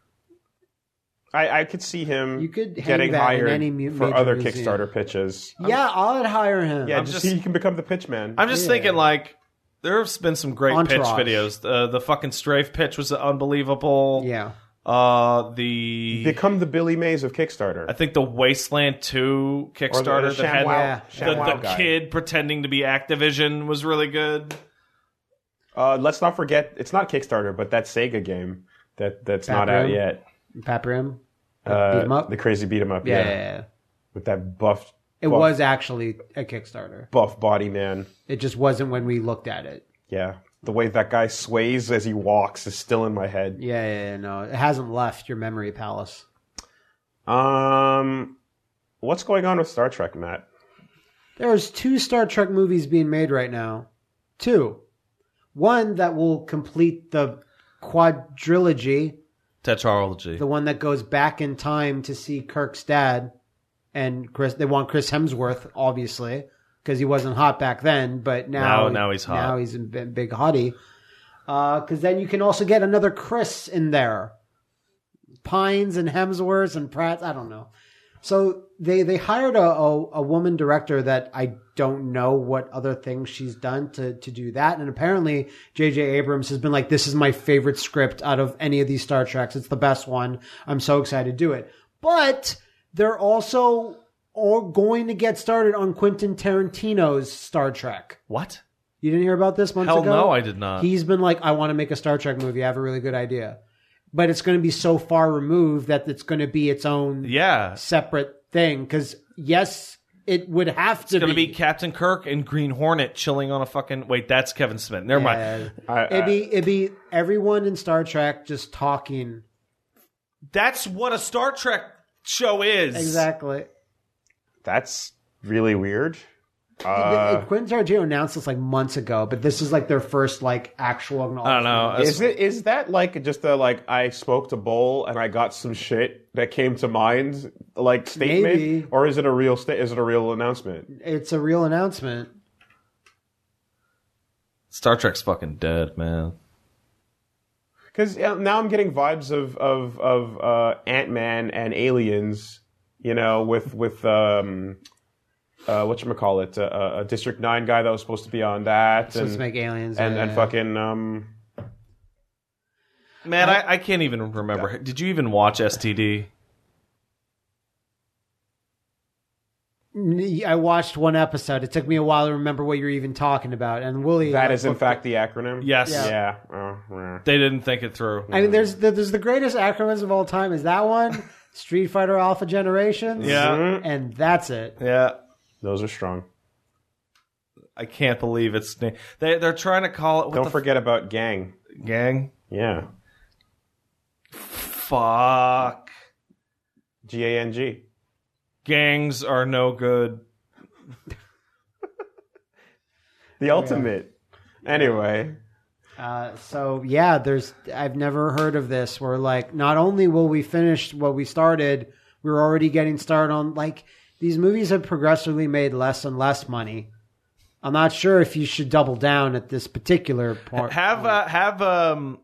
S2: I, I could see him
S3: You could hang
S2: getting
S3: that in
S2: hired
S3: any mu-
S2: for
S3: major
S2: other
S3: museum.
S2: Kickstarter pitches.
S3: yeah, I'll hire him.
S2: Yeah,
S1: I'm
S2: just,
S1: just-
S2: he can become the pitch man.
S1: I'm just
S3: Yeah.
S1: thinking like there's been some great
S3: Entourage.
S1: pitch videos. Uh, the fucking strafe pitch was unbelievable.
S3: Yeah.
S1: Uh, the
S2: become the Billy Mays of
S1: I
S2: Kickstarter.
S1: think the Wasteland Two Kickstarter that had
S3: Yeah.
S1: the, the
S2: ShamWow guy.
S1: kid pretending to be Activision was really good.
S2: Uh, let's not forget, it's not Kickstarter, but that Sega game that that's
S3: Back
S2: not out
S3: Room?
S2: yet.
S3: Pap Rim.
S2: Uh,
S3: Beat 'em up?
S2: The crazy beat 'em up.
S3: Yeah.
S2: Yeah,
S3: yeah, yeah.
S2: with that buff
S3: It
S2: Well-
S3: was actually a Kickstarter.
S2: buff body man.
S3: It just wasn't when we looked at it.
S2: Yeah, the way that guy sways as he walks is still in my head.
S3: Yeah, yeah, yeah, no, it hasn't left your memory palace.
S2: Um, what's going on with Star Trek, Matt?
S3: There's two Star Trek movies being made right now. Two. One that will complete the quadrilogy,
S1: Tetralogy.
S3: the one that goes back in time to see Kirk's dad and Chris they want Chris Hemsworth obviously because he wasn't hot back then, but
S1: Now-
S3: now
S1: now he's hot.
S3: Now he's a bi- big hottie. Uh, cuz then you can also get another Chris in there. Pines and Hemsworths and Pratt's, I don't know. So they they hired a, a, a woman director that I don't know what other things she's done to to do that. And apparently JJ Abrams has been like, This is my favorite script out of any of these Star Treks. It's the best one. I'm so excited to do it. But they're also all going to get started on Quentin Tarantino's Star Trek.
S1: What?
S3: You didn't hear about this months
S1: Hell
S3: ago?
S1: no, I did not.
S3: He's been like, I want to make a Star Trek movie. I have a really good idea. But it's going to be so far removed that it's going to be its own
S1: yeah, it's
S3: separate thing because yes it would have to
S1: gonna
S3: be,
S1: be Captain Kirk and Green Hornet chilling on a fucking. Wait, that's Kevin Smith. Never mind.
S3: Yeah.
S2: I,
S3: it'd be it'd be everyone in star trek just talking
S1: That's what a Star Trek show is.
S3: exactly
S2: that's really weird.
S3: Th-
S2: Uh,
S3: th- quentin tarantino announced this like months ago but this is like their first like actual acknowledgement
S1: I don't know.
S2: is it is that like just a like I smoked a bowl and I got some shit that came to mind like statement,
S3: Maybe.
S2: or is it a real sta- is it a real announcement?
S3: it's a real announcement
S1: Star Trek's fucking dead, man.
S2: Because now I'm getting vibes of of of uh, Ant Man and Aliens, you know, with with um, uh, what you call it, a, a District Nine guy that was supposed to be on that,
S3: so let's
S2: and
S3: make aliens
S2: and,
S3: yeah.
S2: and fucking um,
S1: Man, I, I can't even remember. Did you even watch STD?
S3: N- i watched one episode it took me a while to remember what you're even talking about and willie uh,
S2: that is in fact the acronym.
S1: Yes.
S3: Yeah.
S2: Yeah. Oh, yeah.
S1: They didn't think it through.
S3: i mean there's the, there's the greatest acronyms of all time is that one street fighter alpha generations
S1: yeah.
S2: Mhm.
S3: and that's it
S1: Yeah.
S2: Those are strong.
S1: I can't believe it's na- they they're trying to call it what
S2: Don't
S1: the
S2: forget about gang.
S1: f- gang.
S2: Yeah.
S1: Fuck.
S2: G A N G.
S1: Gangs are no good.
S2: The ultimate. Anyway,
S3: Uh, so yeah, there's I've never heard of this where like not only will we finish what we started, we're already getting started on like these movies have progressively made less and less money. I'm not sure if you should double down at this particular part.
S1: Have uh, have um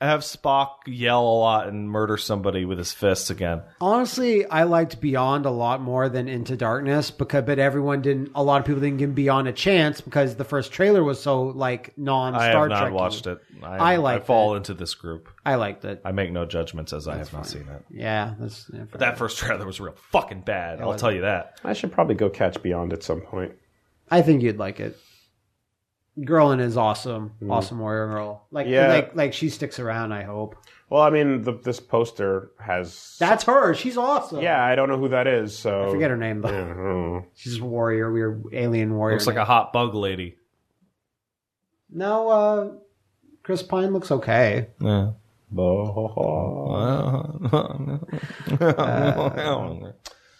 S1: have Spock yell a lot and murder somebody with his fists again.
S3: Honestly, I liked Beyond a lot more than Into Darkness because, but everyone didn't. A lot of people didn't give Beyond a chance because the first trailer was so like non
S1: I
S3: Star
S1: have not
S3: Trek.
S1: watched it.
S3: I like
S1: I fall into this group.
S3: I liked it.
S1: I make no judgments as I have not seen it.
S3: Yeah, that's yeah, fair.
S1: That first trailer was real fucking bad. I'll tell you that.
S2: I should probably go catch Beyond at some point.
S3: I think you'd like it. Girlin is awesome,
S1: Mm.
S3: awesome warrior girl. Like,
S2: Yeah.
S3: like, like she sticks around. I hope
S2: Well, I mean, the, this poster has.
S3: that's her. She's awesome.
S2: yeah, I don't know who that is, so.
S3: I forget her name though.
S2: I don't know.
S3: She's a warrior. We are alien warrior.
S1: Looks like a
S3: name.
S1: hot bug lady.
S3: no. Uh, Chris Pine looks okay.
S1: Yeah.
S2: Uh,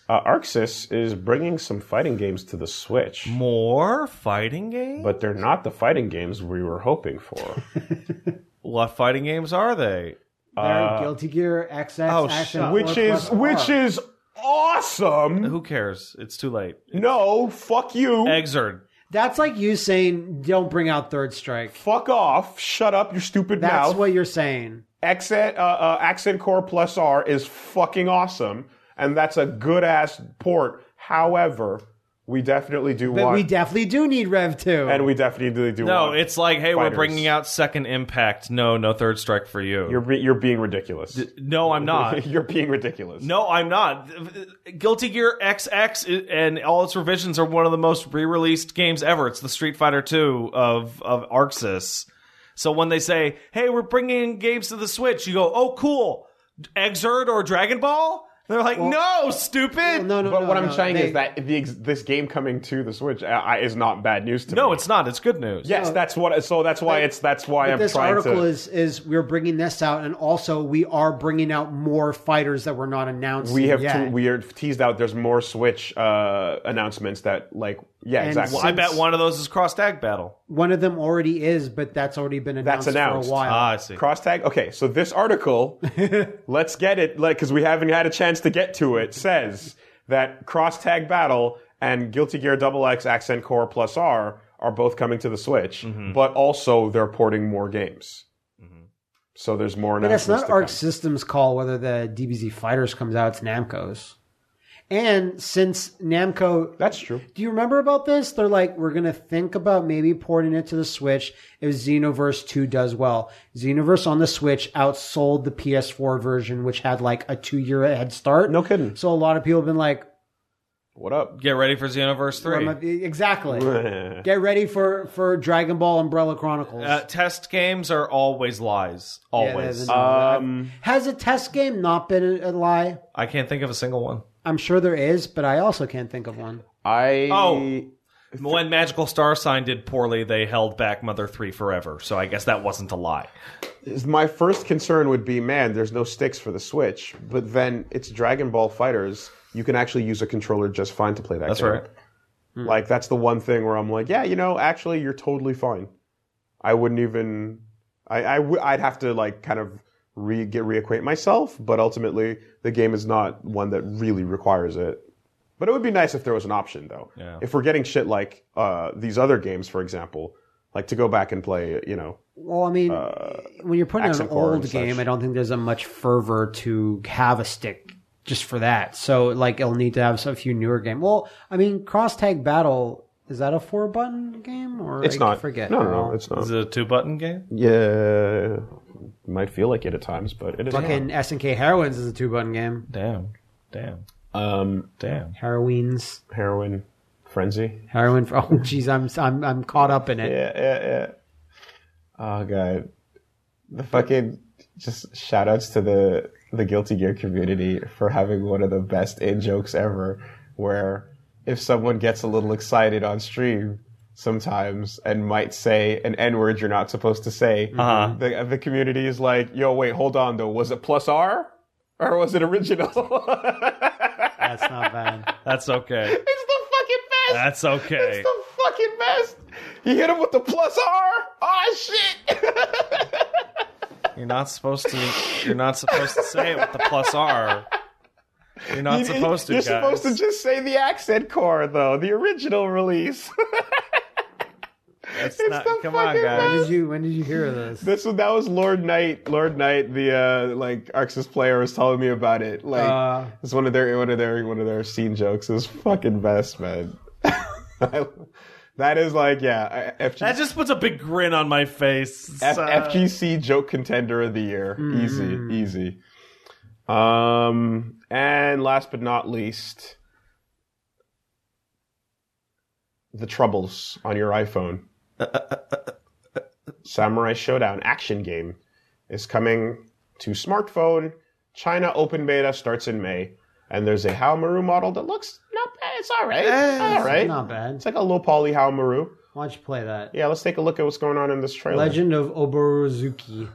S2: Uh, Arxis is bringing some fighting games to the Switch,
S1: More fighting games?
S2: but they're not the fighting games we were hoping for.
S1: what fighting games are they?
S3: Very Guilty Gear XX
S1: Uh, oh,
S3: action,
S1: shut-
S2: which
S3: fourth
S2: is
S3: plus
S2: which
S3: R.
S2: is awesome.
S1: Who cares? It's too late.
S2: No, fuck you.
S1: Exerd.
S3: that's like you saying don't bring out Third Strike.
S2: Fuck off. Shut up, your stupid
S3: That's
S2: mouth.
S3: what you're saying.
S2: Accent, uh, uh, Accent Core Plus R is fucking awesome, and that's a good ass port. However, we definitely do
S3: But
S2: want,
S3: we definitely do need Rev Two.
S2: and we definitely do
S1: No,
S2: want.
S1: it's like, hey,
S2: Fighters.
S1: we're bringing out Second Impact. No, no Third Strike for you.
S2: you're be- you're being ridiculous.
S1: no, I'm not.
S2: you're being ridiculous.
S1: No, I'm not. Guilty Gear XX i- and all its revisions are one of the most re-released games ever. It's the Street Fighter 2 of of Arxis. So when they say, "Hey, we're bringing games to the Switch," you go, "Oh, cool, Exerd or Dragon Ball." And they're like, "No, stupid."
S3: no, no,
S2: But
S3: no,
S2: what I'm
S3: no.
S2: saying
S3: They-
S2: is that the ex- this game coming to the Switch uh, I, is not bad news to me.
S1: No, it's not. It's good news.
S2: yes, that's what. So that's why it's that's why I'm
S3: this
S2: trying
S3: article
S2: to.
S3: is is we're bringing this out, and also we are bringing out more fighters that were not announced.
S2: we have
S3: yet.
S2: two, we are teased out. There's more Switch uh, announcements that like yeah
S3: And
S2: exactly.
S1: I bet one of those is Cross Tag Battle.
S3: One of them already is, but that's already been announced,
S2: That's announced.
S3: for a while.
S1: Ah, I see.
S2: Crosstag. Okay, so this article, let's get it, like, because we haven't had a chance to get to it, says that Crosstag Battle and Guilty Gear Double X Accent Core Plus R are both coming to the Switch, but also they're porting more games. Mm-hmm. So there's more
S3: But that's
S2: announcements.
S3: not
S2: to
S3: Arc
S2: come.
S3: Systems' call whether the DBZ Fighters comes out. It's Namco's. And since Namco,
S2: That's true.
S3: do you remember about this? They're like, we're gonna think about maybe porting it to the Switch if Xenoverse Two does well. Xenoverse on the Switch outsold the PS4 version, which had like a two-year head start.
S2: No kidding.
S3: So a lot of people have been like,
S2: What up?
S1: Get ready for Xenoverse
S3: I'm
S1: 3.
S3: a- exactly.
S2: That's
S3: Get ready for for Dragon Ball Umbrella Chronicles.
S1: Uh, test games are always lies. Always.
S3: Yeah,
S2: Um,
S3: Has a test game not been a, a lie?
S1: I can't think of a single one.
S3: I'm sure there is, but I also can't think of one.
S2: I
S1: Oh. When Magical Star Sign did poorly, they held back Mother 3 forever. So I guess that wasn't a lie.
S2: my first concern would be, man, there's no sticks for the Switch, but then it's Dragon Ball Fighters. You can actually use a controller just fine to play that.
S1: That's
S2: game.
S1: right.
S2: Like that's the one thing where I'm like, yeah, you know, actually, you're totally fine. I wouldn't even. I, I w- I'd have to like kind of re get reacquaint myself, but ultimately the game is not one that really requires it. But it would be nice if there was an option though.
S1: Yeah.
S2: If we're getting shit like uh, these other games, for example, like to go back and play, you know,
S3: Well, I mean, when you're putting out an
S2: Uh, accent bar
S3: old
S2: and
S3: game,
S2: such.
S3: I don't think there's a much fervor to have a stick just for that. So, like, it'll need to have a few newer game. Well, I mean, Cross Tag Battle is that a four button game or
S2: it's
S3: I
S2: not.
S3: Forget.
S2: No, no, no, it's not.
S1: Is it a two button game?
S2: Yeah, might feel like it at times, but it is.
S3: Fucking S and K Heroines is a two button game.
S1: Damn. Damn.
S2: not. Um,
S1: Damn.
S3: Heroines,
S2: heroin frenzy.
S3: heroin. For, oh, jeez, I'm I'm I'm caught up in it.
S2: Yeah, yeah, yeah. Oh god, the fucking just shoutouts to the the Guilty Gear community for having one of the best in jokes ever. Where if someone gets a little excited on stream sometimes and might say an n word you're not supposed to say,
S1: Uh-huh.
S2: the the community is like, "Yo, wait, hold on though, was it plus R or was it original?"
S3: That's not bad.
S1: That's okay.
S2: it's the fucking best.
S1: That's okay.
S2: It's the fucking best. He hit him with the plus R. Oh shit.
S1: You're not supposed to you're not supposed to say it with the plus R. You're not supposed to
S2: You're
S1: guys.
S2: supposed to just say the accent core though, the original release.
S1: That's
S2: It's
S1: not,
S2: the
S1: come on,
S2: fucking
S1: guys.
S2: mouse.
S3: When did you when did you hear of this?
S2: This was that was Lord Knight. Lord Knight, the uh, like Arxis player, was telling me about it. Like
S3: Uh.
S2: it's one of their one of their one of their scene jokes. It was fucking best, man. that is like yeah, I- FG,
S1: That just puts a big grin on my face. It's,
S2: F-
S1: uh,
S2: FGC joke contender of the year. Easy, easy. Um, and last but not least, the troubles on your iPhone. Samurai Showdown action game is coming to smartphone. China open beta starts in May, and there's a Haomaru model that looks not bad. It's all right. all right.
S3: Not bad.
S2: It's like a low poly Haomaru.
S3: Why don't you play that?
S2: Yeah, let's take a look at what's going on in this trailer.
S3: Legend of Oborozuki.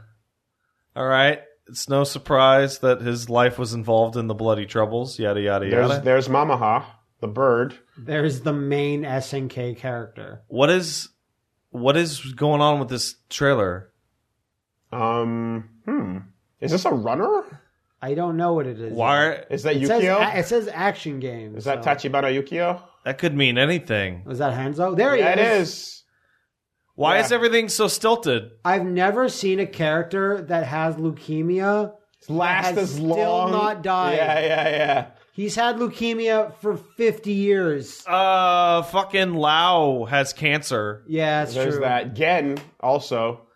S1: all right. It's no surprise that his life was involved in the bloody troubles. Yada yada
S2: There's
S1: yada.
S2: there's Mamaha, the bird.
S3: There's the main SNK character.
S1: what is what is going on with this trailer?
S2: Um, hmm. Is this a runner?
S3: I don't know what it is.
S1: Why
S2: Is that
S3: It says,
S2: Yukio?
S3: it says action game.
S2: Is that
S3: so-
S2: Tachibana Yukio?
S1: that could mean anything?
S3: Was that Hanzo? There
S2: Yeah, it
S3: he is.
S2: is.
S1: Why
S2: Yeah.
S1: is everything so stilted?
S3: I've never seen a character that has leukemia.
S2: Last
S3: has
S2: as
S3: still
S2: long.
S3: not died.
S2: Yeah, yeah, yeah.
S3: He's had leukemia for 50 years.
S1: Uh, fucking Lao has cancer.
S3: Yeah, that's
S2: There's
S3: true.
S2: that. Gen also,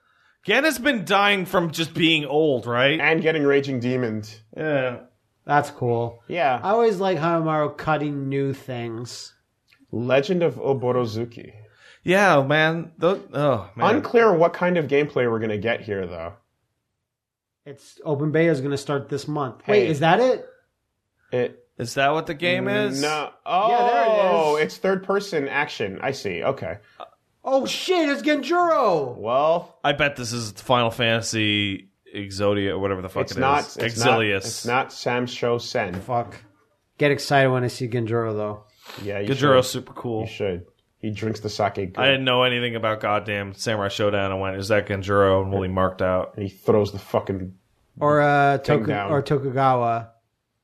S1: Gen has been dying from just being old, right?
S2: and getting raging demoned.
S1: Yeah.
S3: That's cool.
S2: Yeah.
S3: I always like Hayamaru cutting new things.
S2: Legend of Oborozuki.
S1: Yeah, man. Tho- oh man.
S2: Unclear what kind of gameplay we're gonna get here though.
S3: It's open beta is going to start this month.
S2: Hey.
S3: Wait, is that it?
S2: It
S1: is that what the game is?
S2: no. Oh,
S3: there it is.
S2: it's third person action. I see. Okay.
S3: Oh shit, it's Genjuro.
S2: Well,
S1: I bet this is Final Fantasy Exodia or whatever the fuck
S2: it's
S1: it
S2: not.
S1: is.
S2: It's not,
S1: Exilius.
S2: it's not Sam Show Sen.
S3: Fuck. Get excited when I see Genjuro though.
S2: Yeah, you
S1: Gajuro's
S2: should.
S1: super cool.
S2: You should. He drinks the sake good,
S1: I didn't know anything about goddamn Samurai Showdown. I went, is that Ganjuro? And really marked out.
S2: and he throws the fucking.
S3: Or uh
S2: Take
S3: Toku-
S2: down.
S3: or Tokugawa,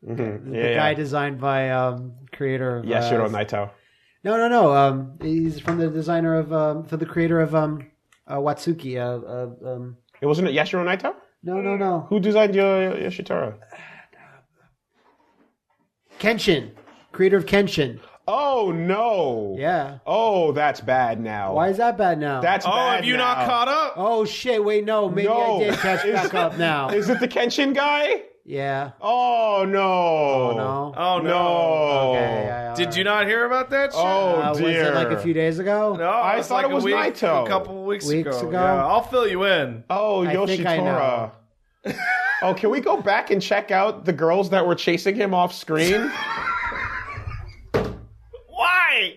S2: Mhm.
S3: the
S2: Yeah,
S3: guy
S2: yeah.
S3: designed by um creator of
S2: yeah,
S3: uh,
S2: Shiro Naito.
S3: No, no, no. Um he's from the designer of um for the creator of um uh, Watsuki uh, uh, um
S2: It wasn't it Yashiro Naito?
S3: No, no, no.
S2: Who designed Yo- Yo- Yoshitara?
S3: Kenshin. Creator of Kenshin.
S2: Oh no!
S3: Yeah.
S2: Oh, that's bad now.
S3: Why is that bad now?
S2: that's
S1: Oh,
S2: bad
S1: have you
S2: now.
S1: not caught up?
S3: Oh shit, wait, no. Maybe
S2: No.
S3: I did catch
S2: Is-
S3: back up now.
S2: Is it the Kenshin guy?
S3: yeah.
S2: Oh no! Oh
S3: no.
S1: Oh, no.
S2: no.
S3: Okay, yeah,
S1: Did you not hear about that shit?
S2: Oh
S3: Uh, was
S2: dear!
S3: it like a few days ago?
S1: No,
S2: I
S1: was
S2: thought
S1: like
S2: it was
S1: a week,
S2: Naito.
S1: A couple weeks,
S3: Weeks
S1: ago.
S3: ago?
S1: Yeah, I'll fill you in.
S2: Oh,
S3: I think I
S2: Yoshitora. oh, can we go back and check out the girls that were chasing him off screen?
S1: Why?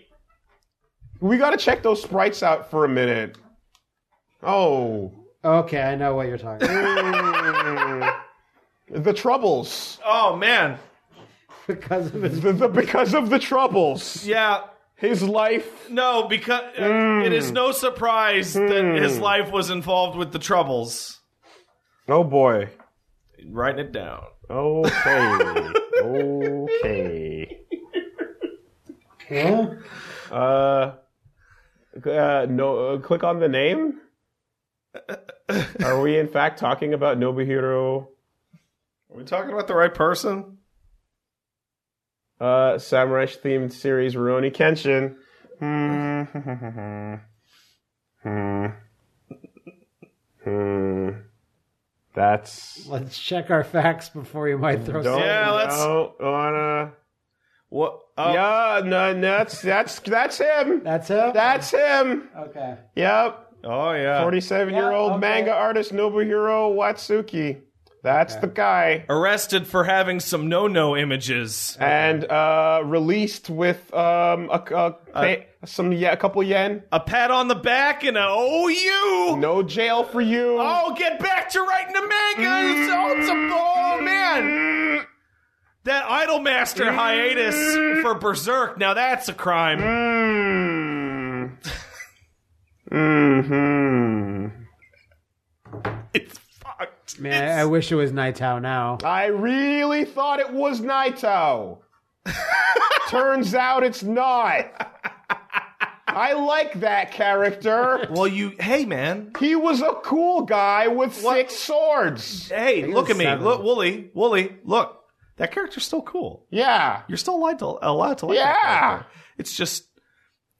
S2: we gotta check those sprites out for a minute. Oh.
S3: Okay, I know what you're talking about.
S2: The troubles.
S1: Oh man.
S3: because of his.
S2: The, the- because of the troubles.
S1: Yeah.
S2: His life.
S1: No, because uh,
S2: Hmm.
S1: it is no surprise that his life was involved with the troubles.
S2: Oh boy.
S1: Writing it down.
S2: Okay. okay.
S3: Huh?
S2: Uh, uh no uh, click on the name. Are we in fact talking about Nobuhiro
S1: Are we talking about the right person?
S2: uh samurai themed series Rurouni Kenshin? Hmm. hmm. Hmm. That's
S3: Let's check our facts before you might throw
S2: Don't,
S3: some.
S1: Yeah, let's-
S2: don't wanna.
S1: What? Oh,
S2: Yeah, no, no, that's that's that's him.
S3: That's it?
S2: That's him.
S3: okay.
S2: Yep,
S1: oh yeah.
S2: forty-seven-year-old
S3: Yeah, okay.
S2: manga artist Nobuhiro Watsuki. That's the guy.
S1: Arrested for having some no-no images.
S2: And uh, released with um a, a,
S1: Uh,
S2: pay- some yeah, a couple yen.
S1: A pat on the back and a oh you.
S2: No jail for you.
S1: Oh, get back to writing the manga. It's, oh, it's a,
S2: Mm.
S1: oh man. That Idolmaster
S2: Mm.
S1: hiatus for Berserk. Now that's a crime.
S2: Mm. hmm
S1: It's fucked.
S3: Man, I, I wish it was Naitao now.
S2: I really thought it was Naito. Turns out it's not. I like that character.
S1: Well, you. Hey, man.
S2: He was a cool guy with six swords.
S1: Hey, look at me.
S4: seven.
S1: Look, Wooly. Wooly. Look. That character's still cool.
S2: Yeah.
S1: You're still allowed to allowed to like that
S2: Yeah.
S1: character. It's just,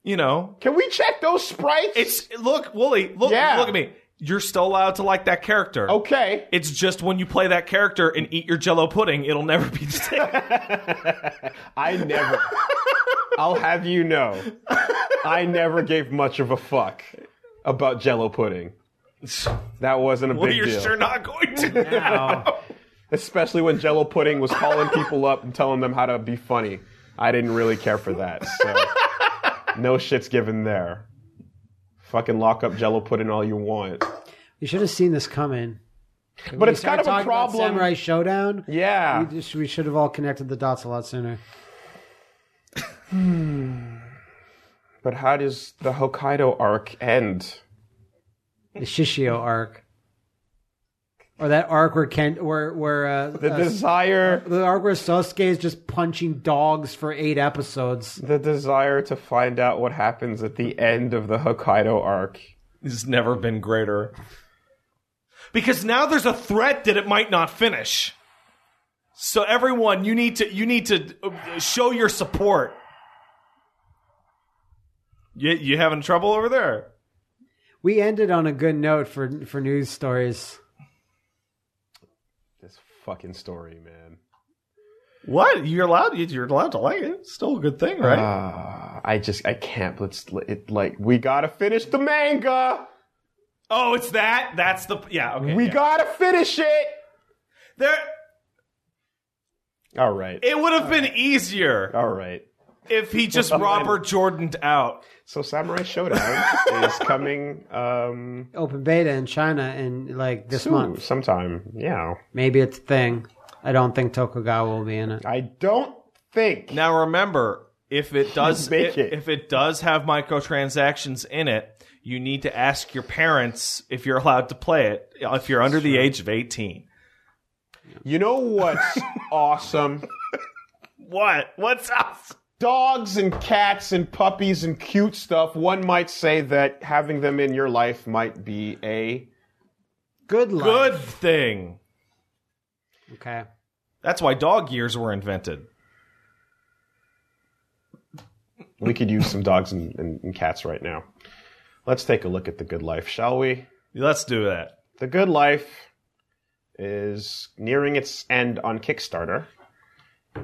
S1: you know,
S2: Can we check those sprites?
S1: it's look, Wooly. Look,
S2: Yeah. Oh.
S1: look at me. You're still allowed to like that character.
S2: okay.
S1: It's just when you play that character and eat your Jello pudding, it'll never be the same.
S2: I never. I'll have you know, I never gave much of a fuck about Jello pudding. That wasn't a
S1: well,
S2: big
S1: you're
S2: deal,
S1: sure not going to.
S2: especially when Jello pudding was calling people up and telling them how to be funny. I didn't really care for that, so no shit's given there. Fucking lock up Jello pudding all you want,
S3: You should have seen this coming.
S2: but it's kind
S3: Started
S2: of a
S3: talking about
S2: problem.
S3: Samurai Showdown.
S2: Yeah,
S3: We, just- we should have all connected the dots a lot sooner.
S2: but how does the Hokkaido arc end?
S3: The Shishio arc, or that arc where Ken, where where uh,
S2: The
S3: uh,
S2: desire,
S3: the arc where Sasuke is just punching dogs for eight episodes.
S2: the desire to find out what happens at the end of the Hokkaido arc.
S1: It's never been greater. Because now there's a threat that it might not finish. So everyone, you need to you need to uh, show your support. You you having trouble over there?
S3: We ended on a good note for for news stories.
S2: This fucking story, man.
S1: What? You're allowed you're allowed to like it. It's still a good thing, right?
S2: Uh, I just I can't. Let's it like we gotta finish the manga.
S1: oh, it's that. That's the yeah, okay.
S2: We
S1: yeah.
S2: gotta finish it.
S1: there
S2: All right,
S1: it would have been easier
S2: all right.
S1: if he just Robert Jordaned out.
S2: So Samurai Showdown is coming um
S3: Open beta in China in like this
S2: soon,
S3: month.
S2: sometime. Yeah,
S3: Maybe it's a thing. I don't think Tokugawa will be in it.
S2: I don't think.
S1: Now remember, if it does
S2: Make
S1: if,
S2: it.
S1: if it does have microtransactions in it, you need to ask your parents if you're allowed to play it if you're under the age of 18.
S2: You know what's awesome?
S1: What? What's up?
S2: dogs and cats and puppies and cute stuff, one might say that having them in your life might be a.
S3: Good luck.
S1: Good thing.
S3: Okay.
S1: That's why dog years were invented.
S2: We could use some dogs and, and, and cats right now. Let's take a look at the good life, shall we?
S1: Let's do that.
S2: The good life is nearing its end on Kickstarter,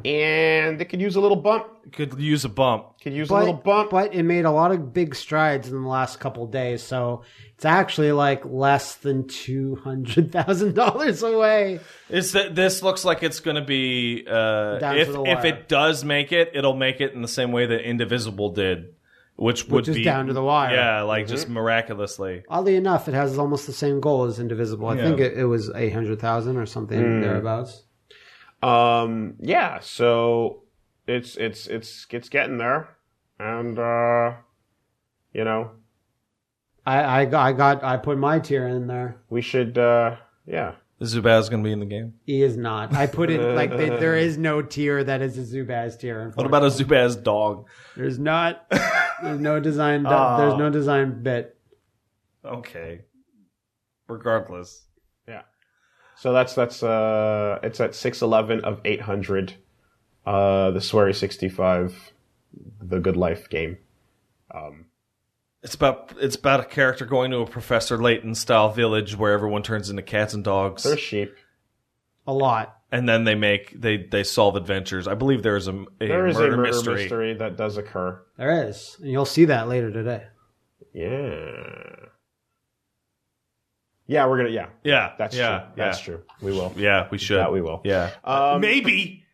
S2: and it could use a little bump.
S1: Could use a bump.
S2: Could use a
S3: But,
S2: little bump.
S3: but it made a lot of big strides in the last couple days, so it's actually like less than two hundred thousand dollars away.
S1: Is that this looks like it's going to be uh,
S3: Down to
S1: if
S3: the
S1: if
S3: wire.
S1: it does make it, it'll make it in the same way that Indivisible did, which, would
S3: Just
S1: be
S3: down to the wire. Mm-hmm.
S1: yeah, like just miraculously.
S3: Oddly enough, it has almost the same goal as Indivisible. I think it, it was eight hundred thousand or something thereabouts.
S2: Um, yeah, so it's it's it's it's getting there, and uh, you know
S3: I, I got- I got I put my tier in there.
S2: we should uh, yeah.
S1: Zubat's going to be in the game.
S3: He is not. I put it like they, there is no tier that is a Zubaz tier.
S1: What about a Zubaz dog?
S3: There's not. There's no design. there's no design bit.
S1: Okay. Regardless.
S2: So that's that's uh it's at six eleven of eight hundred, uh the Swery sixty five, the Good Life game.
S1: It's about it's about a character going to a Professor Layton style village where everyone turns into cats and dogs,
S2: They're sheep.
S3: A lot.
S1: and then they make they they solve adventures. I believe there is a, a
S2: There is
S1: murder,
S2: a murder
S1: mystery.
S2: mystery. that does occur.
S3: There is, and you'll see that later today.
S2: Yeah. Yeah, we're gonna. Yeah,
S1: Yeah,
S2: that's
S1: yeah,
S2: true. That's
S1: yeah.
S2: true. We will.
S1: Yeah, we should.
S2: Yeah, we will.
S1: Yeah,
S2: Um,
S1: maybe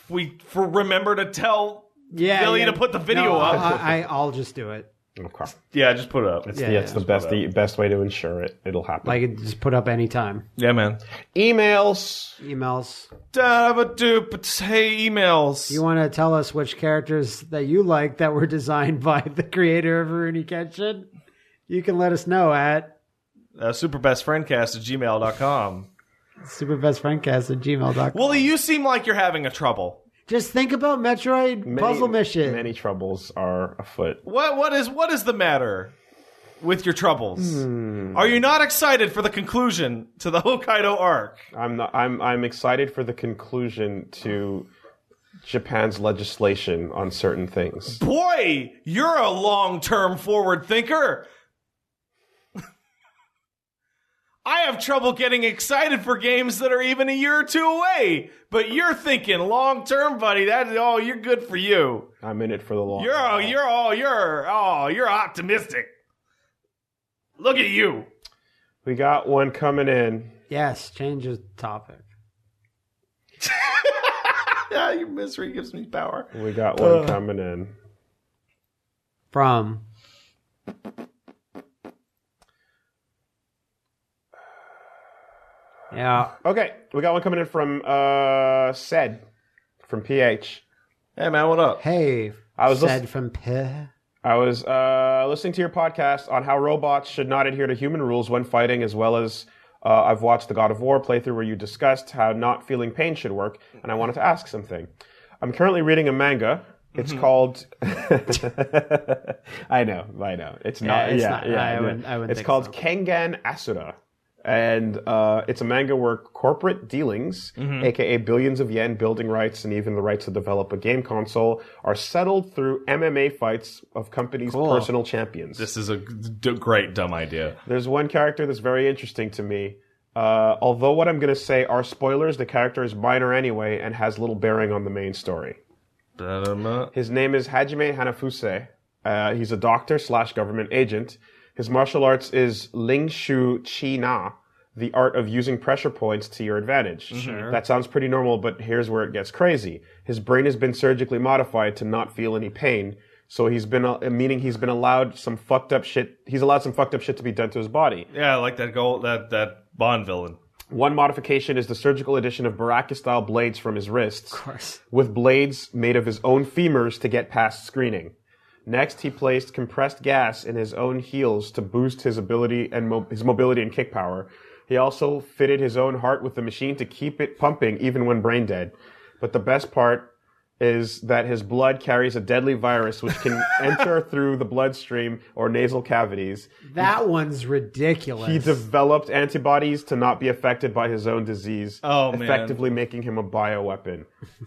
S1: if we for remember to tell.
S3: Yeah,
S1: Billy, to put the video
S3: No,
S1: up.
S3: I, I, I'll just do it.
S2: Okay.
S1: Yeah, just put it up.
S2: It's
S3: Yeah,
S2: the,
S3: yeah, uh,
S2: it's oh, the best the best way to ensure it. It'll happen.
S3: Like, it just put up anytime.
S1: yeah, man.
S2: emails.
S3: Emails.
S1: Dabba-doop, Hey, emails.
S3: You want to tell us which characters that you like that were designed by the creator of Rooney Kenshin? You can let us know at
S1: uh, superbestfriendcast at gmail.com.
S3: superbestfriendcast at gmail.com.
S1: Willie, you seem like you're having a trouble.
S5: Just think about Metroid puzzle mission.
S2: Many troubles are afoot.
S1: What what is what is the matter with your troubles? Are you not excited for the conclusion to the Hokkaido arc?
S2: I'm not. I'm. I'm excited for the conclusion to Japan's legislation on certain things.
S1: Boy, you're a long-term forward thinker. I have trouble getting excited for games that are even a year or two away, but you're thinking long term, buddy. That is all. you're good for you.
S2: I'm in it for the long.
S1: You're oh, you're all you're oh you're optimistic. Look at you.
S2: we got one coming in.
S5: Yes, change the topic.
S1: Yeah, your misery gives me power.
S2: We got one coming in.
S5: From Yeah.
S2: Okay, we got one coming in from uh said from PH.
S1: Hey man, what up?
S5: Hey.
S2: I was
S5: said
S2: listen-
S5: from P.
S2: I was uh, listening to your podcast on how robots should not adhere to human rules when fighting, as well as uh, I've watched the God of War playthrough where you discussed how not feeling pain should work, and I wanted to ask something. I'm currently reading a manga. It's
S5: Mm-hmm.
S2: called. I know, I know. It's not.
S5: it's
S2: yeah,
S5: not-
S2: yeah,
S5: I
S2: yeah.
S5: wouldn't- I wouldn't
S2: It's
S5: think
S2: called
S5: so.
S2: Kengan Asura. And uh, it's a manga where corporate dealings, aka billions of yen, building rights, and even the rights to develop a game console, are settled through MMA fights of companies' personal champions.
S1: This is a d- great dumb idea.
S2: There's one character that's very interesting to me. Uh, although what I'm going to say are spoilers, the character is minor anyway and has little bearing on the main story.
S1: Da-da-da.
S2: His name is Hajime Hanafuse. Uh, he's a doctor slash government agent. His martial arts is Ling Shu Chi Na, the art of using pressure points to your advantage. That sounds pretty normal, but here's where it gets crazy. His brain has been surgically modified to not feel any pain, so he's been, uh, meaning he's been allowed some fucked up shit, he's allowed some fucked up shit to be done to his body.
S1: Yeah, I like that goal that that Bond villain.
S2: One modification is the surgical addition of Baraka style blades from his wrists. Of course. With blades made of his own femurs to get past screening. Next, he placed compressed gas in his own heels to boost his ability and mo- his mobility and kick power. He also fitted his own heart with the machine to keep it pumping even when brain dead. But the best part is that his blood carries a deadly virus which can enter through the bloodstream or nasal cavities.
S5: That one's
S2: He
S5: ridiculous.
S2: developed antibodies to not be affected by his own disease,
S1: Oh, man.
S2: effectively making him a bioweapon.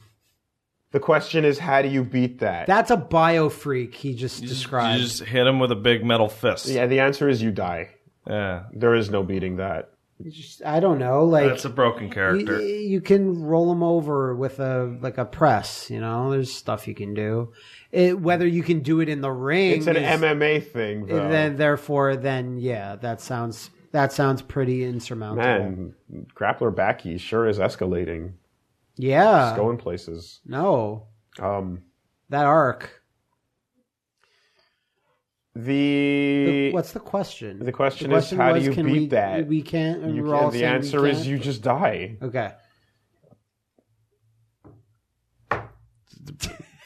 S2: the question is, how do you beat that?
S5: That's a bio freak he just described.
S1: You just hit him with a big metal fist.
S2: yeah, the answer is you die.
S1: Yeah.
S2: There is no beating that.
S5: Just- I don't know, like
S1: That's a broken
S5: you,
S1: character.
S5: you can roll them over with a like a press, you know. There's stuff you can do. It, whether you can do it in the ring
S2: It's an
S5: is-
S2: MMA thing, though.
S5: and then therefore then yeah, that sounds that sounds pretty insurmountable.
S2: Man, grappler backy sure is escalating.
S5: Yeah.
S2: It's
S5: Uh.
S2: going places.
S5: No.
S2: Um,
S5: That arc.
S2: the
S5: What's the question?
S2: the question is, how do you
S5: can
S2: beat
S5: we,
S2: that?
S5: We can't.
S2: you
S5: and we're
S2: can-
S5: all
S2: the
S5: saying we
S2: answer is
S5: can't?
S2: you just die.
S5: Okay.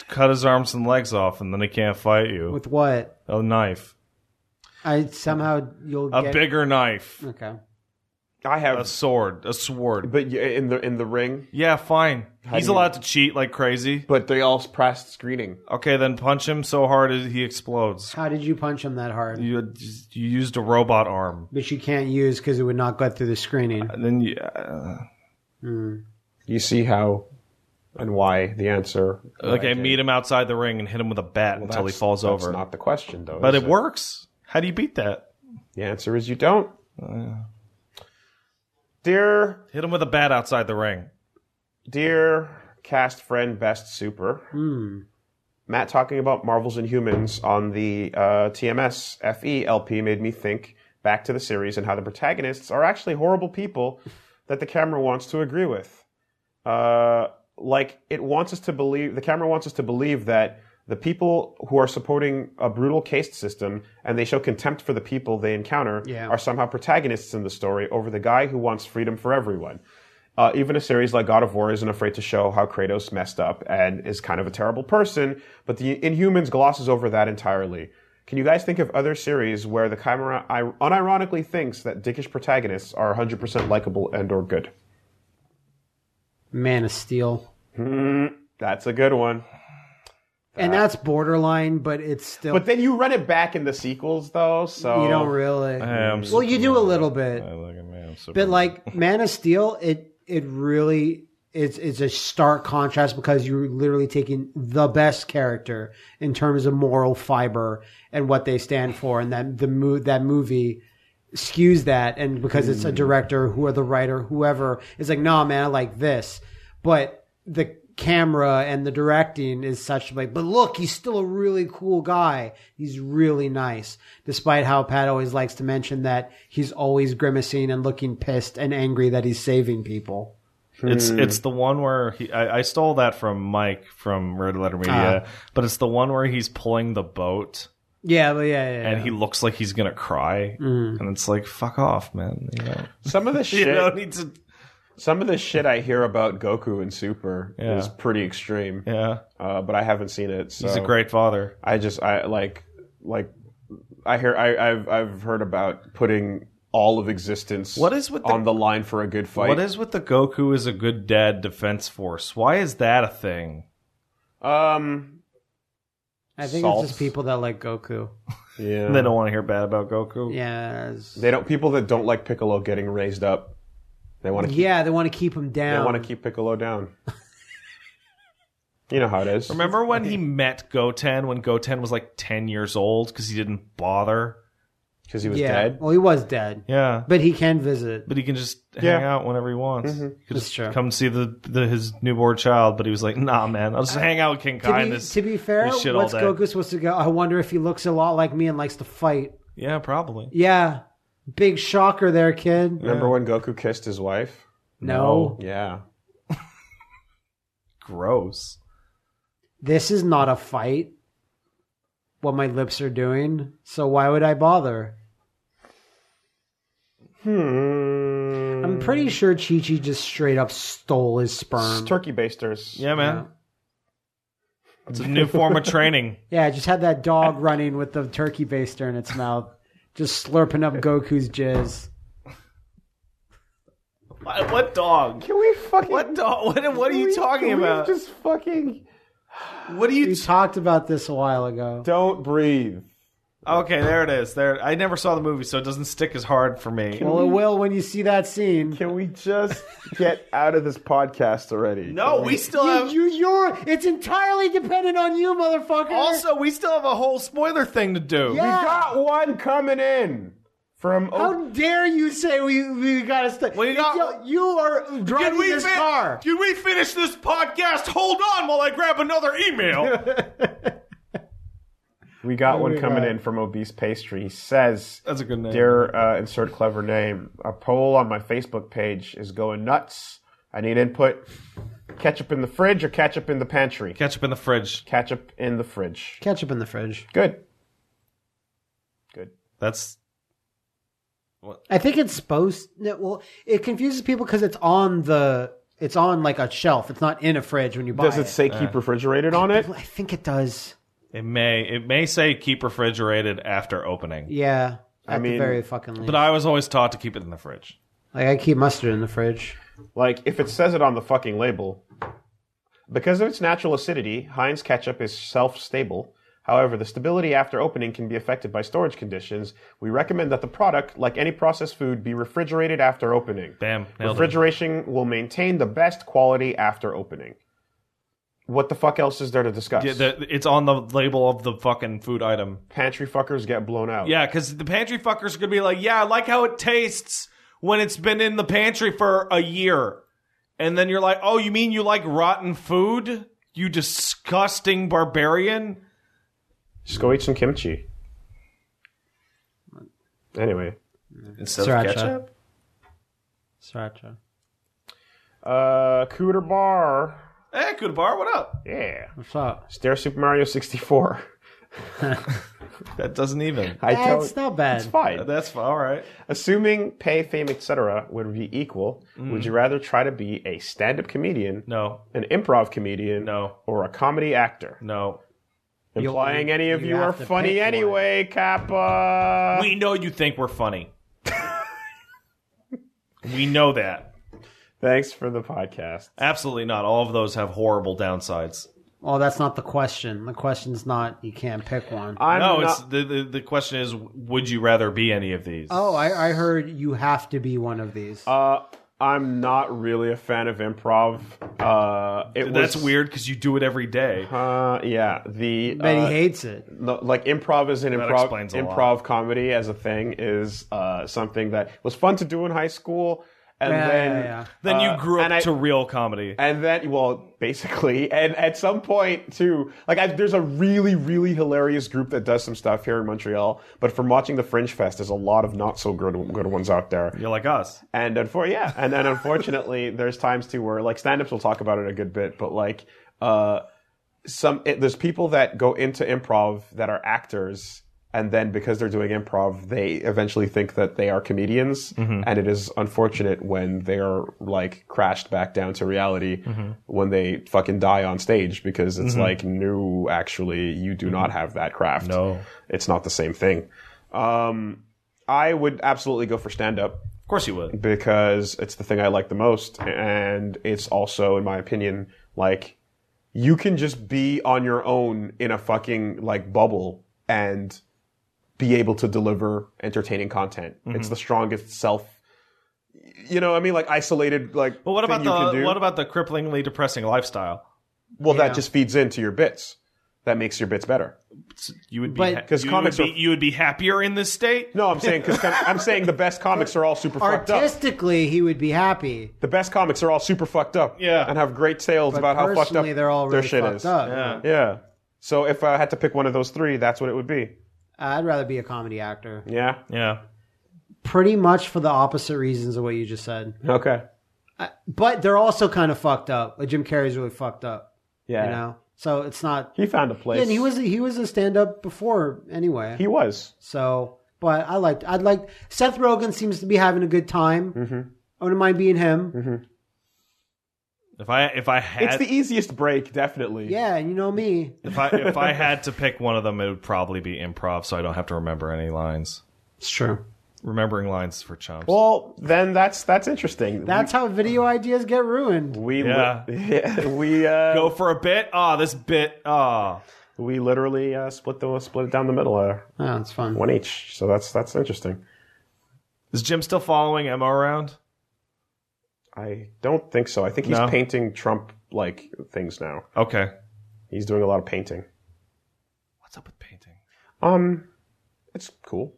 S1: Cut his arms and legs off, and then he can't fight you.
S5: With what?
S1: A knife,
S5: I somehow you'll
S1: a
S5: get
S1: bigger knife,
S5: Okay.
S2: I
S1: a
S2: have,
S1: sword, a sword.
S2: but you- in the in the ring.
S1: Yeah, fine. He's
S2: do you-
S1: allowed to cheat like crazy.
S2: But they all pressed screening.
S1: Okay, then punch him so hard that he explodes.
S5: How did you punch him that hard?
S1: You you used a robot arm.
S5: Which you can't use because it would not go through the screening. Mm,
S1: And then you, uh,
S2: You see how and why the answer.
S1: okay, meet him outside the ring and hit him with a bat until he
S2: That's-
S1: falls
S2: that's
S1: over.
S2: not the question, though.
S1: but
S2: is
S1: it works. How do you beat that?
S2: The answer is you don't.
S1: Oh,
S2: Dear,
S1: Hit him with a bat outside the ring.
S2: dear cast friend, best super.
S5: mm.
S2: Matt talking about Marvels and Humans on the uh, TMS FE LP E made me think back to the series and how the protagonists are actually horrible people that the camera wants to agree with. Uh, like it wants us to believe the camera wants us to believe that the people who are supporting a brutal caste system and they show contempt for the people they encounter are somehow protagonists in the story over the guy who wants freedom for everyone. Uh, even a series like God of War isn't afraid to show how Kratos messed up and is kind of a terrible person, but the Inhumans glosses over that entirely. Can you guys think of other series where the chimera I- unironically thinks that dickish protagonists are 100% likable and or good?
S5: Man of Steel.
S2: That's a good one.
S1: Uh,
S3: and that's borderline, but it's still
S2: But then you run it back in the sequels, though. So
S3: you don't really.
S1: oh, am
S3: well, you do a little bit, but like Man of Steel, it it really it's it's a stark contrast because you're literally taking the best character in terms of moral fiber and what they stand for, and that the mo- that movie skews that, and because it's a director, who or the writer, whoever is like, nah, man, I like this, but the camera and the directing is such like, but look, he's still a really cool guy. He's really nice, despite how Pat always likes to mention that he's always grimacing and looking pissed and angry that he's saving people.
S1: It's it's the one where he, I, I stole that from Mike from Red Letter Media, but it's the one where he's pulling the boat
S3: Yeah, but yeah, yeah.
S1: and he looks like he's gonna cry, and it's like fuck off, man. You, know?
S2: some of the
S1: you
S2: shit.
S1: don't need to.
S2: Some of the shit I hear about Goku and Super
S1: Yeah.
S2: is pretty extreme.
S1: Yeah,
S2: Uh, but I haven't seen it. So
S1: he's a great father.
S2: I just I like like I hear I, I've I've heard about putting all of existence
S1: What is with the-
S2: on the line for a good fight.
S1: What is with the Goku is a good dad defense force? Why is that a thing?
S2: um
S3: I think
S2: Salt.
S3: it's just people that like Goku.
S2: yeah
S1: They don't want to hear bad about Goku.
S3: Yeah, it's-
S2: they don't people that don't like Piccolo getting raised up. They want to keep
S3: yeah, they want to keep him
S2: they
S3: down.
S2: want to keep Piccolo down. you know how it is.
S1: Remember when he met Goten when Goten was like ten years old because he didn't bother?
S2: Because he was
S3: yeah.
S2: dead.
S3: Well, he was dead,
S1: Yeah,
S3: but he can visit.
S1: but he can just
S2: Yeah.
S1: hang out whenever he wants. He could
S3: That's
S1: just
S3: true.
S1: come see the, the his newborn child, but he was like, "Nah, man, I'll just hang out with King
S3: Uh, To
S1: Kai."
S3: be,
S1: and this,
S3: to be fair,
S1: this
S3: what's
S1: shit all day.
S3: Goku supposed to go? I wonder if he looks a lot like me and likes to fight.
S1: yeah, probably.
S3: Yeah, big shocker there, kid.
S2: Remember when Goku kissed his wife?
S3: No.
S2: Yeah.
S1: Gross.
S3: this is not a fight. What my lips are doing, so why would I bother?
S2: Hmm.
S3: I'm
S1: Mm.
S3: pretty sure Chi Chi just straight up stole his sperm.
S2: Turkey basters.
S1: Yeah, man. It's a new form of training.
S3: yeah, I just had that dog running with the turkey baster in its mouth, just slurping up Goku's jizz.
S1: what, what dog?
S2: Can we fucking?
S1: What dog? What, what are
S2: can
S1: you
S2: we-
S1: talking
S2: can we
S1: about?
S2: Just fucking
S1: What are you?
S3: We talked about this a while ago.
S2: don't breathe.
S1: okay, there it is. There. I never saw the movie, so it doesn't stick as hard for me.
S3: Well, it will when you see that scene.
S2: Can we just get out of this podcast already?
S1: no, we still
S3: You,
S1: have.
S3: you, you're. It's entirely dependent on you, motherfucker.
S1: also, we still have a whole spoiler thing to do.
S3: Yeah.
S2: we got one coming in from.
S3: How dare you say we we gotta stop?
S1: We got-
S3: you, you are driving this
S1: fin-
S3: car.
S1: Can we finish this podcast? Hold on while I grab another email.
S2: we got one
S3: we
S2: coming
S3: got?
S2: in from obese pastry. He says,
S1: That's a good name.
S2: "Dear uh, insert clever name, a poll on my Facebook page is going nuts. I need input. Ketchup in the fridge or ketchup in the pantry?
S1: Ketchup in the fridge.
S2: Ketchup in the fridge.
S3: Ketchup in the fridge.
S2: Good. Good.
S1: That's
S3: I think it's supposed. no, Well, it confuses people because it's on the. It's on like a shelf. It's not in a fridge when you buy
S2: Does it say keep refrigerated on it?
S3: I think it does.
S1: it. May it may say keep refrigerated after opening,
S3: Yeah. At
S2: mean-
S3: the very fucking least.
S1: but I was always taught to keep it in the fridge.
S3: like I keep mustard in the fridge.
S2: Like, if it says it on the fucking label. Because of its natural acidity, Heinz ketchup is self stable. However, the stability after opening can be affected by storage conditions. We recommend that the product, like any processed food, be refrigerated after opening.
S1: Bam, nailed it.
S2: Refrigeration will maintain the best quality after opening. What the fuck else is there to discuss?
S1: Yeah, the- it's on the label of the fucking food item.
S2: Pantry fuckers get blown out.
S1: Yeah, because the pantry fuckers are gonna be like, yeah, I like how it tastes when it's been in the pantry for a year, and then you're like, oh, you mean you like rotten food? You disgusting barbarian.
S2: Just go eat some kimchi. Anyway.
S1: Instead
S3: Sriracha. ketchup? Sriracha.
S2: Uh, Cooter Bar.
S1: Hey, Kudabar, what up?
S2: Yeah.
S3: What's up?
S2: Stare Super Mario 64.
S1: That doesn't even.
S2: I
S3: Eh,
S2: don't-
S3: it's not bad.
S2: It's fine.
S1: That's fi- all right.
S2: Assuming pay, fame, etc. would be equal, would you rather try to be a stand up comedian,
S1: No,
S2: an improv comedian,
S1: no,
S2: or a comedy actor?
S1: no.
S2: Implying any of
S3: you
S2: you, are
S3: have to pick
S2: funny
S3: one.
S2: anyway, Kappa.
S1: We know you think we're funny. we know that.
S2: Thanks for the podcast.
S1: Absolutely not. All of those have horrible downsides.
S5: Well, that's not the question. The question's not you can't pick one.
S2: I'm
S1: no,
S2: not-
S1: it's the, the the question is, would you rather be any of these?
S5: Oh, I, I heard you have to be one of these.
S2: Uh, I'm not really a fan of improv. Uh, it
S1: that's
S2: was-
S1: weird because you do it every day.
S2: Uh, yeah, the
S5: and
S2: uh,
S5: he hates it.
S2: no, like improv is an improv
S1: explains a lot.
S2: improv comedy as a thing is uh, something that was fun to do in high school, and
S5: Yeah,
S2: then
S5: yeah, yeah.
S1: Then
S2: uh,
S1: you grew up
S2: and I-
S1: to real comedy.
S2: and then, well, basically, and at some point too, like I, there's a really, really hilarious group that does some stuff here in Montreal. But from watching the Fringe Fest, there's a lot of not so good good ones out there.
S1: You're like us.
S2: And unfor- yeah, and then unfortunately, there's times too where like stand-ups will talk about it a good bit, but like uh, some it, there's people that go into improv that are actors, and then because they're doing improv, they eventually think that they are comedians, and it is unfortunate when they are like crashed back down to reality when they fucking die on stage because it's like no, actually, you do not have that craft.
S1: No.
S2: it's not the same thing. Um, I would absolutely go for stand-up
S1: Of course you would.
S2: because it's the thing I like the most, and it's also, in my opinion, like you can just be on your own in a fucking like bubble and be able to deliver entertaining content.
S1: Mm-hmm.
S2: It's the strongest self. You know, what I mean, like isolated, like.
S1: But what
S2: thing
S1: about
S2: you can
S1: the
S2: do.
S1: what about the cripplingly depressing lifestyle?
S2: well, that just feeds into your bits. That makes your bits better.
S1: You would be
S5: But-
S1: ha-
S2: 'Cause
S1: you
S2: comics
S1: would be,
S2: are-
S1: you would be happier in this state.
S2: No, I'm saying because I'm saying the best comics are all super fucked up.
S5: Artistically, he would be happy.
S2: The best comics are all super fucked up.
S1: Yeah.
S2: And have great tales about how fucked up
S5: Personally, they're all really
S2: their shit
S5: fucked
S2: is.
S5: up.
S2: Yeah. So if I had to pick one of those three, that's what it would be.
S5: Uh, I'd rather be a comedy actor.
S2: Yeah.
S1: Yeah.
S5: Pretty much for the opposite reasons of what you just said. Uh,
S2: Okay.
S5: But they're also kind of fucked up. Like Jim Carrey's really fucked up,
S2: Yeah.
S5: you know. So it's not.
S2: He found a place.
S5: And he was he was a stand up before anyway.
S2: He was.
S5: So, but I liked I'd like Seth Rogen seems to be having a good time.
S2: Mm-hmm.
S5: I wouldn't mind being him.
S1: If I if I had
S2: It's the easiest break, definitely.
S5: Yeah, and you know me.
S1: if I if I had to pick one of them, it would probably be improv, so I don't have to remember any lines.
S5: It's true.
S1: Remembering lines for chumps.
S2: Well, then that's that's interesting.
S5: That's how video ideas get ruined.
S2: we we
S1: Yeah.
S2: li- yeah, we uh,
S1: Go for a bit. Ah, this bit. Ah,
S2: we literally uh, split the split it down the middle, uh,
S5: Oh, it's fun.
S2: one each. So that's that's interesting.
S1: is Jim still following Emma around?
S2: I don't think so. I think he's
S1: No.
S2: painting Trump like things now.
S1: Okay.
S2: He's doing a lot of painting.
S1: What's up with painting?
S2: Um, it's cool.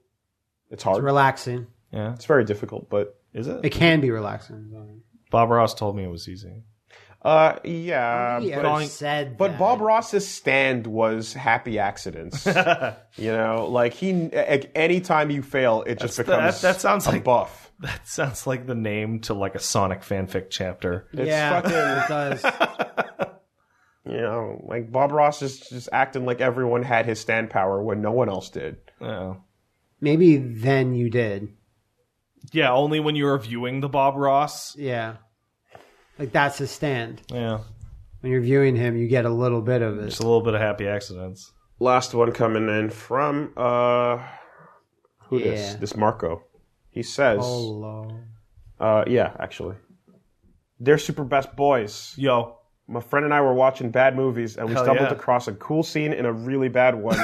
S2: It's hard.
S5: It's
S2: It's,
S5: relaxing.
S1: Yeah.
S2: very difficult, but
S1: Is it?
S5: It can be relaxing.
S1: Bob Ross told me it was easy.
S2: uh, yeah.
S5: He
S2: but-
S5: ever said
S2: But
S5: that.
S2: Bob Ross's stand was happy accidents. you know, like he, a- anytime you fail, it just
S1: That's-
S2: becomes
S1: that- that sounds
S2: a
S1: like-
S2: buff.
S1: That sounds like the name to like a Sonic fanfic chapter.
S2: It's
S5: yeah,
S2: fucking,
S5: it does.
S2: you know, like Bob Ross is just acting like everyone had his stand power when no one else did.
S1: Oh.
S5: Maybe then you did.
S1: Yeah, only when you're viewing the Bob Ross.
S5: Yeah. Like that's his stand.
S1: Yeah.
S5: When you're viewing him, you get a little bit of it.
S1: Just a little bit of happy accidents.
S2: Last one coming in from uh, who this?
S5: Yeah.
S2: This Marco. He says,
S5: Oh, Lord.
S2: uh, yeah, actually, they're super best boys.
S1: Yo.
S2: My friend and I were watching bad movies, and we
S1: Hell
S2: stumbled
S1: yeah.
S2: across a cool scene in a really bad one.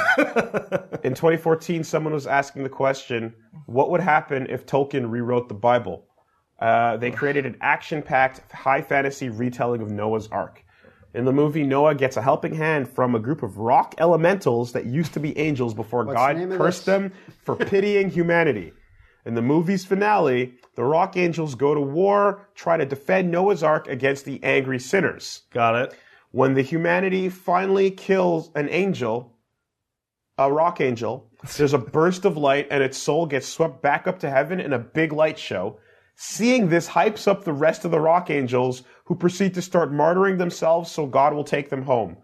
S2: in 2014, someone was asking the question, "What would happen if Tolkien rewrote the Bible?" Uh, they created an action-packed, high fantasy retelling of Noah's Ark. In the movie, Noah gets a helping hand from a group of rock elementals that used to be angels before God
S5: name of
S2: cursed
S5: this?
S2: them for pitying humanity. In the movie's finale, the rock angels go to war, try to defend Noah's Ark against the angry sinners
S1: Got it.
S2: when the humanity finally kills an angel, a rock angel, there's a burst of light and its soul gets swept back up to heaven in a big light show. Seeing this hypes up the rest of the rock angels who proceed to start martyring themselves so God will take them home.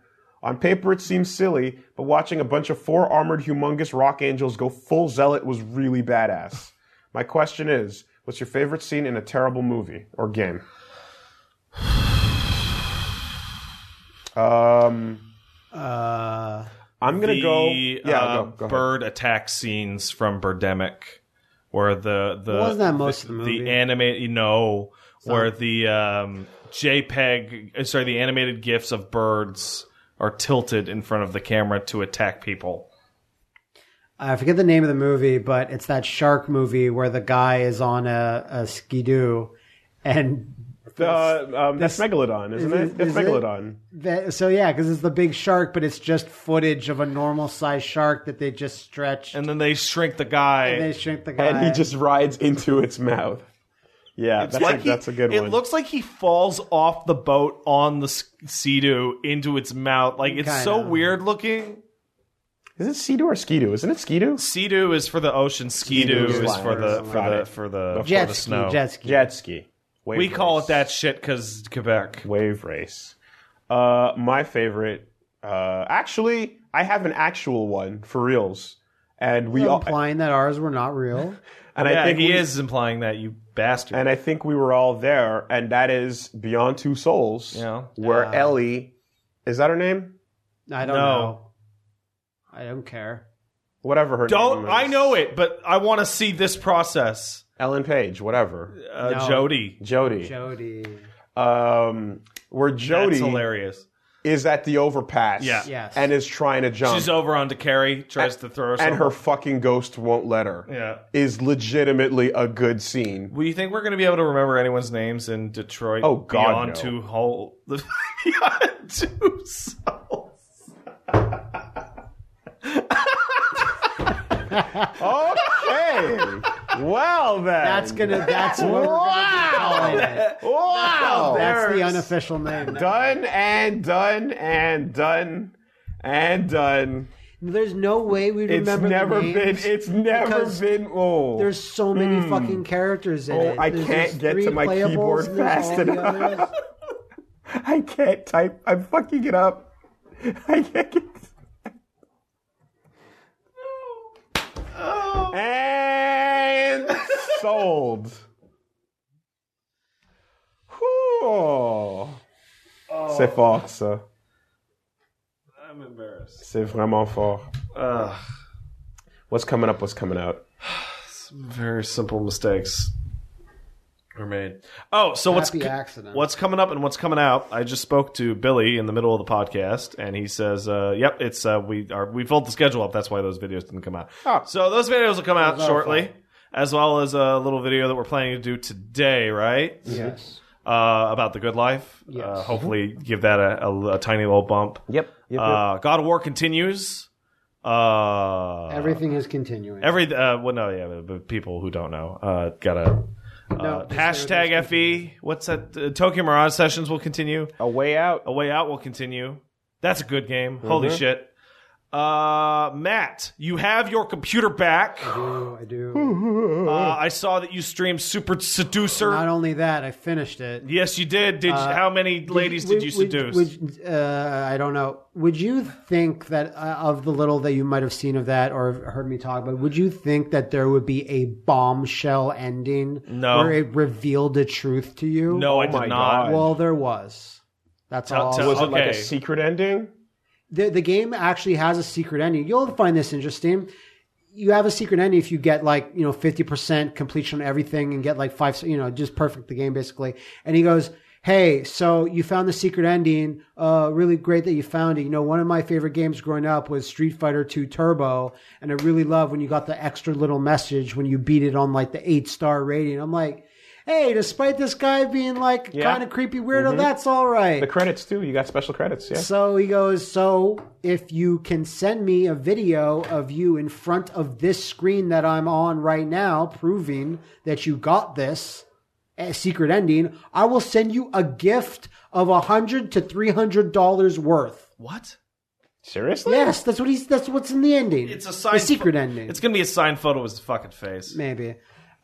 S2: On paper, it seems silly, but watching a bunch of four armored humongous rock angels go full zealot was really badass. My question is, what's your favorite scene in a terrible movie or game? Um,
S5: Uh,
S2: I'm gonna
S1: the,
S2: go. Yeah,
S1: uh,
S2: go, go ahead.
S1: bird attack scenes from Birdemic, where the the
S5: Wasn't that most of the movie?
S1: anime you know where the um, JPEG, uh, sorry, the animated gifs of birds are tilted in front of the camera to attack people.
S3: I forget the name of the movie, but it's that shark movie where the guy is on a, a skidoo and
S2: Uh, um, that's Megalodon, isn't
S3: is-
S2: it? That's
S3: is it?
S2: Megalodon.
S3: that, so yeah, because it's the big shark, but it's just footage of a normal sized shark that they just stretch and
S1: And then they shrink the guy.
S3: they shrink the guy.
S2: And he just rides into its mouth. Yeah, that's,
S1: like
S2: a,
S1: he-
S2: that's a good
S1: it
S2: one.
S1: looks like he falls off the boat on the Sea-Doo into its mouth. Like it's so
S3: Kinda.
S1: weird looking.
S2: Is it Sea-Doo or Skidoo? Isn't it Skidoo?
S1: Sea-Doo is for the ocean. Ski-Doo
S2: Ski-Doo
S1: is
S2: is
S1: for the
S2: fine.
S1: for
S2: Got
S1: the
S2: it.
S1: for the, for
S3: jet
S1: the
S3: ski,
S1: snow.
S3: jet ski.
S2: Jet ski. Wave
S1: we call
S2: race.
S1: it that shit because Quebec.
S2: Wave race. Uh, my favorite. Uh, actually, I have an actual one for reals, and we all
S3: implying that ours were not real.
S2: and I
S1: Yeah,
S2: think
S1: he
S2: we,
S1: is implying that you bastard.
S2: and I think we were all there, and that is Beyond Two Souls,
S1: Yeah.
S2: where Ellie is that her name?
S3: I don't
S1: No.
S3: know. I don't care.
S2: Whatever her name
S1: Don't
S2: is.
S1: I know it, but I want to see this process.
S2: Ellen Page, whatever.
S1: Uh,
S3: No.
S1: Jody,
S2: Jody.
S3: Jody.
S2: um, where
S1: that's
S2: Jody
S1: hilarious.
S2: is at the overpass,
S1: Yeah.
S3: Yes.
S2: and is trying to jump,
S1: She's over on to Carrie, tries to throw
S2: and
S1: something.
S2: her fucking ghost won't let her.
S1: yeah.
S2: Is legitimately a good scene.
S1: Well, you think we're going to be able to remember anyone's names in Detroit?
S2: Oh, God,
S1: Beyond
S2: no.
S1: two whole, beyond two souls.
S2: Okay. well, then.
S3: That's gonna. That's what we're gonna be calling it.
S2: Wow.
S3: That's the
S2: Oh. There's-
S3: unofficial name.
S2: Done and done and done and done.
S3: There's no way we
S2: It's
S3: remember. the
S2: never been.
S3: names.
S2: It's never
S3: because
S2: been. Oh.
S3: There's so many fucking characters in
S2: Oh,
S3: it.
S2: I
S3: There's
S2: can't
S3: just
S2: get
S3: three
S2: to my
S3: playables,
S2: keyboard
S3: and there's
S2: fast
S3: all the
S2: enough.
S3: others.
S2: I can't type. I'm fucking it up. I can't get.
S3: Oh.
S2: And sold. Whew.
S3: Oh.
S2: C'est fort, ça.
S1: I'm embarrassed.
S2: C'est vraiment fort.
S1: Ugh,
S2: What's coming up? What's coming out?
S1: very simple mistakes were made. Oh, so what's
S3: Happy
S1: co-
S3: accident.
S1: What's coming up and what's coming out? I just spoke to Billy in the middle of the podcast, and he says, uh, "Yep, it's uh, we are we filled the schedule up. That's why those videos didn't come out.
S2: Oh.
S1: So those videos will come out shortly, as well as a little video that we're planning to do today, right?
S3: Yes.
S1: Uh, about the good life. Uh, hopefully, give that a, a, a tiny little bump.
S2: Yep. yep,
S1: Uh, God of War continues. Uh,
S3: Everything is continuing.
S1: Every uh, well, no, yeah, but, but people who don't know, uh, gotta uh,
S3: just
S1: hashtag fe. What's that? Uh, Tokyo Mirage Sessions will continue.
S2: A way out.
S1: A Way Out will continue. That's a good game. Holy
S3: Mm-hmm.
S1: shit. Uh, Matt, you have your computer back.
S3: Ooh, I do.
S1: Uh, I saw that you streamed Super Seducer.
S3: Not only that, I finished it.
S1: yes, you did. Did you, how many ladies did you
S3: Would-
S1: seduce?
S3: would- uh, I don't know. Would you think that uh, of the little that you might have seen of that or have heard me talk about? Would you think that there would be a bombshell ending
S1: No.
S3: where it revealed the truth to you?
S1: no, I
S2: my
S1: did not.
S2: God.
S3: oh Well, there was. That's
S1: Tell-
S3: all.
S1: tell-
S2: Was it like
S1: Okay.
S2: a secret ending?
S3: the, the game actually has a secret ending. You'll find this interesting. You have a secret ending if you get like, you know, 50% completion on everything and get like five, you know, just perfect the game basically. And he goes, Hey, so you found the secret ending. Uh, really great that you found it. You know, one of my favorite games growing up was Street Fighter 2 Turbo. And I really love when you got the extra little message when you beat it on like the eight star rating. I'm like, Hey, despite this guy being like kind of creepy weirdo, that's all right.
S2: The credits too. You got special credits. Yeah.
S3: So he goes, So if you can send me a video of you in front of this screen that I'm on right now, proving that you got this eh, secret ending, I will send you a gift of a hundred to three hundred dollars worth.
S1: what?
S2: Seriously?
S3: Yes, that's what he's that's what's in the ending.
S1: It's a
S3: the
S1: sign.
S3: secret ending.
S1: It's gonna be a signed photo with his fucking face.
S3: maybe.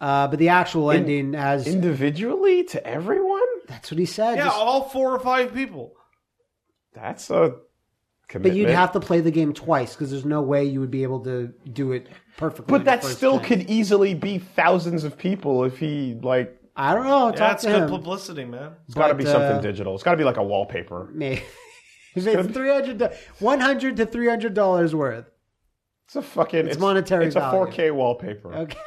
S3: Uh, but the actual ending has
S2: Individually to everyone?
S3: that's what he said.
S1: yeah,
S3: just-
S1: all four or five people.
S2: That's a
S3: but
S2: commitment.
S3: you'd have to play the game twice because there's no way you would be able to do it perfectly.
S2: But
S3: the
S2: that
S3: first
S2: still
S3: time.
S2: could easily be thousands of people if he like.
S3: I don't know. Talk
S1: That's
S3: to
S1: good
S3: him.
S1: publicity, man.
S2: It's got to be
S3: But,
S2: something
S3: uh,
S2: digital. It's got to be like a wallpaper.
S3: Maybe. If it's 300 do- 100 to 300 dollars worth.
S2: It's a fucking. It's,
S3: monetary
S2: It's a
S3: value.
S2: 4K wallpaper.
S3: Okay.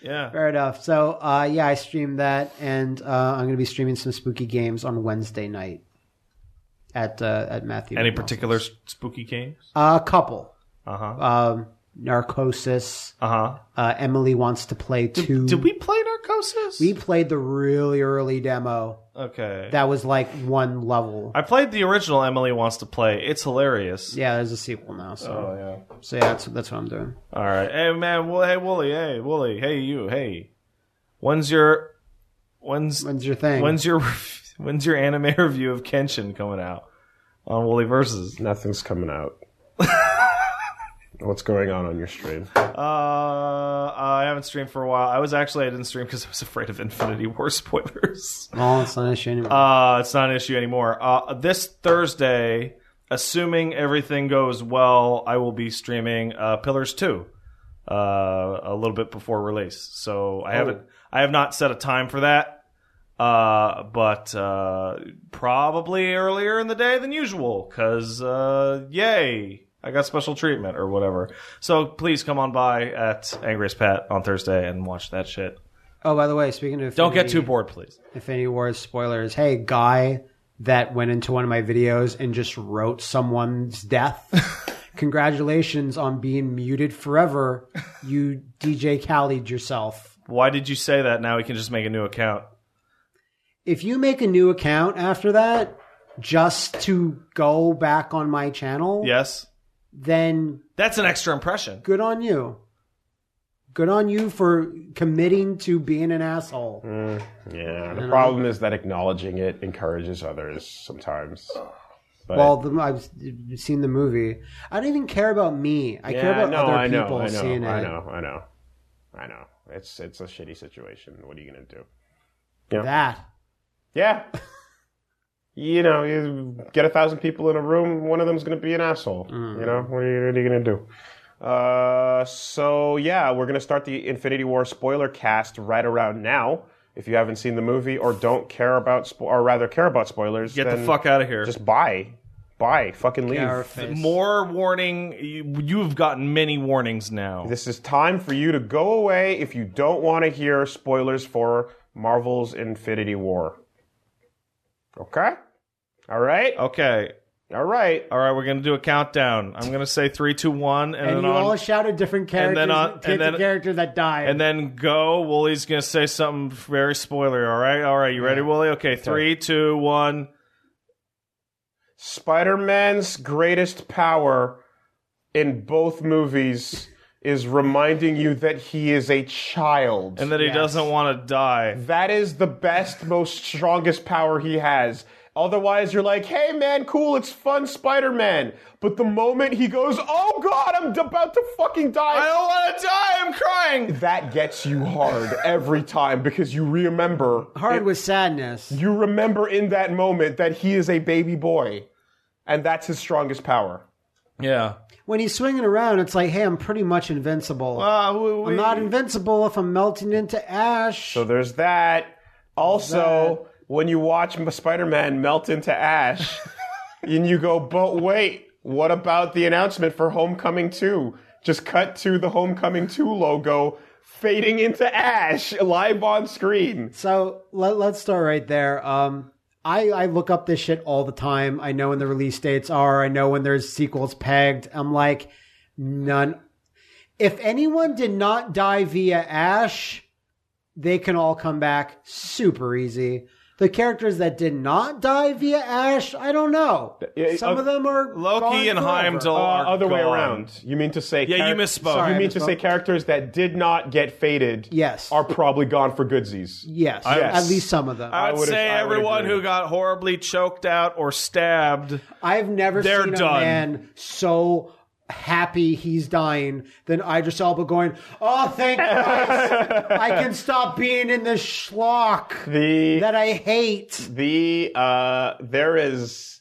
S1: Yeah.
S3: Fair enough. So, uh, yeah, I streamed that, and uh, I'm going to be streaming some spooky games on Wednesday night at uh, at Matthew.
S1: Any
S3: Wilson's.
S1: particular s- spooky games?
S3: A couple.
S1: Uh huh.
S3: Um, Narcosis.
S1: Uh huh.
S3: Uh, Emily wants to play two.
S1: Did we play Narcosis?
S3: We played the really early demo.
S1: okay.
S3: That was like one level.
S1: I played the original Emily Wants to Play. It's hilarious.
S3: Yeah, there's a sequel now. So,
S1: Oh, yeah.
S3: so yeah, that's that's what I'm doing.
S1: All right. Hey, man. Wo- Hey, Wooly. Hey, Wooly. Hey, you. Hey. When's your. When's.
S3: When's your thing?
S1: When's your. When's your anime review of Kenshin coming out on Wooly Versus?
S2: Nothing's coming out. What's going on on your stream?
S1: Uh, I haven't streamed for a while. I was actually I didn't stream because I was afraid of Infinity War spoilers.
S3: Oh, it's not an issue anymore.
S1: Uh, it's not an issue anymore. Uh, this Thursday, assuming everything goes well, I will be streaming uh, Pillars Two, uh, a little bit before release. So I haven't, I have not set a time for that, uh, but uh, probably earlier in the day than usual. Cause uh, yay, I got special treatment or whatever. So please come on by at Angriest Pat on Thursday and watch that shit.
S3: oh, by the way, speaking of
S1: Don't get
S3: Infinity-
S1: too bored, please.
S3: Infinity War spoilers. Hey, guy that went into one of my videos and just wrote someone's death. Congratulations on being muted forever. You DJ Khaled'd yourself.
S1: Why did you say that? Now we can just make a new account.
S3: If you make a new account after that, just to go back on my channel,
S1: Yes.
S3: then
S1: That's an extra impression.
S3: good on you. Good on you for committing to being an asshole.
S2: Yeah. The problem is that acknowledging it encourages others sometimes. But
S3: Well, the, I've seen the movie. I don't even care about me. I care
S2: yeah,
S3: about
S2: no,
S3: other
S2: I know,
S3: people
S2: I know,
S3: seeing it.
S2: I know, I know, I know. It's it's a shitty situation. What are you gonna do?
S3: That.
S2: Yeah. you know, you get a thousand people in a room, one of them's going to be an asshole.
S3: Mm.
S2: You know, what are you, what are you going to do? Uh, so yeah, we're going to start the Infinity War spoiler cast right around now. If you haven't seen the movie or don't care about, spo- or rather care about spoilers,
S1: Get the
S2: then
S1: fuck out of here.
S2: Just buy, buy, fucking leave.
S1: More warning. You, you've gotten many warnings now.
S2: This is time for you to go away if you don't want to hear spoilers for Marvel's Infinity War. Okay? All right?
S1: Okay.
S2: All right.
S1: All right. We're gonna do a countdown. I'm gonna say three, two, one, and,
S3: And
S1: then
S3: you
S1: on,
S3: all shouted different
S1: and
S3: characters.
S1: then
S3: And
S1: on- and then-
S3: the character that died.
S1: and then go. Wooly's gonna say something very spoiler. All right. All right. You ready, Wooly? Okay. Three, two, one.
S2: Spider Man's greatest power in both movies is reminding you that he is a child.
S1: And that he doesn't want to die.
S2: that is the best, most strongest power he has. Otherwise, you're like, hey man, cool, it's fun Spider Man. But the moment he goes, oh god, I'm d- about to fucking die.
S1: I don't want to die. I'm crying.
S2: that gets you hard every time because you remember
S3: Hard with sadness.
S2: you remember in that moment that he is a baby boy and that's his strongest power
S1: Yeah.
S3: When he's swinging around, it's like, hey, I'm pretty much invincible.
S1: Uh, we, we,
S3: I'm not invincible if I'm melting into ash.
S2: so there's that also when you watch M- spider-man melt into ash and you go but wait what about the announcement for homecoming 2 just cut to the homecoming 2 logo fading into ash live on screen
S3: So let, let's start right there. Um, I, I look up this shit all the time. I know when the release dates are. I know when there's sequels pegged. I'm like, none. If anyone did not die via Ash, they can all come back super easy. The characters that did not die via Ash, I don't know.
S2: Yeah,
S3: Some
S2: uh,
S3: of them are
S1: Loki
S3: gone
S1: and
S3: forever.
S1: Heimdall
S2: Uh,
S1: are
S2: other way
S1: gone.
S2: around you mean to say
S1: Yeah, you
S2: charac-
S1: misspoke.
S3: Sorry,
S2: You
S3: I
S2: mean to
S3: misspoke.
S2: say characters that did not get faded
S3: Yes.
S2: are probably gone for goodsies.
S3: yes.
S2: Yes.
S3: At least some of them.
S1: I would,
S2: I would-
S1: say
S2: I would
S1: everyone
S2: agree.
S1: who got horribly choked out or stabbed.
S3: I've never
S1: They're
S3: seen
S1: done.
S3: a man so happy he's dying than Idris Elba going, "Oh, thank Christ, I can stop being in this schlock
S2: The
S3: that I hate."
S2: the uh there is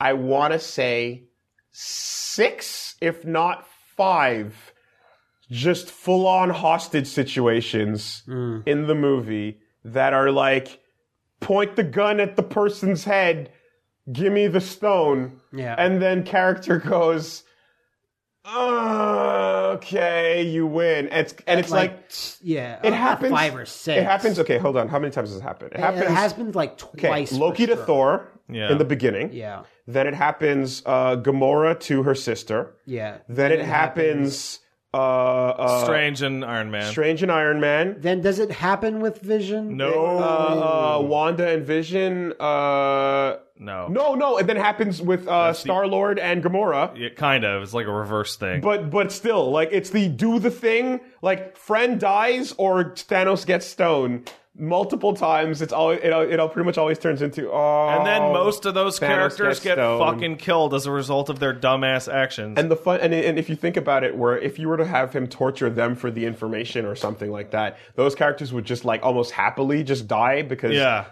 S2: I want to say 6 if not 5 just full-on hostage situations
S1: Hmm.
S2: in the movie that are like point the gun at the person's head, give me the stone.
S3: Yeah,
S2: and then character goes, uh, okay, you win. And it's, and it's like,
S3: yeah,
S2: it
S3: uh,
S2: happens.
S3: five or six.
S2: It happens. Okay, hold on. How many times does it happen? It
S3: It-
S2: happens.
S3: It has been like
S2: okay,
S3: twice. for
S2: Loki to
S3: sure.
S2: Thor
S1: Yeah.
S2: in the beginning.
S3: Yeah,
S2: Then it happens uh, Gamora to her sister.
S3: yeah.
S2: Then it happens uh, uh,
S1: Strange and Iron Man.
S2: Strange and Iron Man.
S3: Then does it happen with Vision?
S1: no,
S2: Uh, uh, Wanda and Vision. Uh,
S1: no,
S2: no, no. It then happens with uh, Star Lord and Gamora.
S1: Yeah, kind of. It's like a reverse thing.
S2: But but still, like it's the do the thing. Like friend dies or Thanos gets stoned multiple times. It's always it, it all pretty much always turns into oh.
S1: and then most of those
S2: Thanos
S1: characters
S2: gets
S1: get
S2: stoned.
S1: fucking killed as a result of their dumbass actions.
S2: And the fun, and, and if you think about it, where if you were to have him torture them for the information or something like that, those characters would just like almost happily just die because
S1: Yeah.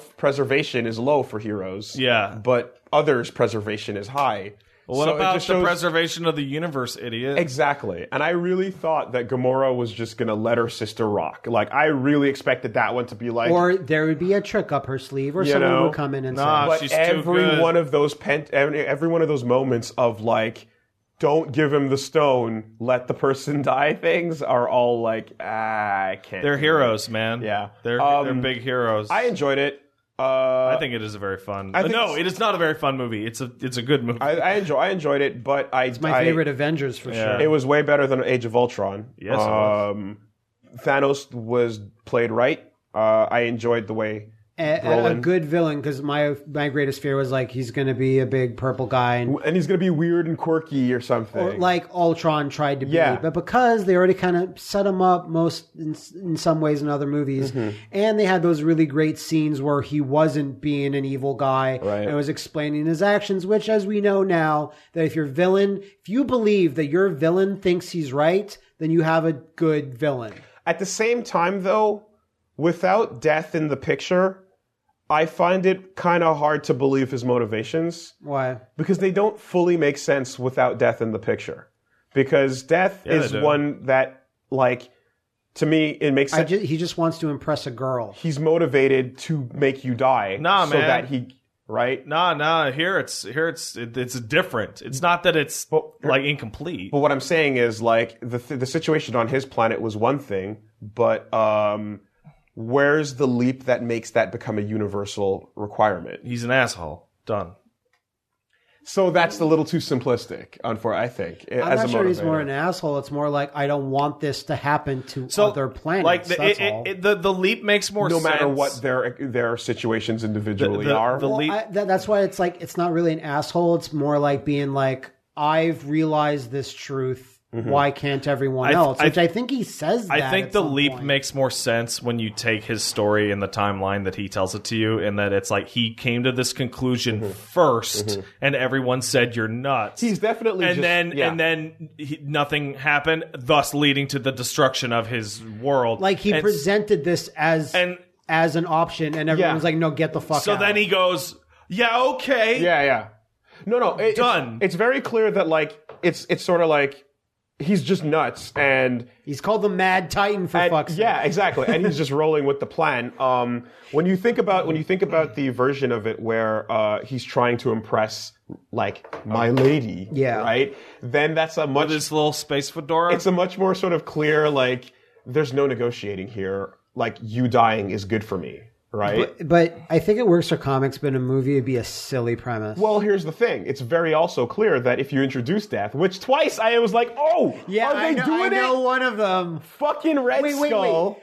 S2: self-preservation is low for heroes.
S1: Yeah.
S2: but others' preservation is high.
S1: what
S2: So it
S1: about the
S2: just shows-
S1: preservation of the universe, idiot?
S2: Exactly, and I really thought that Gamora was just gonna let her sister rock. Like I really expected that one to be like,
S3: Or there would be a trick up her sleeve, or
S2: You
S3: someone
S2: know,
S3: would come in and
S1: nah,
S3: say,
S2: but
S1: she's too
S2: every
S1: good.
S2: one of those pent, every, every one of those moments of like, don't give him the stone, let the person die. Things are all like, ah, I can't.
S1: They're
S2: do
S1: heroes, man.
S2: Yeah.
S1: they're they're
S2: Um,
S1: big heroes.
S2: it. I enjoyed it. Uh,
S1: I think it is a very fun. uh,
S2: think
S1: no,
S2: it's-
S1: it is not a very fun movie. It's a it's a good movie.
S2: I, I enjoy. I enjoyed it, but I. It's
S3: "My favorite Avengers for
S1: Yeah.
S3: sure."
S2: It was way better than Age of Ultron.
S1: Yes, it was.
S2: Um, Thanos was played right. Uh, I enjoyed the way.
S3: A, a- a
S2: Brolin.
S3: good villain, because my my greatest fear was like he's going to be a big purple guy, and
S2: And he's gonna be weird and quirky or something.
S3: or like Ultron tried to be,
S2: Yeah.
S3: but because they already kind of set him up most in, s- in some ways in other movies,
S2: Mm-hmm.
S3: and they had those really great scenes where he wasn't being an evil guy
S2: Right.
S3: and was explaining his actions, which, as we know now, that if your villain, if you believe that your villain thinks he's right, then you have a good villain.
S2: At the same time, though, without death in the picture, I find it kind of hard to believe his motivations
S3: Why?
S2: because they don't fully make sense without death in the picture. Because death
S1: they
S2: is
S1: do.
S2: one that, like, to me, it makes
S3: I
S2: sense.
S3: ju- he just wants to impress a girl.
S2: He's motivated to make you die,
S1: Nah,
S2: so
S1: man.
S2: that he right.
S1: nah, nah. Here it's here it's it, it's different. It's not that it's
S2: But-
S1: like incomplete.
S2: But what I'm saying is, like, the th- the situation on his planet was one thing, but um, where's the leap that makes that become a universal requirement?
S1: He's an asshole. Done.
S2: So that's a little too simplistic, unfor I think. eh,
S3: I'm
S2: as
S3: not
S2: a
S3: sure he's
S2: motivator.
S3: more an asshole. It's more like I don't want this to happen to
S1: So
S3: other planets.
S1: like the
S3: that's
S1: it, it-
S3: all.
S1: it- the the leap makes more
S2: no
S1: sense.
S2: matter what their their situations individually
S1: The- the-
S2: are.
S1: the leap.
S3: I, that, that's why it's like it's not really an asshole. It's more like being like, I've realized this truth. Why can't everyone
S1: Mm-hmm. I th-
S3: else?
S1: I
S3: Which I, think he says. That
S1: I think
S3: at
S1: the
S3: some
S1: leap
S3: point.
S1: makes more sense when you take his story and the timeline that he tells it to you, and that it's like he came to this conclusion 1st and everyone said you're nuts.
S2: He's definitely
S1: and
S2: just-
S1: then
S2: yeah.
S1: and then he, nothing happened, thus leading to the destruction of his world.
S3: like he
S1: and,
S3: presented this as
S1: and
S3: as an option, and everyone
S2: Yeah.
S3: was like, "No, get the fuck."
S1: so
S3: out.
S1: then he goes, "Yeah, okay,
S2: yeah, yeah. No, no. it- it's-
S1: Done.
S2: It's, very clear that like it's it's sort of like he's just nuts and,
S3: he's called the Mad Titan for
S2: and-
S3: fuck's sake.
S2: yeah, exactly. And he's just rolling with the plan. Um, when you think about when you think about the version of it where uh, he's trying to impress like my lady,
S3: Uh, Yeah.
S2: right? Then that's a much
S1: this little space fedora."
S2: it's a much more sort of clear like there's no negotiating here like you dying is good for me right
S3: But I think it works for comics, but in a movie, it'd be a silly premise.
S2: well here's the thing it's very also clear that if you introduce death which twice i was like oh
S3: yeah,
S2: are they
S3: I know,
S2: doing
S3: I know
S2: it
S3: one of them.
S2: fucking red
S3: Wait, wait, wait.
S2: skull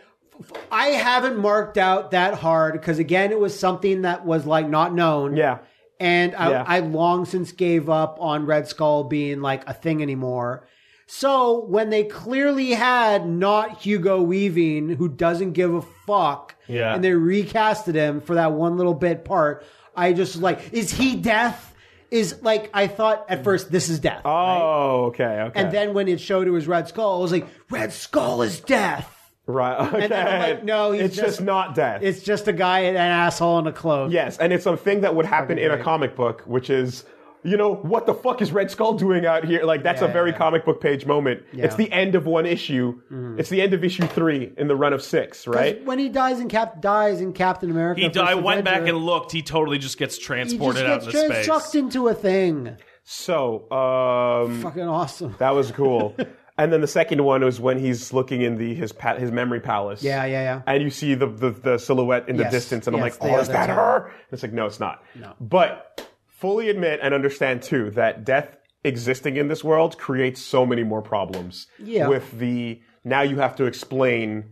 S3: I haven't marked out that hard because again, it was something that was like not known.
S2: yeah
S3: And I,
S2: Yeah.
S3: I long since gave up on Red Skull being like a thing anymore. So when they clearly had not Hugo Weaving, who doesn't give a fuck,
S1: Yeah.
S3: and they recasted him for that one little bit part, I just was like, is he death? Is like I thought at first this is death.
S2: oh okay okay
S3: and then when it showed it was Red Skull, I was like, Red Skull is death.
S2: right okay
S3: then I'm like, no, he's
S2: it's just,
S3: just-
S2: not death
S3: It's just a guy and an asshole in a cloak.
S2: yes and it's a thing that would happen in a comic book which is you know what the fuck is Red Skull doing out here? Like that's a very comic book page moment. It's the end of one issue.
S3: Mm-hmm.
S2: It's the end of issue three in the run of six, right?
S3: When he dies in Cap dies in Captain America,
S1: he,
S3: First
S1: I went back
S3: Avenger,
S1: and looked. He totally just gets
S3: he just
S1: transported
S3: gets
S1: out into
S3: just
S1: space.
S3: sucked into a thing.
S2: So, um,
S3: Fucking awesome.
S2: that was cool. And then the second one was when he's looking in the his pa- his memory palace.
S3: Yeah, yeah, yeah.
S2: And you see the the, the silhouette in the
S3: Yes,
S2: distance, and I'm like,
S3: yes, the
S2: oh, is
S3: other
S2: that
S3: time.
S2: her? And it's like, no, it's not.
S3: No.
S2: But fully admit and understand too that death existing in this world creates so many more problems.
S3: Yeah.
S2: With the now you have to explain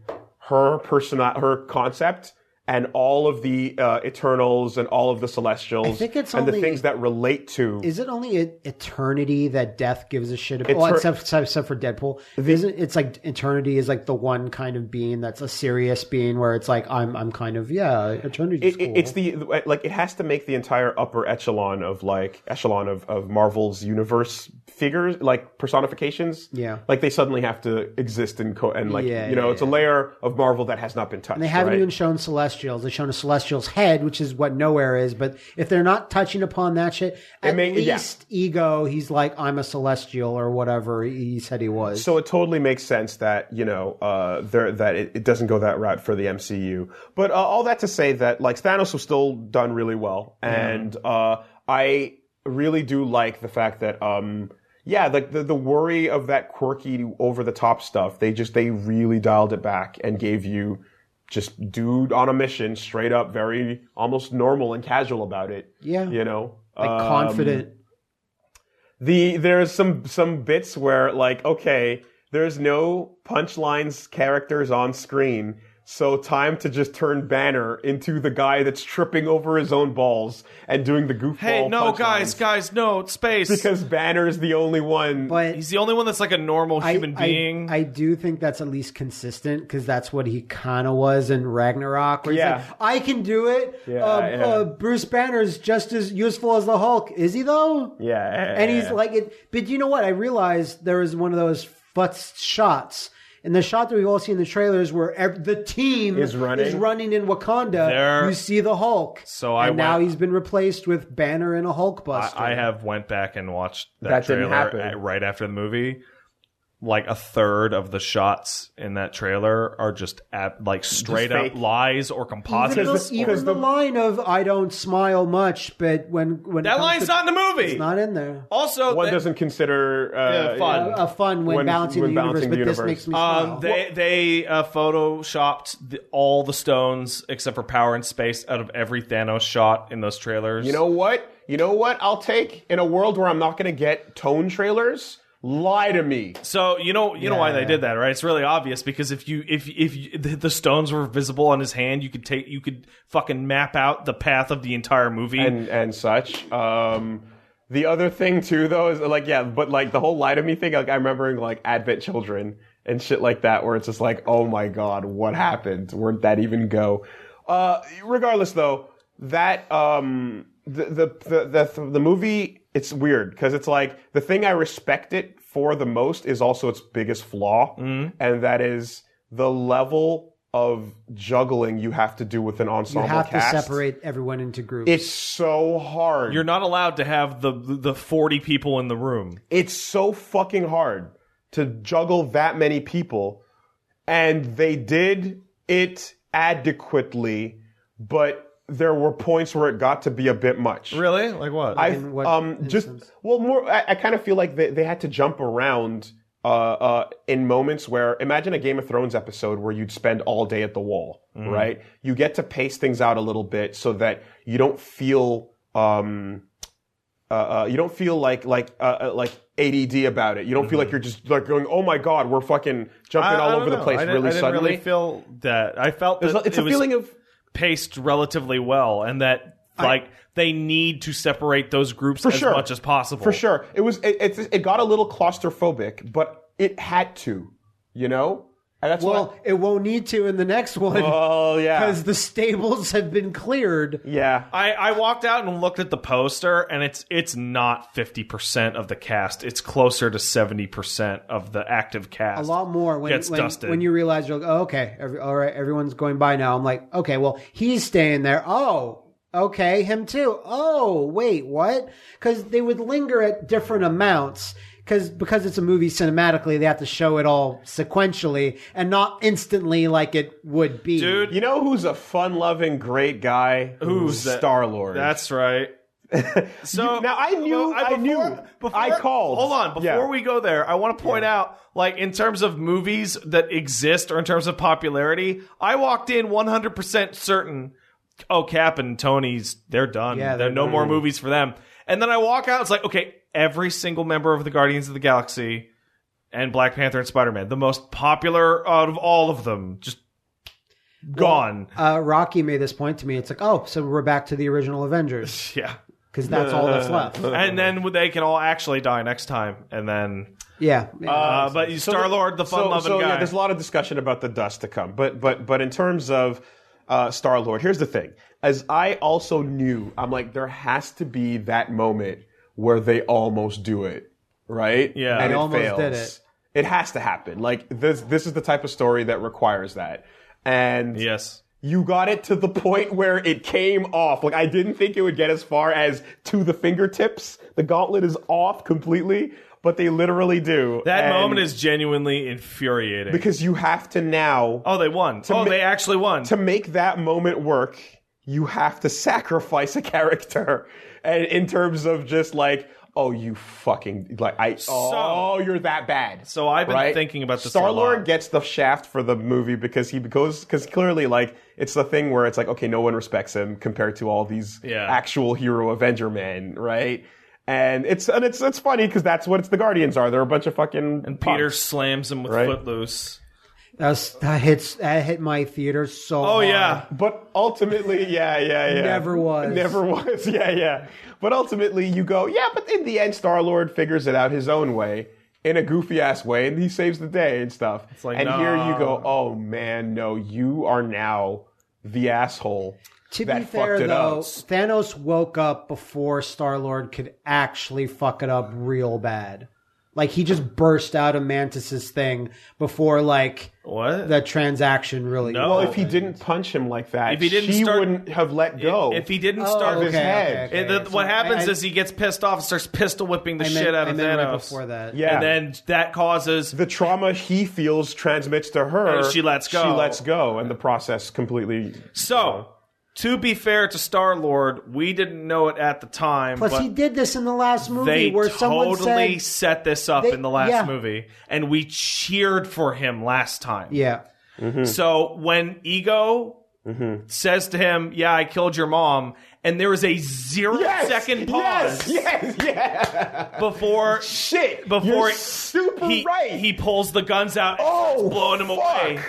S2: her persona, her concept. And all of the uh, Eternals and all of the Celestials
S3: I think it's
S2: and the
S3: only-
S2: things that relate to
S3: Is it only e- eternity that death gives a shit about? Well,
S2: Eter-
S3: except, except, except for Deadpool, isn't it's like eternity is like the one kind of being that's a serious being where it's like I'm I'm kind of yeah eternity.
S2: it, it- it's the like it has to make the entire upper echelon of like echelon of, of Marvel's universe figures like personifications.
S3: Yeah.
S2: like they suddenly have to exist in co- and like
S3: Yeah,
S2: you know
S3: yeah,
S2: it's a layer of Marvel that has not been touched.
S3: They haven't
S2: right?
S3: even shown Celestials. They've shown a Celestial's head, which is what Nowhere is. But if they're not touching upon that shit, at
S2: may- yeah.
S3: least Ego, he's like, I'm a Celestial or whatever he said he was.
S2: So it totally makes sense that you know uh, there that it, it doesn't go that route for the MCU. But uh, all that to say that like Thanos was still done really well, and uh, I really do like the fact that um, yeah, like the, the worry of that quirky over the top stuff, they just they really dialed it back and gave you just dude on a mission, straight up, very almost normal and casual about it.
S3: Yeah.
S2: you know,
S3: like
S2: Um,
S3: confident.
S2: the there's some some bits where like okay there's no punchlines characters on screen so time to just turn banner into the guy that's tripping over his own balls and doing the goofball
S1: Hey, no,
S2: punchlines.
S1: guys, guys, no, it's space.
S2: because banner is the only one
S3: But
S1: he's the only one that's like a normal
S3: I-
S1: human
S3: I,
S1: being.
S3: I, do think that's at least consistent because that's what he kind of was in Ragnarok. Where he's
S2: Yeah.
S3: like, I can do it.
S2: Yeah,
S3: um,
S2: yeah.
S3: Uh, Bruce Banner's just as useful as the Hulk. Is he though?
S2: yeah
S3: And he's like, it, but you know what? I realized there was one of those futz shots. And the shot that we've all seen in the trailers where ev- the team
S2: Is running.
S3: in Wakanda,
S1: There-
S3: you see the Hulk.
S1: So I
S3: and now
S1: went-
S3: he's been replaced with Banner and a Hulk buster.
S1: I, I have went back and watched that,
S2: That
S1: trailer
S2: didn't happen.
S1: at- right after the movie. Like a third of the shots in that trailer are just ab- like straight
S2: fake.
S1: up lies or
S3: even
S1: composites.
S3: the, even
S2: because
S3: the
S2: the-
S3: line of "I don't smile much," but when when it
S1: that
S3: comes
S1: line's
S3: to-
S1: not in the movie.
S3: it's not in there.
S1: Also,
S2: one
S1: they,
S2: doesn't consider uh,
S1: Yeah, fun.
S3: A fun when,
S2: When-
S3: balancing
S2: when
S3: the universe,
S2: balancing
S3: but
S2: the
S3: this
S2: universe.
S3: makes me smile.
S1: um, they they uh, photoshopped the, all the stones except for power and space out of every Thanos shot in those trailers.
S2: you know what you know what i'll take in a world where i'm not going to get tone trailers lie to me
S1: So you know you know why they did that, right? It's really obvious because if you if if you, the, the stones were visible on his hand, you could take you could fucking map out the path of the entire movie.
S2: and and such. Um, the other thing too, though, is like yeah, but like the whole lie to me thing. Like I remembering like Advent Children and shit like that, where it's just like, oh my god, what happened? Where'd that even go? Uh, regardless, though, that um, the the the the, the movie it's weird because it's like the thing I respect it for the most is also its biggest flaw, and that is the level of juggling you have to do with an
S3: you
S2: ensemble
S3: have
S2: cast.
S3: to separate everyone into groups.
S2: It's so hard.
S1: You're not allowed to have the the 40 people in the room.
S2: it's so fucking hard to juggle that many people. And they did it adequately, but there were points where it got to be a bit much.
S1: Really? Like what?
S2: I
S3: In what
S2: um just
S3: instance?
S2: well more I, I kind of feel like they, they had to jump around uh, uh, in moments where imagine a Game of Thrones episode where you'd spend all day at the wall,
S1: Mm.
S2: right? You get to pace things out a little bit so that you don't feel um uh, uh, you don't feel like like uh, uh, like ADD about it. You don't feel like you're just like going, oh my god, we're fucking jumping all over the place
S1: Mm-hmm. I didn't,
S2: really
S1: I didn't
S2: suddenly.
S1: really feel that. I felt that
S2: it's a- it's
S1: it
S2: a
S1: was
S2: feeling of
S1: paced relatively well, and that like they need to separate those groups as
S2: sure.
S1: much as possible.
S2: For sure, it was. It, it's it got a little claustrophobic, but it had to, you know. And that's
S3: well, it won't need to in the next one
S2: Why, oh yeah,
S3: because the stables have been cleared.
S2: yeah.
S1: I, I walked out and looked at the poster, and it's it's not fifty percent of the cast. It's closer to seventy percent of the active
S3: A
S1: cast.
S3: lot more when
S1: Gets
S3: when,
S1: dusted.
S3: when you realize you're like, oh, okay, every, all right, everyone's going by now. I'm like, okay, well, he's staying there. Oh, okay, him too. Oh, wait, what? Because they would linger at different amounts. Because because it's a movie cinematically, they have to show it all sequentially and not instantly like it would be.
S1: Dude,
S2: You know who's a fun-loving, great guy?
S1: Who's that?
S2: Star Lord?
S1: that's right. So
S2: now I knew-
S1: Well,
S2: I knew. I called.
S1: Hold on, before
S2: Yeah.
S1: we go there, I want to point out, like in terms of movies that exist or in terms of popularity, I walked in 100 percent certain. Oh, Cap and Tony's, they're done.
S3: Yeah,
S1: there are
S3: they're
S1: no
S3: done.
S1: more movies for them. And then I walk out. It's like, okay, every single member of the Guardians of the Galaxy and Black Panther and Spider Man, the most popular out of all of them, just gone.
S3: Uh, Rocky made this point to me. It's like, oh, so we're back to the original Avengers
S1: yeah.
S3: because that's all that's left.
S1: and then they can all actually die next time, and then.
S3: Yeah.
S1: Uh, but you Star Lord, the fun
S2: so,
S1: loving
S2: so,
S1: guy.
S2: Yeah, there's a lot of discussion about the dust to come, but but but in terms of uh, Star Lord, here's the thing: as I also knew, I'm like there has to be that moment where they almost do it, right?
S1: Yeah.
S2: and
S1: They
S2: it
S3: almost
S2: fails.
S3: did it.
S2: It has to happen. Like this, this is the type of story that requires that. And
S1: yes.
S2: you got it to the point where it came off. Like I didn't think it would get as far as to the fingertips. The gauntlet is off completely, but they literally do.
S1: That
S2: And-
S1: moment is genuinely infuriating.
S2: because you have to now
S1: oh, they won. Oh,
S2: ma-
S1: they actually won.
S2: to make that moment work, you have to sacrifice a character. And in terms of just like, oh, you fucking like I oh you're that bad.
S1: So I've been thinking about this a lot.
S2: Star Lord gets the shaft for the movie because he goes because clearly like it's the thing where it's like okay, no one respects him compared to all these
S1: Yeah.
S2: actual hero Avenger men, right? And it's and it's it's funny because that's what it's the Guardians are. They're a bunch of fucking
S1: and Peter
S2: punks.
S1: slams him with
S2: Right.
S1: Footloose.
S3: that, was, that hits. That hit my theater so.
S1: Oh, yeah.
S2: But ultimately, yeah, yeah, yeah.
S3: Never was.
S2: Never was. Yeah, yeah. But ultimately, you go, yeah, but in the end, Star Lord figures it out his own way in a goofy ass way and he saves the day and stuff.
S1: like,
S2: and here you go,
S1: no.
S2: oh man, no, you are now the asshole.
S3: To
S2: that
S3: be fair,
S2: fucked it
S3: though,
S2: up.
S3: Thanos woke up before Star Lord could actually fuck it up real bad. Like he just burst out of Mantis's thing before like
S1: What?
S3: the transaction really.
S1: No.
S2: Well, if he didn't punch him like that,
S1: If he didn't
S2: she
S1: start-
S2: wouldn't have let go.
S1: if he didn't
S3: Oh,
S1: start
S3: okay,
S2: his
S3: okay,
S2: head.
S3: okay.
S1: it- the-
S3: So
S1: what happens
S3: I- I-
S1: is he gets pissed off, and starts pistol whipping the
S3: I
S1: shit
S3: meant-
S1: out
S3: I
S1: of
S3: meant
S1: Thanos.
S3: right before that.
S2: Yeah.
S1: And then that causes
S2: the trauma he feels transmits to her.
S1: And she lets go.
S2: She lets go, and the process completely.
S1: So, to be fair to Star Lord, we didn't know it at the time.
S3: Plus,
S1: but
S3: he did this in the last movie
S1: they
S3: where someone
S1: totally
S3: said,
S1: set this up
S3: They-
S1: in the last
S3: yeah.
S1: movie, and we cheered for him last time.
S3: "Yeah,
S1: So when Ego says to him, "Yeah, I killed your mom," and there is a zero second
S2: Yes!
S1: pause
S2: Yes! Yes! Yeah!
S1: before
S2: Shit!
S1: before
S2: You're super
S1: he
S2: right.
S1: he pulls the guns out, and
S2: Oh,
S1: starts blowing him
S2: fuck.
S1: away.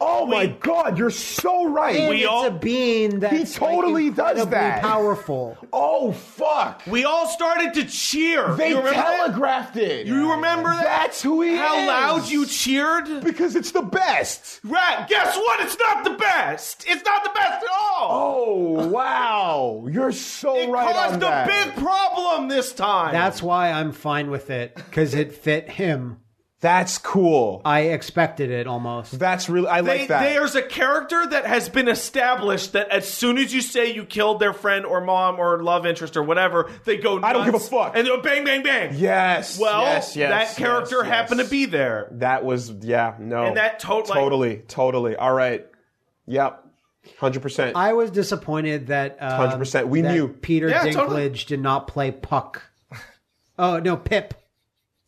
S2: Oh my god, you're so right.
S3: And
S1: We
S3: it's
S1: all-
S3: a being that
S2: totally does that.
S3: powerful."
S2: oh fuck.
S1: We all started to cheer.
S2: They
S1: you remember that?
S2: telegraphed it.
S1: You remember that?
S2: That's who he
S1: How
S2: is.
S1: loud you cheered?
S2: because it's the best.
S1: Right. Guess what? It's not the best. It's not the best at all.
S2: Oh wow. You're so
S1: it
S2: right
S1: caused
S2: on
S1: a
S2: that.
S1: big problem this time.
S3: That's why I'm fine with it because it fit him.
S2: That's cool. Uh,
S3: I expected it almost.
S2: That's really I
S1: They,
S2: like that.
S1: There's a character that has been established that as soon as you say you killed their friend or mom or love interest or whatever, they go. Nuts
S2: I don't give a fuck.
S1: And they go bang, bang, bang.
S2: yes.
S1: Well,
S2: yes, yes, yes,
S1: that character
S2: yes.
S1: happened to be there.
S2: That was yeah, no.
S1: And that tot- like-
S2: totally, totally. All right. Yep. 100%.
S3: I was disappointed that um,
S2: 100%. We
S3: that
S2: knew.
S3: Peter
S1: Yeah,
S3: Dinklage
S1: totally.
S3: did not play Puck. Oh no, Pip,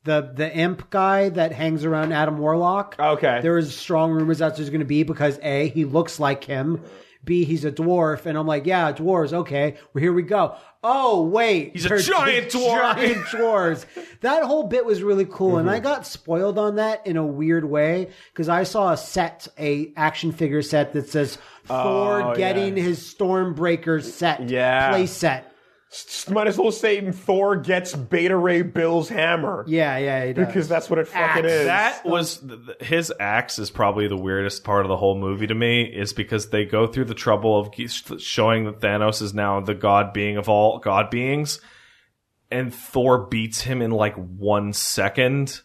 S3: the the imp guy that hangs around Adam Warlock.
S2: okay.
S3: There was strong rumors that's there's going to be because a he looks like him, b he's a dwarf, and I'm like, yeah, dwarves. Okay, well here we go. Oh wait,
S1: He's a
S3: they're
S1: giant dwarf.
S3: Giant dwarves. That whole bit was really cool, and I got spoiled on that in a weird way because I saw a set, a action figure set that says Thor
S2: Oh,
S3: getting
S2: yeah.
S3: his Stormbreaker set,
S2: Yeah.
S3: play set.
S2: Might as well say Thor gets Beta Ray Bill's hammer.
S3: Yeah, yeah, he does.
S2: Because that's what it fucking
S3: Axe.
S2: is.
S1: That was th- th- his axe is probably the weirdest part of the whole movie to me is because they go through the trouble of g- sh- showing that Thanos is now the god being of all god beings, and Thor beats him in like one second,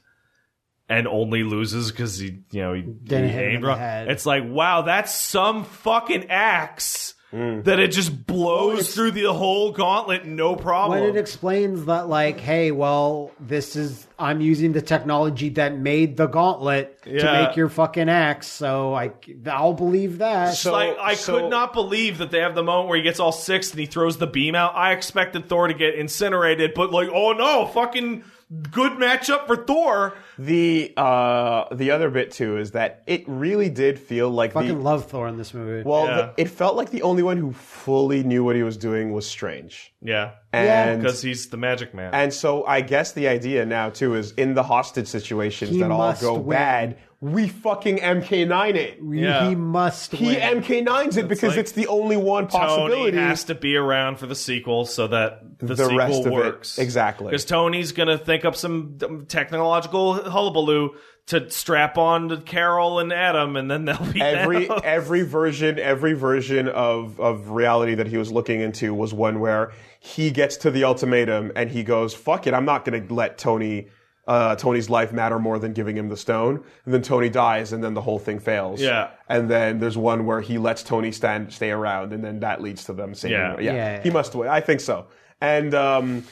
S1: and only loses because he you know he
S3: Didn't hit him in
S1: aimed
S3: the
S1: wrong.
S3: head.
S1: It's like wow, that's some fucking axe.
S2: Mm.
S1: that it just blows through the whole gauntlet, no problem.
S3: When
S2: Oh.
S3: it explains that, like, hey, well, this is I'm using the technology that made the gauntlet
S1: Yeah.
S3: to make your fucking axe, so I I'll believe that.
S1: It's like, I
S2: so-
S1: could not believe that they have the moment where he gets all six and he throws the beam out. I expected Thor to get incinerated, but like, oh no, fucking good matchup for Thor.
S2: The uh, the other bit too is that it really did feel like
S3: I fucking
S2: the
S3: love Thor in this movie.
S2: well,
S1: Yeah.
S2: the- it felt like the only one who fully knew what he was doing was Strange,
S1: Yeah,
S2: and
S1: because he's the Magic Man.
S2: and so I guess the idea now too is in the hostage situations
S3: He
S2: that all
S3: must
S2: go
S3: win.
S2: bad, we fucking MK9 it.
S3: He-
S1: yeah.
S3: He must
S2: He
S3: win.
S2: MK9s it because
S1: like
S2: it's the only one
S1: Tony
S2: possibility.
S1: has to be around for the sequel so that the,
S2: The
S1: sequel
S2: rest of it.
S1: works
S2: Exactly.
S1: Because Tony's gonna think up some um, technological hullabaloo to strap on to Carol and Adam, and then they'll be
S2: every
S1: out.
S2: every version every version of of reality that he was looking into was one where he gets to the ultimatum and he goes fuck it i'm not going to let tony uh, Tony's life matter more than giving him the stone. And then Tony dies, and then the whole thing fails.
S1: Yeah.
S2: And then there's one where he lets Tony stand, stay around, and then that leads to them saving.
S1: Yeah.
S2: him. yeah.
S3: Yeah.
S2: He must win. I think so. And um,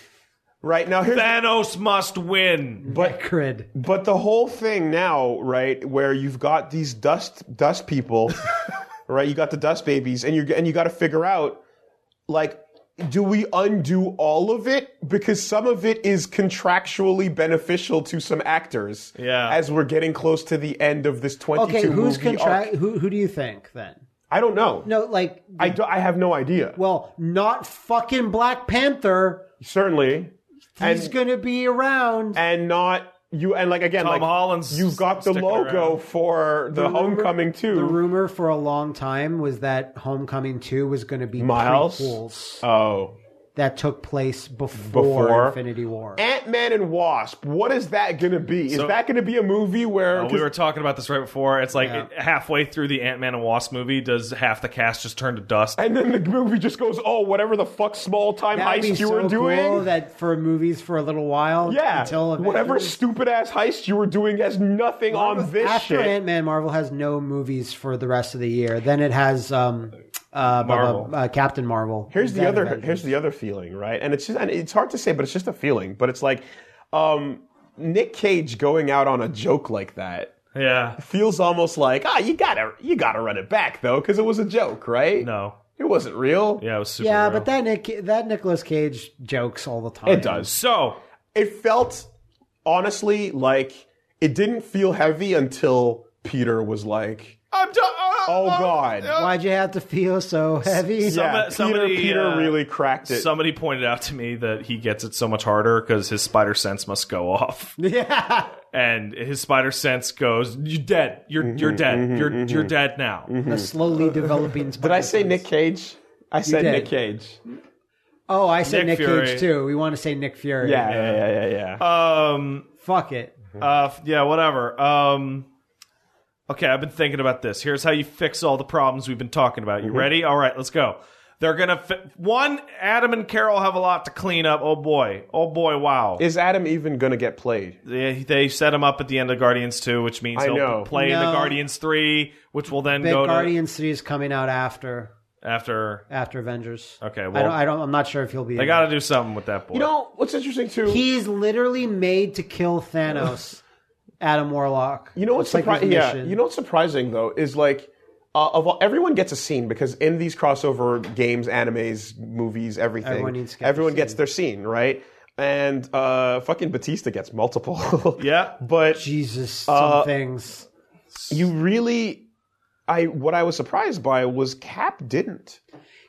S2: right now, here's
S1: Thanos must win.
S2: but
S3: Crid.
S2: but the whole thing now, right, where you've got these dust dust people, right? You got the dust babies, and you and you got to figure out, like, do we undo all of it because some of it is contractually beneficial to some actors?
S1: Yeah.
S2: As we're getting close to the end of this twenty-two
S3: Okay, who's
S2: movie
S3: contract?
S2: arc.
S3: Who who do you think then?
S2: I don't know.
S3: No, like,
S2: I, do, I have no idea.
S3: well, not fucking Black Panther.
S2: Certainly,
S3: He's
S2: And-
S3: gonna be around.
S2: and not you. And like again,
S1: Tom
S2: like
S1: Holland's
S2: you've got the
S1: sticking
S2: logo
S1: around.
S2: for the, Homecoming too.
S3: The rumor for a long time was that Homecoming Two was going to be
S2: Miles?
S3: prequels
S2: oh.
S3: that took place before,
S2: Before.
S3: Infinity War.
S2: Ant Man and Wasp. What is that going to be? Is
S1: So-
S2: that going to be a movie where?
S1: Uh, we were talking about this right before. It's like halfway through the Ant Man and Wasp movie, does half the cast just turn to dust?
S2: and then the movie just goes, oh, whatever the fuck small time
S3: That would be
S2: heist you
S3: so
S2: were doing.
S3: cool that for movies for a little while.
S2: yeah,
S3: until eventually-
S2: whatever stupid ass heist you were doing has nothing on this
S3: After
S2: shit.
S3: Ant Man, Marvel has no movies for the rest of the year. Then it has um, uh, bu- bu-
S1: Marvel.
S3: uh, Captain Marvel.
S2: here's the
S3: Then
S2: other
S3: Avengers.
S2: here's the other feeling, right? And it's just and it's hard to say, but it's just a feeling. But it's like, um, Nick Cage going out on a joke like that
S1: Yeah.
S2: feels almost like ah, you gotta you gotta run it back though, because it was a joke, right?
S1: No.
S2: it wasn't real.
S1: Yeah, it was super.
S3: Yeah,
S1: real.
S3: but that Nick that Nicolas Cage jokes all the time.
S2: It does.
S1: So,
S2: it felt honestly like it didn't feel heavy until Peter was like,
S1: I'm done.
S2: "Oh God."
S3: Why'd you have to feel so heavy?
S1: So-
S2: yeah,
S1: Somebody- somebody,
S2: Peter, Peter
S1: uh,
S2: really cracked it.
S1: Somebody pointed out to me that he gets it so much harder because his spider sense must go off,
S3: yeah,
S1: and his spider sense goes, "You're dead. You're
S3: Mm-hmm,
S1: you're dead. you're you're dead now."
S3: a slowly developing.
S2: Mm-hmm. Did I say Nick Cage? I said
S3: did.
S2: Nick Cage.
S3: Oh, I said
S1: Nick
S3: Nick,
S1: Fury.
S3: Cage too. We want to say Nick Fury.
S2: Yeah, yeah, yeah, yeah. yeah.
S1: Um.
S3: Fuck it.
S1: Uh. f- Yeah. Whatever. Um. Okay, I've been thinking about this. Here's how you fix all the problems we've been talking about.
S2: Mm-hmm.
S1: You ready? All right, let's go. They're gonna fi- one. Adam and Carol have a lot to clean up. Oh boy. Oh boy. Wow.
S2: Is Adam even gonna get played?
S1: they, they set him up at the end of Guardians Two, which means
S2: I
S1: he'll
S2: know.
S1: play in the
S3: No.
S1: Guardians Three, which will then
S3: Big
S1: go
S3: Guardian City is coming out after
S1: to after.
S3: after Avengers.
S1: Okay,
S3: I
S1: well-
S3: don't. I don't I'm not sure if he'll be.
S1: They got to do something with that boy.
S2: You know what's interesting too?
S3: He's literally made to kill Thanos. Adam Warlock.
S2: You know what's
S3: It's like
S2: surprising?
S3: his
S2: Yeah,
S3: mission.
S2: you know what's surprising though is like uh, of all, everyone gets a scene because in these crossover games, animes, movies, everything,
S3: Everyone needs to get
S2: everyone
S3: their
S2: gets their scene, right? And uh, fucking Batista gets multiple.
S1: Yeah.
S2: but
S3: Jesus, some
S1: Uh,
S3: things.
S2: you really, I what I was surprised by was Cap didn't.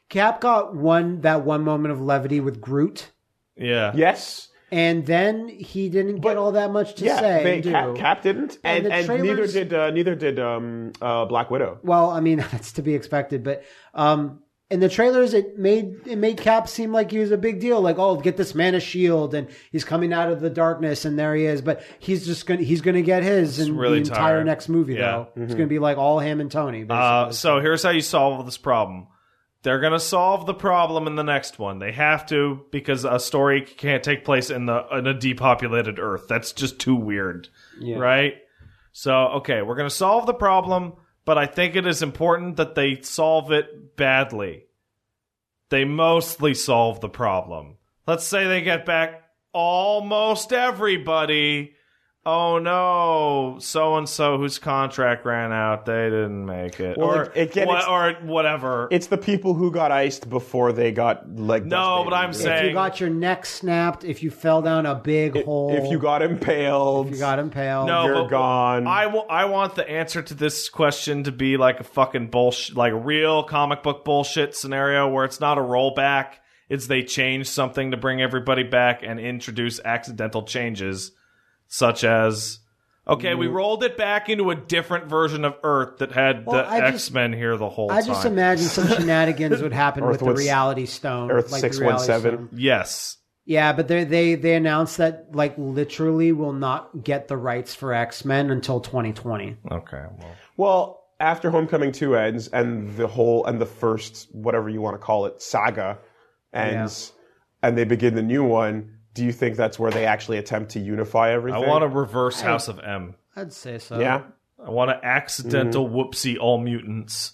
S3: Cap got one that one moment of levity with Groot,
S1: yeah.
S2: Yes,
S3: and then he didn't
S2: But-
S3: get all that much to
S2: yeah,
S3: say.
S2: they-
S3: and do.
S2: Cap, Cap didn't, and
S3: And the
S2: and, neither
S3: trailers-
S2: did uh, neither did um, uh, Black Widow.
S3: well, I mean that's to be expected, but um, in the trailers it made it made Cap seem like he was a big deal, like oh get this man a shield and he's coming out of the darkness and there he is, but he's just gonna he's gonna get his in
S1: really
S3: the entire
S1: tired.
S3: next movie
S1: Yeah.
S3: though. It's
S2: Mm-hmm.
S3: gonna be like all him and Tony. Basically.
S1: Uh, so here's how you solve this problem. They're gonna solve the problem in the next one. They have to because a story can't take place in the in a depopulated Earth. That's just too weird, right? So okay, we're gonna solve the problem, but I think it is important that they solve it badly. they mostly solve the problem. Let's say they get back almost everybody. Oh no, so and so whose contract ran out, they didn't make it,
S2: Well,
S1: or
S2: it- it get-
S1: wha- or whatever.
S2: It's the people who got iced before they got like.
S1: No, but I'm
S2: devastated.
S1: saying-
S3: If you got your neck snapped, if you fell down a big hole,
S2: if you got impaled,
S3: you got impaled.
S1: No,
S2: you're
S1: but-
S2: gone.
S1: I wa- I want the answer to this question to be like a fucking bullshit, like real comic book bullshit scenario where it's not a rollback. It's they change something to bring everybody back and introduce accidental changes, such as, okay,
S3: Mm.
S1: we rolled it back into a different version of Earth that had
S3: Well,
S1: the
S3: I just-
S1: X Men here the whole
S3: I
S1: time.
S3: just imagine some shenanigans would happen with
S2: Earth
S3: the
S2: was-
S3: reality stone.
S2: Earth
S3: the
S2: six one
S3: reality
S2: seven.
S3: stone.
S1: yes,
S3: Yeah, but they they they announced that like literally will not get the rights for X Men until 2020.
S1: okay, well,
S2: Well, after Homecoming two ends, and the whole and the first whatever you want to call it saga ends, and they begin the new one. Do you think that's where they actually attempt to unify
S1: I
S2: everything?
S1: want a reverse House of M.
S3: I'd say so.
S2: Yeah.
S1: I want an accidental
S3: Mm-hmm.
S1: whoopsie all mutants.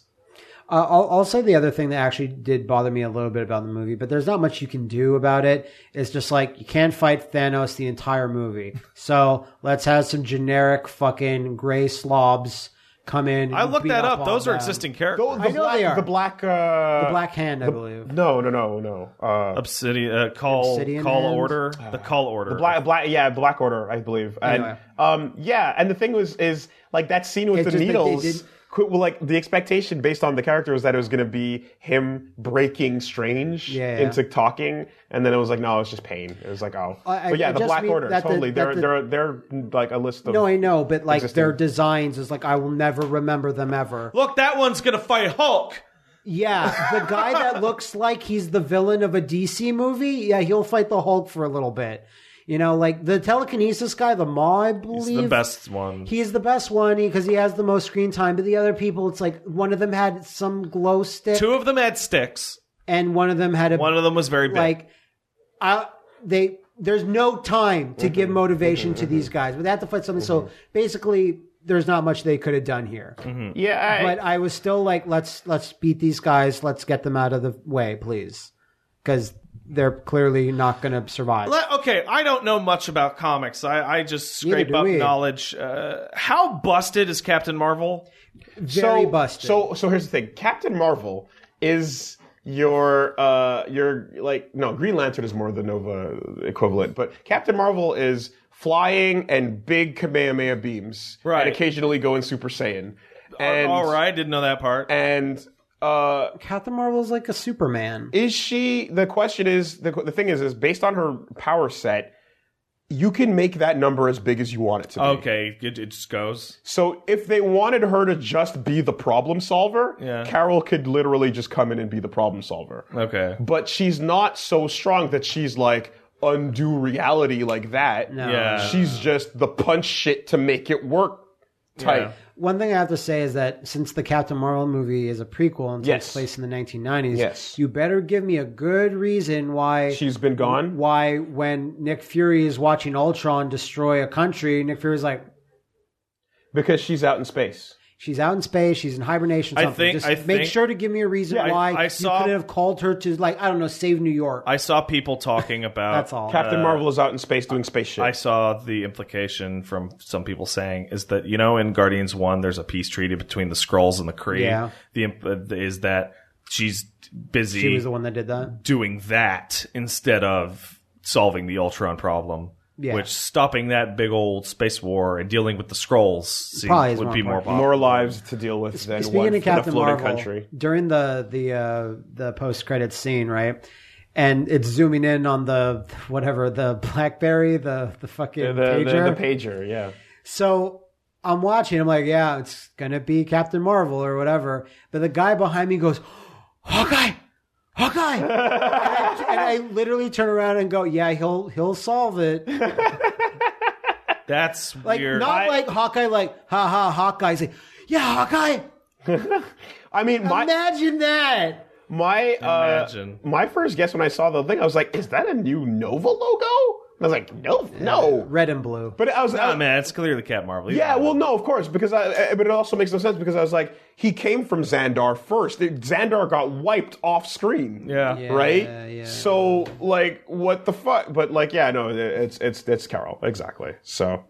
S3: Uh, I'll, I'll say the other thing that actually did bother me a little bit about the movie, but there's not much you can do about it. It's just like you can't fight Thanos the entire movie, so let's have some generic fucking gray slobs come in. and
S1: I looked
S3: beat
S1: that up.
S3: on
S1: Those are
S3: them.
S1: existing characters.
S2: The, the
S3: I know
S2: black,
S3: they are.
S2: The black. Uh,
S3: The Black Hand, I believe.
S2: No, no, no, no. Uh,
S1: Obsidian uh, call
S3: Obsidian
S1: call
S3: hands?
S1: order the call order.
S2: Black, black, yeah, Black Order, I believe. And
S3: Anyway.
S2: um, yeah, and the thing was is like that scene with
S3: It's
S2: the
S3: just that they
S2: needles.
S3: did-
S2: qu- Well, like the expectation based on the character was that it was going to be him breaking Strange
S3: Yeah.
S2: into talking, and then it was like, no, it's just pain. It was like, oh,
S3: I-
S2: but yeah,
S3: I
S2: the
S3: just
S2: Black
S3: mean
S2: Order,
S3: that the-
S2: totally.
S3: that
S2: they're,
S3: the-
S2: they're they're like a list of
S3: No, I know, but like
S2: Existing.
S3: their designs is like I will never remember them ever.
S1: Look, that one's gonna fight Hulk.
S3: Yeah, the guy that looks like he's the villain of a DC movie, yeah, he'll fight the Hulk for a little bit. You know, like the telekinesis guy, the Maw, I believe.
S1: It's the best one.
S3: He's the best one because he has the most screen time. But the other people, it's like one of them had some glow stick,
S1: Two of them had sticks.
S3: and one of them had a
S1: One of them was very big.
S3: like. I they there's no time to
S1: Mm-hmm.
S3: give motivation to these guys, but they have to fight something. So basically, there's not much they could have done here.
S2: yeah, I-
S3: But I was still like, let's let's beat these guys. Let's get them out of the way, please, because they're clearly not going to survive.
S1: Le- okay, I don't know much about comics. I, I just scrape
S3: do
S1: up
S3: we.
S1: knowledge. Uh, how busted is Captain Marvel?
S3: Very busted.
S2: So so here's the thing. Captain Marvel is your uh your like no Green Lantern is more the Nova equivalent, but Captain Marvel is flying and big Kamehameha beams,
S1: Right. Uh,
S2: And occasionally going Super Saiyan, and
S1: All right, didn't know that part.
S2: and uh
S3: Captain Marvel is like a Superman.
S2: is she the question is the the thing is is based on her power set you can make that number as big as you want it to be.
S1: okay, it, it just goes.
S2: So if they wanted her to just be the problem solver,
S1: Yeah.
S2: Carol could literally just come in and be the problem solver.
S1: Okay.
S2: but she's not so strong that she's like undo reality like that.
S3: No.
S1: Yeah.
S2: She's just the punch shit to make it work type.
S3: One thing I have to say is that since the Captain Marvel movie is a prequel and
S2: Yes.
S3: takes place in the 1990s,
S2: Yes.
S3: you better give me a good reason why
S2: She's been gone.
S3: why when Nick Fury is watching Ultron destroy a country, Nick Fury's like,
S2: Because she's out in space.
S3: she's out in space, she's in hibernation.
S1: I
S3: Something.
S1: think-
S3: Just
S1: I
S3: make
S1: think-
S3: sure to give me a reason
S1: I-
S3: why
S1: I saw-
S3: you couldn't have called her to like I don't know, save New York.
S1: I saw people talking about.
S3: That's all.
S2: Uh, Captain Marvel is out in space doing space shit.
S1: I saw the implication from some people saying is that you know in Guardians One there's a peace treaty between the Skrulls and the Kree.
S3: Yeah.
S1: The imp- uh, is that she's busy
S3: she was the one that did that.
S1: doing that instead of solving the Ultron problem.
S3: Yeah.
S1: Which stopping that big old space war and dealing with the Skrulls seems,
S3: Probably is
S1: would
S3: more
S1: be more popular.
S2: More lives to deal with than one
S3: Speaking
S2: in
S3: of
S2: a
S3: Captain
S2: floating
S3: Marvel,
S2: country.
S3: during the the uh, the post credits scene, right? And it's zooming in on the whatever the BlackBerry, the the fucking
S2: The, the,
S3: pager.
S2: the pager, yeah.
S3: So I'm watching. I'm like, yeah, it's gonna be Captain Marvel or whatever. But the guy behind me goes, Hawkeye, Hawkeye, and, I, and I literally turn around and go, yeah, he'll he'll solve it.
S1: That's
S3: Like
S1: weird.
S3: not like Hawkeye, like ha ha Hawkeye. Say, yeah, Hawkeye.
S2: I mean, my
S3: Imagine that.
S2: my uh,
S1: Imagine.
S2: my first guess when I saw the thing, I was like, "Is that a new Nova logo?" I was like, no, no.
S3: Red and blue.
S2: But I was, I-
S1: Nah, man, it's clearly Cap Marvel.
S2: yeah, well, no, of course, because I, I- but it also makes no sense because I was like, he came from Xandar first. It- Xandar got wiped off screen.
S1: Yeah.
S3: Yeah.
S2: Right.
S3: yeah.
S2: So like, what the fuck? But like, yeah, no, it- it's it's it's Carol exactly. So,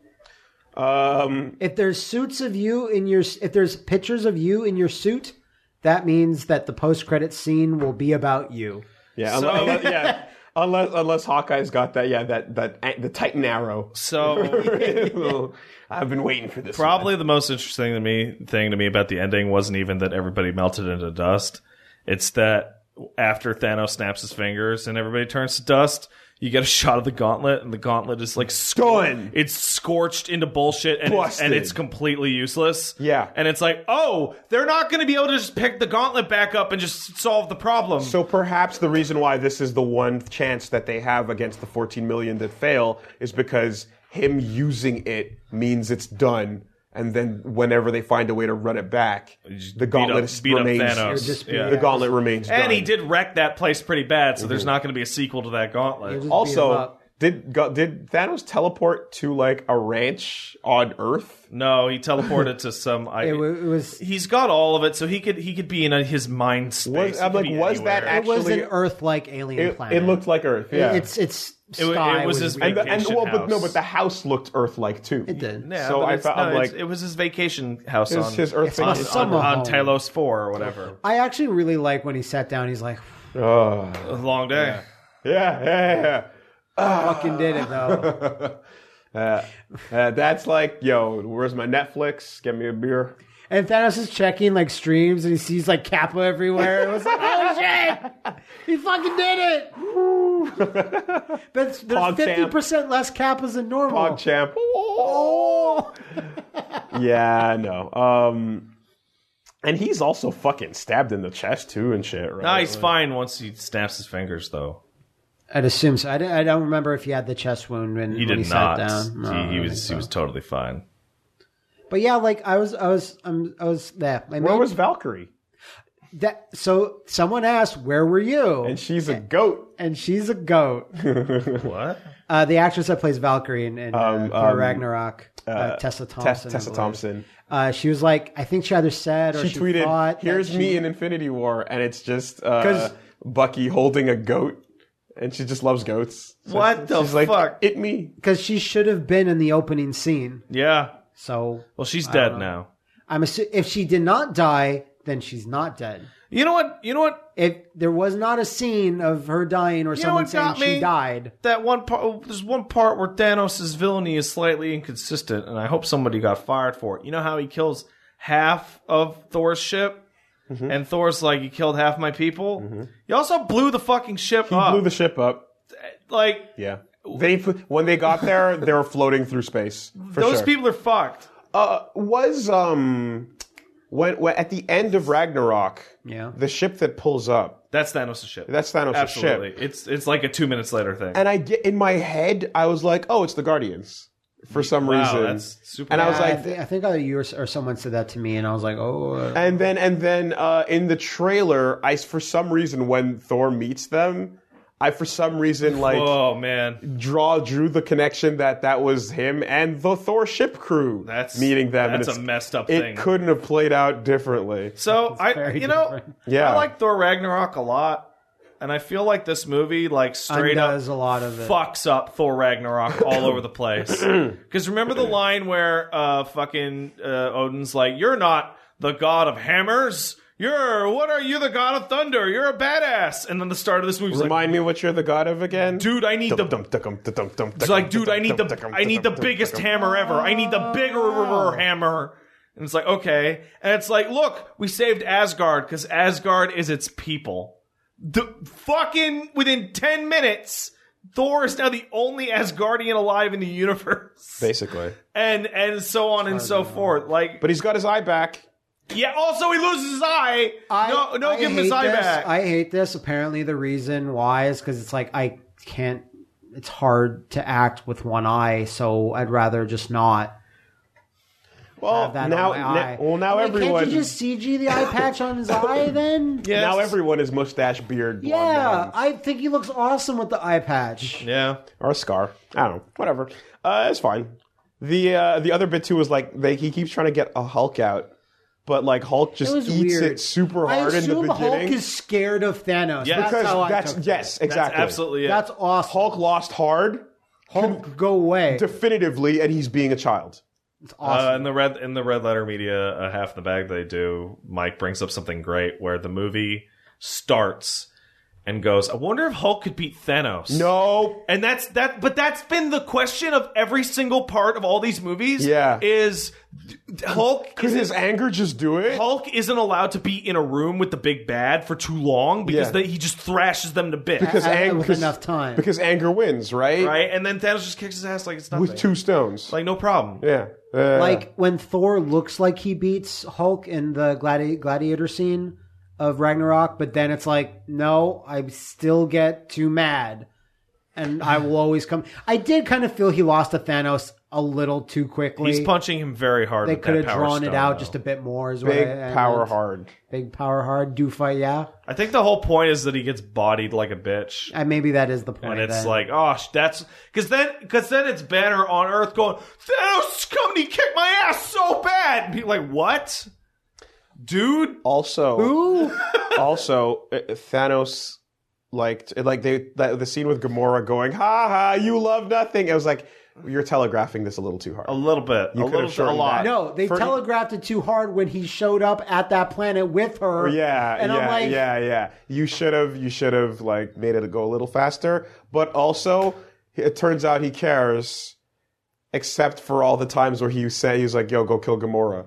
S2: um,
S3: If there's suits of you in your, if there's pictures of you in your suit, that means that the post credit scene will be about you.
S2: yeah,
S1: So- uh,
S2: unless, yeah, unless unless Hawkeye's got that, yeah, that that the Titan arrow.
S1: So
S2: I've been waiting for this. one.
S1: probably the most interesting to me thing to me about the ending wasn't even that everybody melted into dust. It's that after Thanos snaps his fingers and everybody turns to dust, you get a shot of the gauntlet, and the gauntlet is like scor-
S2: Done.
S1: It's scorched into bullshit, and it's,
S2: Busted.
S1: and it's completely useless.
S2: Yeah.
S1: and it's like, oh, they're not going to be able to just pick the gauntlet back up and just solve the problem.
S2: So perhaps the reason why this is the one chance that they have against the 14 million that fail is because him using it means it's done. And then whenever they find a way to run it back, the gauntlet
S1: up-
S2: is-
S1: beat up
S2: remains.
S1: Thanos. It would just be-
S2: the
S1: yeah.
S2: gauntlet remains.
S1: and
S2: done. Mm-hmm.
S1: he did wreck that place pretty bad, so there's not going to be a sequel to that gauntlet.
S3: Just beat him
S2: Also,
S3: up.
S2: did go- did Thanos teleport to like a ranch on Earth?
S1: No, he teleported to some. I,
S3: it, wa- it was
S1: he's got all of it, so he could he could be in a, his mind space.
S2: Was-
S1: He
S2: I'm
S1: could
S2: like,
S1: be
S2: was that
S1: anywhere.
S3: it was
S2: actually-
S3: an Earth-like alien
S2: It,
S3: planet.
S2: it looked like Earth. Yeah.
S3: It's
S1: wa-
S3: it's
S1: it
S3: sky
S1: was his-
S2: and, the, and
S1: vacation
S2: well, but no,
S1: house.
S2: but the house looked Earth-like too.
S3: It did.
S1: Yeah,
S2: so
S1: but
S2: I
S1: it's-
S2: felt-
S1: no,
S2: I'm
S1: it's-
S2: like-
S1: it was his vacation house
S2: His,
S1: on
S2: his Earth
S3: my
S1: on,
S2: thing.
S1: on,
S3: summer
S1: on
S3: home.
S1: Talos Four or whatever.
S3: I actually really like when he sat down. He's like,
S2: Ugh.
S1: A long day.
S2: yeah, yeah, yeah.
S3: "Fucking did it though."
S2: Uh, uh, that's like, yo, where's my Netflix? Get me a beer.
S3: And Thanos is checking like streams, and he sees like Kappa everywhere. It was like, "Oh shit, he fucking did it!" But there's
S2: Pog champ.
S3: fifty percent less Kappas than normal.
S2: Pog champ. yeah, no. Um, and he's also fucking stabbed in the chest too and shit. Right?
S1: Nah, he's fine once he snaps his fingers, though.
S3: I'd assume so. I, don't- I don't remember if he had the chest wound when when
S1: He Oh,
S3: he,
S1: did not.
S3: sat down. No, I
S1: he, he
S3: don't
S1: was
S3: think
S1: he was totally fine.
S3: But yeah, like I was, I was, um, I was there.
S2: Where
S3: I mean,
S2: was Valkyrie?
S3: that? So someone asked, "Where were you?"
S2: And
S3: And,
S2: she's a goat.
S3: she's a goat.
S1: What?
S3: Uh, the actress that plays Valkyrie in, in uh,
S2: Um,
S3: Thor
S2: um,
S3: Ragnarok, uh, Tessa
S2: Tess-
S3: Thompson. I
S2: Tessa
S3: believe.
S2: Thompson.
S3: Uh, she was like, I think she either said or
S2: She,
S3: she,
S2: tweeted,
S3: thought that
S2: "Here's
S3: she-
S2: me in Infinity War," and it's just
S3: 'Cause-
S2: uh, Bucky holding a goat, and she just loves goats. So
S1: What the
S2: she's like,
S1: fuck?
S2: It me.
S3: because she should have been in the opening scene.
S1: Yeah.
S3: So
S1: Well, she's dead now.
S3: I'm assu- if she did not die, then she's not dead.
S1: You know what? You know what?
S3: If there was not a scene of her dying or
S1: know
S3: someone
S1: what
S3: saying
S1: got
S3: she
S1: me?
S3: died,
S1: that one part oh, there's one part where Thanos' villainy is slightly inconsistent and I hope somebody got fired for it. You know how he kills half of Thor's ship?
S2: Mm-hmm.
S1: And Thor's like, you killed half my people. You also blew the fucking ship
S2: He
S1: up.
S2: blew the ship up.
S1: like
S2: Yeah. They when they got there, they were floating through space. For
S1: those
S2: sure.
S1: people are fucked.
S2: uh, was um when, when at the end of Ragnarok,
S3: yeah,
S2: the ship that pulls up.
S1: That's Thanos' ship.
S2: That's Thanos'
S1: Absolutely.
S2: ship.
S1: It's it's like a two minutes later thing.
S2: And I get in my head, I was like, "Oh, it's the Guardians." For some
S1: Wow,
S2: reason.
S1: that's super
S2: And I was
S1: bad.
S3: I,
S2: like
S3: th- I think either you or, or someone said that to me, and I was like, oh, uh,
S2: and then and then uh, in the trailer, I for some reason when Thor meets them, I for some reason like
S1: oh man.
S2: draw drew the connection that that was him and the Thor ship crew
S1: That's
S2: meeting them. and
S1: That's a
S2: it's-
S1: messed up
S2: It
S1: thing.
S2: couldn't have played out differently.
S1: So I,
S3: very
S1: you know,
S3: different.
S2: Yeah.
S1: I like Thor Ragnarok a lot, and I feel like this movie like straight up
S3: Undoes a lot of it.
S1: fucks up Thor Ragnarok all over the place. Because remember the line where uh, fucking uh, Odin's like, "You're not the god of hammers." You're what are you the god of thunder? You're a badass. And then the start of this movie's like,
S2: Remind me what you're the god of again?
S1: dude, I need the it's like, dude, I need the I need the biggest hammer ever. I need the bigger hammer. And it's like, okay. And it's like, look, we saved Asgard because Asgard is its people. The fucking within ten minutes, Thor is now the only Asgardian alive in the universe.
S2: Basically.
S1: And and so on and so forth. Like
S2: But he's got his eye back.
S1: yeah, also he loses his eye.
S3: I-
S1: no no
S3: I
S1: give him his
S3: hate
S1: eye
S3: this.
S1: back.
S3: I hate this. Apparently, the reason why is because it's like I can't. It's hard to act with one eye, so I'd rather just not.
S2: Well,
S3: have that
S2: now,
S3: on my eye.
S2: now- well, now
S3: I mean,
S2: everyone-
S3: Can't you just CG the eye patch on his eye then?
S1: Yes.
S2: Now everyone is mustache beard. blonde
S3: Yeah,
S2: man.
S3: I think he looks awesome with the eye patch.
S1: Yeah.
S2: or a scar. I don't know. Whatever. Uh, it's fine. The uh, the other bit too is like they, he keeps trying to get a Hulk out, but like Hulk just
S3: It was
S2: eats
S3: weird.
S2: it super
S3: I
S2: hard in the
S3: assume
S2: beginning.
S3: Hulk is scared of Thanos.
S1: Yeah.
S3: that's
S2: because
S3: how I
S2: that's
S3: took it.
S2: yes,
S1: That's
S2: exactly.
S1: absolutely it.
S3: That's awesome.
S2: Hulk lost hard
S3: Hulk, go away.
S2: definitively, and he's being a child.
S3: It's
S1: Uh,
S3: awesome.
S1: in the red in the red letter media, uh, half in the bag they do. Mike brings up something great where the movie starts and goes. I wonder if Hulk could beat Thanos.
S2: No,
S1: and that's that. But that's been the question of every single part of all these movies.
S2: Yeah.
S1: is Hulk
S2: could
S1: isn't-
S2: his anger just do it?
S1: Hulk isn't allowed to be in a room with the big bad for too long because
S2: Yeah.
S1: they, he just thrashes them to bits.
S2: because
S3: I- I-
S2: anger
S3: with enough time.
S2: Because anger wins, right?
S1: right, and then Thanos just kicks his ass like it's nothing.
S2: With two stones.
S1: like no problem.
S2: yeah. Uh,
S3: like when Thor looks like he beats Hulk in the gladi- gladiator scene of Ragnarok, but then it's like, no, I still get too mad, and I will always come. I did kind of feel he lost to Thanos a little too quickly.
S1: He's punching him very hard.
S3: they
S1: with
S3: could
S1: that
S3: have
S1: power
S3: drawn
S1: stone,
S3: it out
S1: though.
S3: just a bit more. Is
S2: big
S3: what I- I
S2: power
S3: meant.
S2: hard.
S3: Big power hard. Do fight, yeah.
S1: I think the whole point is that he gets bodied like a bitch.
S3: And maybe that is the point.
S1: And it's
S3: then.
S1: like, oh, sh- that's because then because then it's Banner on Earth going, Thanos come he kicked my ass so bad. And people are like, what, dude?
S2: Also,
S3: Ooh,
S2: also uh, Thanos liked like they that, the scene with Gamora going ha ha you love nothing. I was like you're telegraphing this a little too hard.
S1: A little bit, a
S2: could
S1: little,
S2: have
S1: bit, a
S2: shortened
S1: lot.
S2: that.
S3: no, they
S2: For-
S3: telegraphed it too hard when he showed up at that planet with her.
S2: yeah,
S3: and
S2: yeah,
S3: I'm like,
S2: yeah, yeah. You should have you should have like made it go a little faster, but also it turns out he cares except for all the times where he said he was like yo go kill Gamora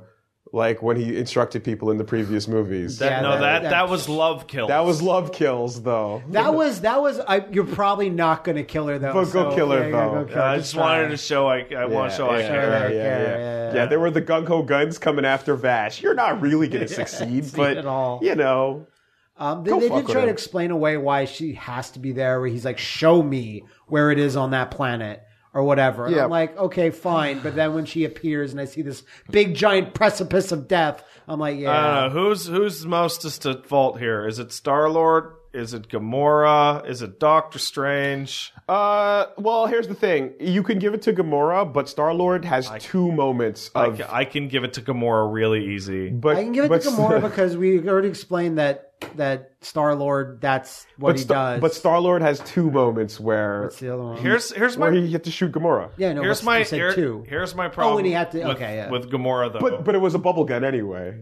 S2: like when he instructed people in the previous movies.
S1: That-
S3: Yeah,
S1: no,
S3: that-
S1: that that,
S3: that-
S1: was love kill.
S2: that was love kills though.
S3: That was that was. I, you're probably not gonna kill her though.
S2: But go kill her,
S3: yeah, yeah,
S2: though.
S3: go kill her.
S1: I just wanted to show I, I want to show I care.
S3: yeah, yeah, yeah.
S2: Yeah, there were the gung ho guns coming after Vash. You're not really going to succeed, but
S3: at all.
S2: you know,
S3: Um, they
S2: Go
S3: they
S2: fuck
S3: did
S2: with
S3: try
S2: her.
S3: to explain away why she has to be there. Where he's like, "Show me where it is on that planet." Or whatever. And
S2: Yeah.
S3: I'm like, okay, fine. But then when she appears and I see this big giant precipice of death, I'm like, yeah.
S1: Uh, who's who's mostest at fault here? Is it Star Lord? Is it Gamora? Is it Doctor Strange?
S2: uh, well, here's the thing: you can give it to Gamora, but Star Lord has two moments
S1: I,
S2: of.
S1: ca- I can give it to Gamora really easy.
S2: but
S3: I can give it
S2: but,
S3: to Gamora because we already explained that that Star Lord. That's what
S2: but
S3: he
S2: Star,
S3: does.
S2: But Star Lord has two moments where
S3: It's the other one.
S1: Here's here's my
S2: where he had to shoot Gamora.
S3: yeah, no.
S1: here's
S3: but
S1: my
S3: you said
S1: here-
S3: two. Oh,
S1: here's my problem.
S3: he had to-
S1: with,
S3: okay, yeah.
S1: with Gamora though.
S2: But but it was a bubble gun anyway.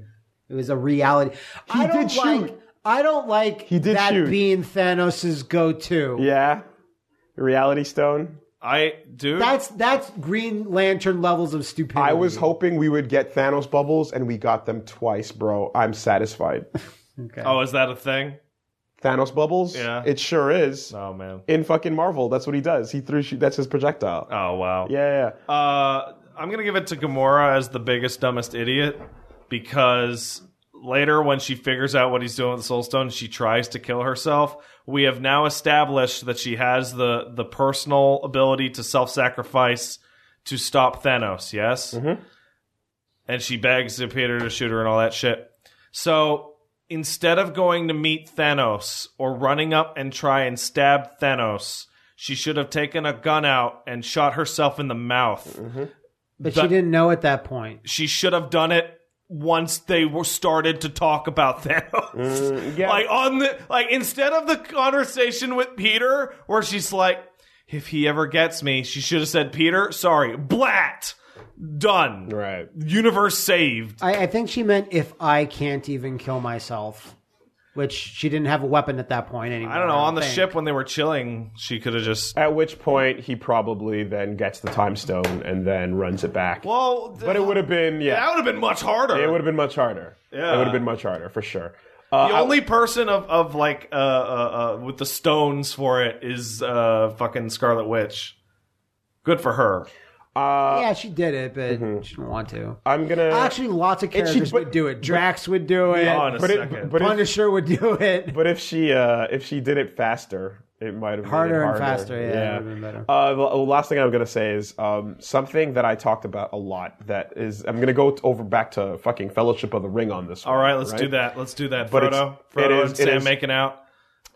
S3: It was a reality. I
S2: did
S3: don't like.
S2: shoot.
S3: I don't like
S2: He did
S3: that
S2: shoot.
S3: being Thanos' go-to.
S2: Yeah, Reality Stone.
S1: I dude,
S3: That's that's Green Lantern levels of stupidity.
S2: I was hoping we would get Thanos bubbles, and we got them twice, bro. I'm satisfied.
S3: Okay.
S1: oh, is that a thing?
S2: Thanos bubbles.
S1: Yeah.
S2: it sure is.
S1: Oh man.
S2: in fucking Marvel. That's what he does. He threw shoot. That's his projectile.
S1: Oh wow.
S2: Yeah, yeah.
S1: Uh, I'm gonna give it to Gamora as the biggest dumbest idiot because later when she figures out what he's doing with the Soul Stone, she tries to kill herself. We have now established that she has the the personal ability to self sacrifice to stop Thanos. Yes. And she begs Peter to shoot her and all that shit. So. Instead of going to meet Thanos or running up and try and stab Thanos, she should have taken a gun out and shot herself in the mouth
S3: but
S1: that-
S3: she didn't know at that point.
S1: she should have done it once they were started to talk about Thanos.
S2: Mm, yeah.
S1: Like on the like instead of the conversation with Peter where she's like if he ever gets me, she should have said Peter, sorry, blat. Done.
S2: Right.
S1: Universe saved.
S3: I, I think she meant if I can't even kill myself, which she didn't have a weapon at that point anymore.
S1: I don't know, on the
S3: think.
S1: ship when they were chilling, she could have just
S2: At which point he probably then gets the time stone and then runs it back.
S1: Well, th-
S2: but it would have been
S1: that
S2: yeah.
S1: would have been much harder.
S2: It would have been much harder.
S1: Yeah.
S2: It would have been much harder for sure. Uh,
S1: the
S2: I-
S1: only person of, of like uh, uh, uh with the stones for it is uh fucking Scarlet Witch. Good for her. uh,
S3: yeah, she did it, but
S2: Mm-hmm.
S3: she didn't want to.
S2: uh, I'm gonna
S3: Actually, lots of
S2: she-
S3: characters
S2: but-
S3: would do it. Drax would do it.
S1: Yeah, on a
S2: but it-
S1: second.
S2: but if,
S3: Punisher would do it.
S2: but if she uh, if she did it faster, It might have been
S3: harder,
S2: harder
S3: and faster. Yeah, It would have been better.
S2: Uh, the the last thing I'm gonna say is um, something that I talked about a lot. That is, I'm gonna go t- over back to fucking Fellowship of the Ring on this.
S1: All right, let's do that. Let's do that.
S2: But it's-
S1: Frodo,
S2: it
S1: Frodo
S2: is-
S1: and
S2: it
S1: Sam
S2: is-
S1: making out.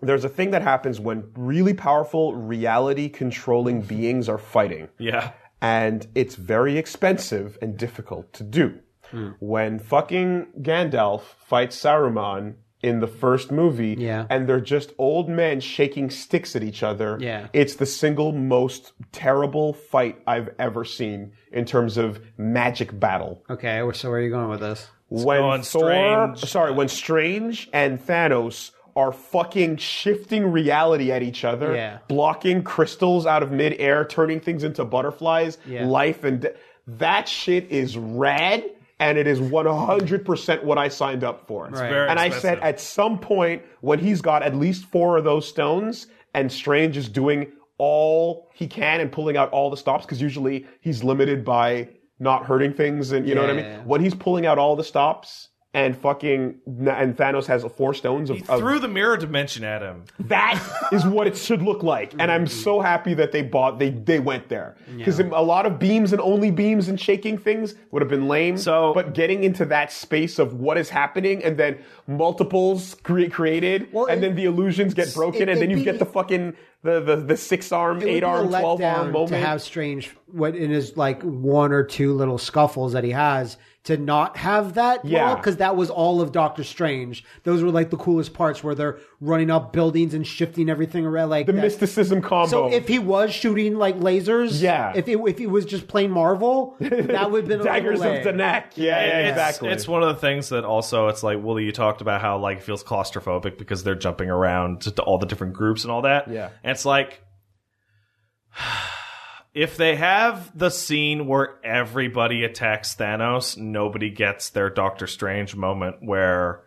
S2: There's a thing that happens when really powerful reality
S3: Mm-hmm.
S2: controlling beings are fighting,
S1: Yeah,
S2: and it's very expensive and difficult to do.
S3: Mm.
S2: When fucking Gandalf fights Saruman in the first movie,
S3: Yeah.
S2: and they're just old men shaking sticks at each other.
S3: Yeah.
S2: It's the single most terrible fight I've ever seen in terms of magic battle.
S3: Okay, so where are you going with this?
S2: when
S1: going
S2: Thor,
S1: Strange.
S2: sorry, when Strange and Thanos are fucking shifting reality at each other,
S3: Yeah.
S2: blocking crystals out of midair, turning things into butterflies,
S3: Yeah.
S2: life and de- that shit is rad. And it is 100% what I signed up for.
S1: very
S2: and I
S1: expensive.
S2: said at some point when he's got at least four of those stones and Strange is doing all he can and pulling out all the stops, because usually he's limited by not hurting things and you know what I mean?
S3: Yeah, yeah, yeah.
S2: When he's pulling out all the stops and fucking and Thanos has four stones of,
S1: he
S2: of-
S1: threw the mirror dimension at him.
S2: that is what it should look like. And I'm
S1: Mm-hmm.
S2: so happy that they bought they they went there because a lot of beams and only beams and shaking things would have been lame.
S1: So-
S2: but getting into that space of what is happening and then multiples cre- created and
S3: it-
S2: then the illusions get broken
S3: it-
S2: and then you
S3: it'd
S2: get
S3: be-
S2: the fucking the the, the six arm,
S3: It would
S2: eight
S3: be a
S2: arm, twelve arm
S3: letdown
S2: moment.
S3: to have strange what in his like one or two little scuffles that he has to not have that
S2: Yeah.
S3: because that was all of doctor strange those were like the coolest parts where they're running up buildings and shifting everything around like
S2: the
S3: that.
S2: mysticism combo.
S3: so if he was shooting like lasers
S2: Yeah.
S3: if it, if he was just plain marvel that would have been a
S2: daggers
S3: little
S2: of the
S3: lame.
S2: neck. Yeah, yeah,
S1: It's-
S2: exactly.
S1: It's one of the things that also it's like Willie, you talked about how like it feels claustrophobic because they're jumping around to all the different groups and all that.
S2: Yeah.
S1: and it's like if they have the scene where everybody attacks Thanos, nobody gets their Doctor Strange moment where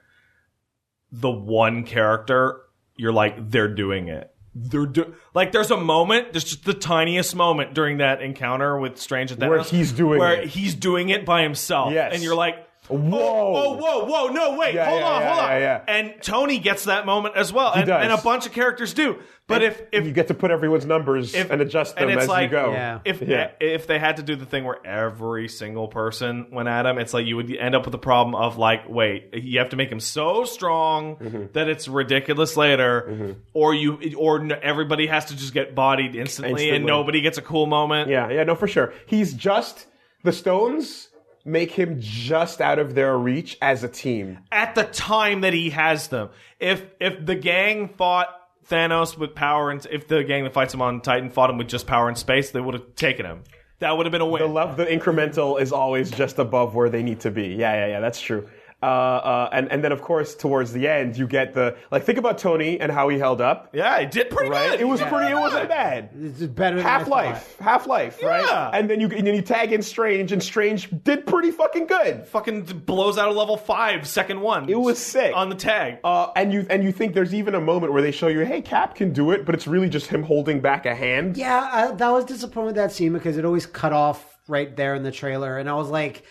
S1: the one character you're like they're doing it. They're do- like there's a moment, there's just the tiniest moment during that encounter with Strange and Thanos
S2: Where he's doing
S1: where
S2: it.
S1: he's doing it by himself.
S2: Yes.
S1: And you're like, whoa,
S2: Whoa.
S1: oh, whoa, whoa, no, wait,
S2: Yeah,
S1: hold
S2: yeah,
S1: on,
S2: yeah,
S1: hold on.
S2: yeah, yeah.
S1: And Tony gets that moment as well, and,
S2: does.
S1: and a bunch of characters do. But if if
S2: you get to put everyone's numbers
S1: if-
S2: and adjust them
S1: and it's
S2: as you
S1: like-
S2: go.
S3: Yeah.
S1: if
S2: Yeah.
S1: if they had to do the thing where every single person went at him, it's like you would end up with the problem of like, wait, you have to make him so strong
S2: Mm-hmm.
S1: that it's ridiculous later, or you or n- everybody has to just get bodied instantly, and
S2: Instantly.
S1: nobody gets a cool moment.
S2: Yeah, yeah, no, for sure. He's just the Stones make him just out of their reach as a team.
S1: at the time that he has them. If if the gang fought Thanos with power and if the gang that fights him on Titan fought him with just power and space, they would have taken him. That would have been a
S2: The
S1: win.
S2: love, the incremental is always just above where they need to be. Yeah, yeah, yeah, that's true. Uh, uh, and and then of course towards the end you get the like think about Tony and how he held up.
S1: yeah, it did pretty
S2: Right,
S1: good.
S2: it was pretty. It wasn't
S3: It's
S2: bad.
S3: just better than I
S2: Half Life, Half Life,
S1: Yeah.
S2: right? And then you and then you tag in Strange, and Strange did pretty fucking good.
S1: fucking blows out a level five, second one. It
S2: was sick.
S1: on the tag.
S2: Uh, and you and you think there's even a moment where they show you, hey, Cap can do it, but it's really just him holding back a hand.
S3: Yeah, I, that was disappointing with that scene because it always cut off right there in the trailer, and I was like,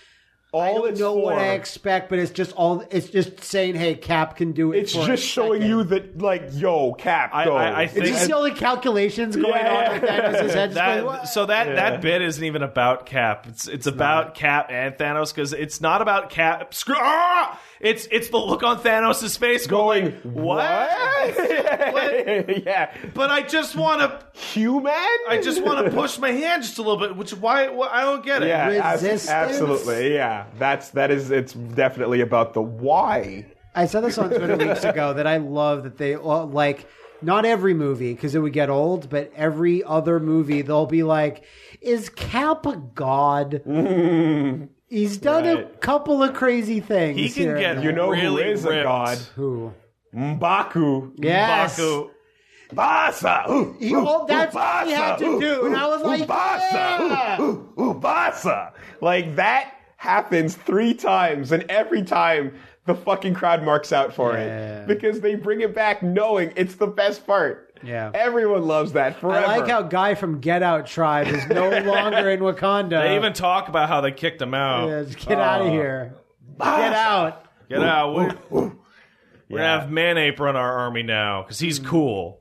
S3: I
S2: All
S3: don't
S2: it's
S3: know
S2: for.
S3: what I expect, but it's just all it's just saying, hey, Cap can do it.
S2: It's
S3: for a
S2: just showing
S3: second.
S2: you that, like, yo, Cap, go.
S1: I- I think-
S3: It's just the only calculations going
S2: Yeah.
S3: on with Thanos' head. Just
S1: That-
S3: going, "What?"
S1: so that that bit isn't even about Cap. It's it's, about Cap and Thanos because it's not about Cap. Screw. Ah! It's it's the look on Thanos' face going,
S2: going,
S1: what?
S2: what? yeah.
S1: But I just want to.
S2: Human?
S1: I just want to push my hand just a little bit, which is why, why I don't get it.
S2: Yeah, abs-
S3: Resistance?
S2: absolutely. Yeah. That's, that is, it's definitely about the why.
S3: I said this on Twitter weeks ago that I love that they all- like not every movie because it would get old, but every other movie they'll be like, "Is Cap a god? He's done a
S2: Right.
S3: couple of crazy things.
S1: he can
S3: here and
S1: get
S3: there."
S2: You know
S1: really
S2: who is
S1: ripped.
S2: a god?
S3: who?
S2: Mbaku.
S3: Yes.
S1: Baku.
S2: Basa. Ooh,
S3: He-
S2: ooh,
S3: oh, that's
S2: ooh,
S3: what he had
S2: Basa.
S3: to
S2: Ooh,
S3: do, and I was
S2: ooh,
S3: like,
S2: Basa.
S3: yeah.
S2: Ooh, ooh, ooh, Basa. Like that happens three times, and every time the fucking crowd marks out for
S3: Yeah.
S2: it because they bring it back knowing it's the best part.
S3: Yeah.
S2: everyone loves that forever.
S3: I like how guy from Get Out Tribe is no longer in Wakanda.
S1: They even talk about how they kicked him
S2: Oh.
S1: out.
S3: Yeah, just get out of here. Get
S2: Basa.
S3: out.
S1: Get out. We're, we're
S2: Yeah.
S1: gonna have Man Ape run our army now because he's cool.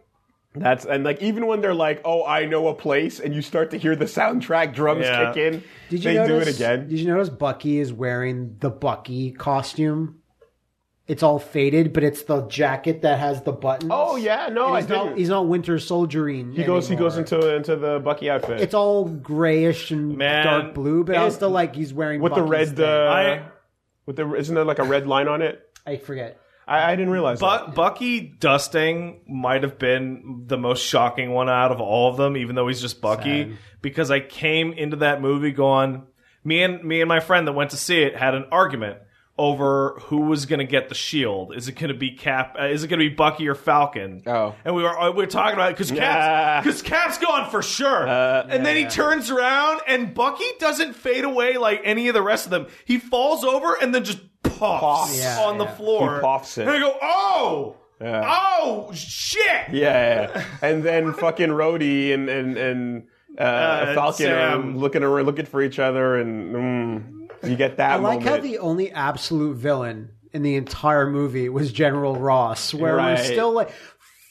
S2: That's and like even when they're like, "Oh, I know a place," and you start to hear the soundtrack drums
S1: Yeah.
S2: kick in,
S3: Did you
S2: they
S3: notice,
S2: do it again.
S3: Did you notice Bucky is wearing the Bucky costume? It's all faded, but it's the jacket that has the buttons.
S2: Oh yeah, no,
S3: And
S2: I
S3: he's not,
S2: didn't.
S3: he's not Winter Soldiering.
S2: he goes, he goes into into the Bucky outfit
S3: It's all grayish and
S1: Man.
S3: dark blue, but I was still like he's wearing
S2: with the
S3: Bucky's
S2: red.
S3: thing.
S2: Uh,
S1: I-
S2: with the isn't there like a red line on it?
S3: I forget.
S2: I, I didn't realize. that.
S1: Bu- Bucky dusting might have been the most shocking one out of all of them, even though he's just Bucky. Because I came into that movie going, me and me and my friend that went to see it had an argument over who was going to get the shield. Is it going to be Cap? Uh, is it going to be Bucky or Falcon?
S2: Oh.
S1: and we were uh, we were talking about it because
S2: Yeah. Uh,
S1: Cap's because Cap's gone for sure. and then he turns around and Bucky doesn't fade away like any of the rest of them. He falls over and then just. Puffs,
S2: Puffs. Yeah,
S1: on the
S3: yeah.
S1: floor.
S2: He puffs it.
S1: And I go, oh,
S2: Yeah.
S1: oh, shit.
S2: Yeah, yeah, yeah. and then fucking Rhodey and and and uh,
S1: Uh,
S2: Falcon are
S1: Sam.
S2: looking around, looking for each other, and mm, you get that.
S3: I like how
S2: moment.
S3: the only absolute villain in the entire movie was General Ross, where
S2: Right.
S3: we're still like,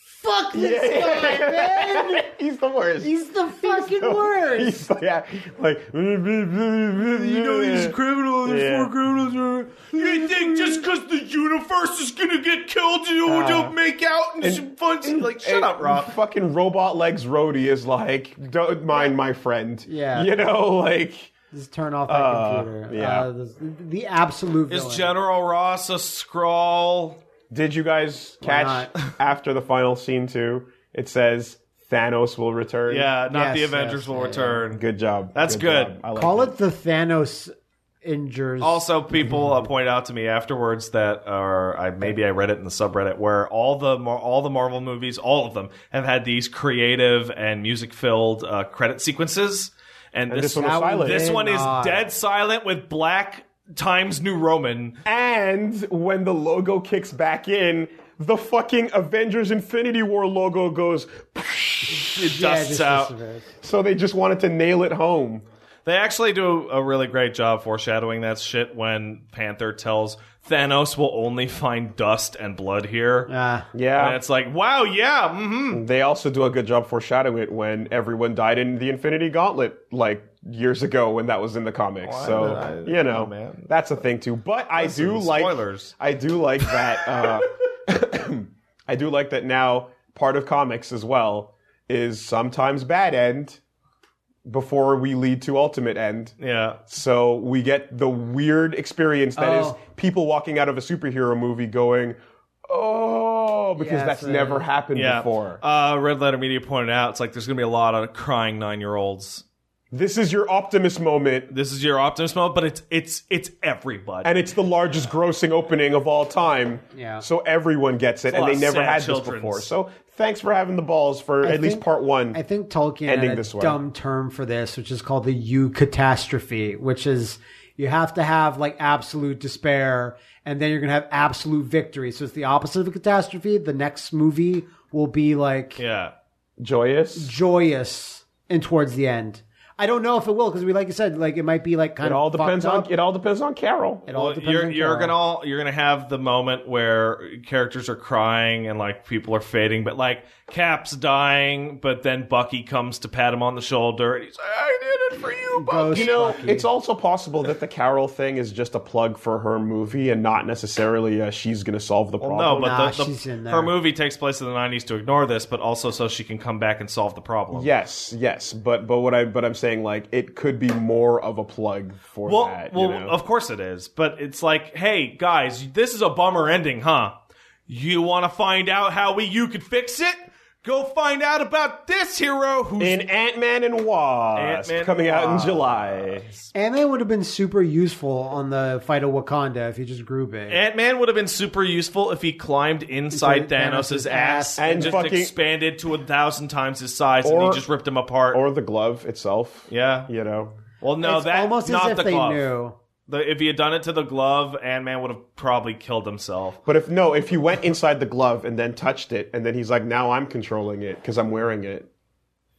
S3: fuck this guy, man!
S2: he's the worst.
S3: He's the fucking
S2: the-
S3: worst!
S2: He's like, yeah, like
S1: You know he's a criminal. There's
S2: Yeah.
S1: four criminals. Are... You think just because the universe is gonna get killed, you know,
S2: Uh,
S1: don't make out and, some fun? like, shut
S2: and
S1: up, Rob.
S2: Fucking robot legs. Rhodey is like, don't mind my friend.
S3: Yeah.
S2: you know, like
S3: Just turn off that
S2: Uh,
S3: computer.
S2: yeah.
S3: Uh, the, the absolute
S1: Is
S3: villain.
S1: General Ross a scrawl?
S2: Did you guys catch after the final scene too? It says Thanos will return.
S1: Yeah, not the
S3: Yes,
S1: Avengers
S3: yes,
S1: will
S3: yeah,
S1: return.
S2: good job.
S1: That's good.
S2: job. I like
S3: Call
S2: that.
S3: it the Thanos injures.
S1: Also, people uh, point out to me afterwards that, or I, maybe I read it in the subreddit, where all the Mar- all the Marvel movies, all of them, have had these creative and music filled uh, credit sequences, and,
S2: And
S1: this
S2: this one was
S3: That
S2: silent.
S1: this
S3: did
S1: one is
S3: not.
S1: dead silent with black Times New Roman.
S2: And when the logo kicks back in, the fucking Avengers Infinity War logo goes.
S1: It
S3: Yeah,
S1: dusts
S3: just-
S1: out.
S3: just-
S2: So they just wanted to nail it home.
S1: They actually do a really great job foreshadowing that shit when Panther tells Thanos will only find dust and blood here.
S3: Ah.
S1: And
S2: Yeah.
S1: it's like, wow, yeah, mm-hmm.
S2: They also do a good job foreshadowing it when everyone died in the Infinity Gauntlet, like years ago when that was in the comics. so you know,
S1: man.
S2: that's a thing too. But I do like
S1: spoilers.
S2: I do like that. Uh, I do like that now. Part of comics as well is sometimes bad end before we lead to ultimate end.
S1: yeah.
S2: So we get the weird experience that is
S3: Oh.
S2: people walking out of a superhero movie going, "Oh," because
S3: Yeah,
S2: that's
S3: it's a-
S2: never happened
S1: Yeah.
S2: before.
S1: Uh, Red Letter Media pointed out it's like there's gonna be a lot of crying nine year olds.
S2: This is your Optimus moment,
S1: This is your Optimus mode, but it's it's it's everybody.
S2: and it's the largest grossing opening of all time.
S3: Yeah.
S2: So everyone gets it, and
S1: Plus
S2: they never
S1: sad
S2: had this
S1: children's.
S2: before. So thanks for having the balls for at least
S3: think-
S2: part one.
S3: I think Tolkien
S2: Ending
S3: had a
S2: this way.
S3: dumb term for this, which is called the U catastrophe, which is you have to have like absolute despair, and then you're gonna have absolute victory. So it's the opposite of a catastrophe. The next movie will be like
S1: yeah.
S2: Joyous.
S3: joyous and towards the end. I don't know if it will because we, like you said, like it might be like kind
S2: It
S3: of
S2: all depends
S3: fucked
S2: on
S3: up.
S2: it all depends on Carol.
S3: It all
S1: Well,
S3: depends
S1: you're
S3: on
S1: you're
S3: Carol.
S1: gonna all, you're gonna have the moment where characters are crying and like people are fading, but like Cap's dying, but then Bucky comes to pat him on the shoulder and he's like, "I did it for you, Bucky."
S3: Ghost
S2: You know,
S3: Bucky.
S2: it's also possible that the Carol thing is just a plug for her movie and not necessarily uh, she's going to solve the problem.
S1: No, but
S3: Oh, Nah,
S1: the, the-
S3: she's in there.
S1: her movie takes place in the '90s to ignore this, but also so she can come back and solve the problem.
S2: Yes, yes, but but what I but I'm saying like it could be more of a plug for
S1: Well,
S2: that.
S1: well,
S2: you know?
S1: of course it is, but it's like, hey guys, this is a bummer ending, huh? You want to find out how we you could fix it? Go find out about this hero who's
S2: in Ant Man and Wasp
S1: Ant-Man
S2: coming out in
S1: Wasp.
S2: July.
S3: And they would have been super useful on the fight of Wakanda if he just grew big.
S1: Ant Man would have been super useful if he climbed inside
S3: Inside
S1: Thanos'
S3: Thanos'
S1: ass
S3: ass
S1: and,
S2: and
S1: just
S2: fucking-
S1: expanded to a thousand times his size, and he
S2: Or-
S1: just ripped him apart.
S2: Or the glove itself.
S1: yeah.
S2: You know.
S1: Well, no,
S3: it's
S1: that
S3: almost
S1: not
S3: as if
S1: the
S3: they
S1: glove.
S3: knew.
S1: The- if he had done it to the glove, Ant Man would have probably killed himself.
S2: But if no, if he went inside the glove and then touched it, and then he's like, now I'm controlling it because I'm wearing it,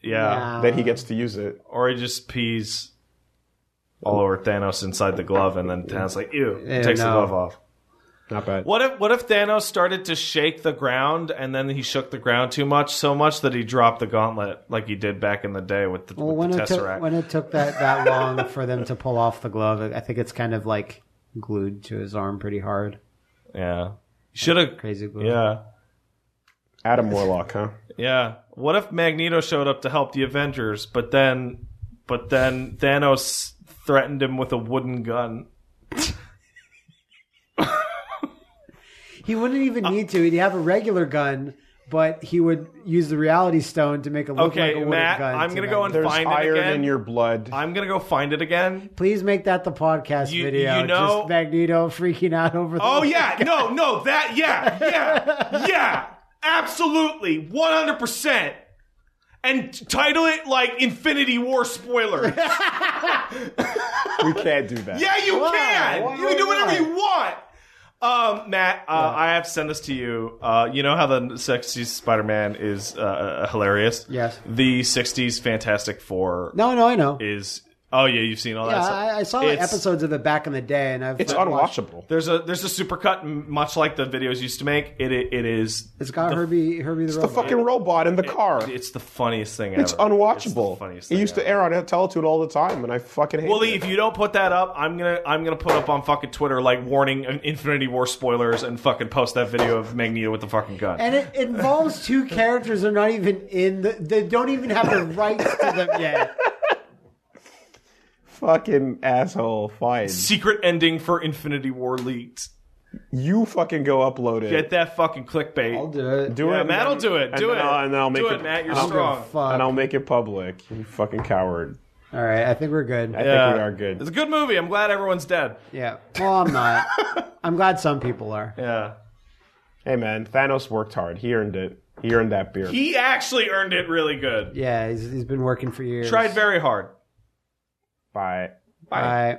S1: Yeah.
S3: Yeah.
S2: then he gets to use it.
S1: Or he just pees all over Thanos inside the glove, and then Thanos like, ew, takes the
S3: no.
S1: glove off.
S2: Not bad.
S1: What if what if Thanos started to shake the ground and then he shook the ground too much, so much that he dropped the gauntlet like he did back in the day with the,
S3: Well,
S1: with
S3: when
S1: the
S3: it took
S1: Tesseract?
S3: when it took that that long for them to pull off the glove, I think it's kind of like glued to his arm pretty hard.
S1: yeah, should have.
S3: Crazy glue.
S1: Yeah,
S2: Adam Warlock, huh?
S1: yeah. What if Magneto showed up to help the Avengers, but then, but then Thanos threatened him with a wooden gun?
S3: He wouldn't even
S1: Uh,
S3: need to. He'd have a regular gun, but he would use the Reality Stone to make it look
S1: Okay,
S3: like a wooden
S1: Matt,
S3: gun.
S1: I'm
S3: to
S1: gonna
S3: them.
S1: go and
S2: There's
S1: find
S2: iron
S1: it again.
S2: in your blood.
S1: I'm gonna go find it again.
S3: Please make that the podcast
S1: You-
S3: video.
S1: you know-
S3: Just Magneto freaking out over. The
S1: Oh yeah, no, no, that yeah, yeah, yeah, absolutely, one hundred percent. And title it like Infinity War spoiler.
S2: we can't do that.
S1: Yeah, you
S3: Why?
S1: can.
S3: Why-
S1: you can do
S3: why
S1: whatever
S3: not?
S1: you want. Um, Matt, uh, I have to send this to you. Uh, you know how the '60s Spider-Man is uh, hilarious.
S3: Yes.
S1: The '60s Fantastic Four
S3: No, no, I know.
S1: is. Oh yeah, you've seen all
S3: Yeah,
S1: that. stuff.
S3: I, I saw like,
S1: It's-
S3: episodes of it back in the day, and I've
S2: It's
S3: I've watched-
S2: unwatchable.
S1: There's a there's a supercut, m- much like the videos used to make. It it, it is.
S3: It's got Herbie, Herbie the
S2: The
S3: robot.
S2: fucking robot in the car.
S1: It's the funniest thing
S2: It's
S1: ever.
S2: unwatchable.
S1: It's the funniest
S2: it
S1: thing
S2: used to
S1: ever.
S2: air on Teletoon all the time, and I fucking hate
S1: Willie,
S2: it.
S1: if you don't put that up, I'm gonna I'm gonna put up on fucking Twitter like warning uh, Infinity War spoilers and fucking post that video of Magneto with the fucking gun.
S3: and it involves two characters that are not even in the. They don't even have the rights to them yet.
S2: Fucking asshole. Fine.
S1: Secret ending for Infinity War leaked.
S2: You fucking go upload it.
S1: Get that fucking clickbait.
S3: I'll do it.
S2: do
S1: yeah,
S2: it.
S1: Matt'll
S2: and then-
S1: do it.
S2: and
S1: Do
S2: then
S1: it.
S2: I'll- and then I'll
S1: Do
S2: make
S1: it, Matt. You're
S2: I'll-
S1: strong.
S3: Fuck.
S2: And I'll make it public. You fucking coward.
S3: All right, I think we're good.
S2: I think we are good.
S1: It's a good movie. I'm glad everyone's dead.
S3: Yeah. Well, I'm not. I'm glad some people are.
S1: Yeah.
S2: Hey man, Thanos worked hard. He earned it. He earned that beer.
S1: He actually earned it really good.
S3: Yeah, he's, he's been working for years.
S1: Tried very hard.
S2: Bye.
S1: Bye.
S3: Bye.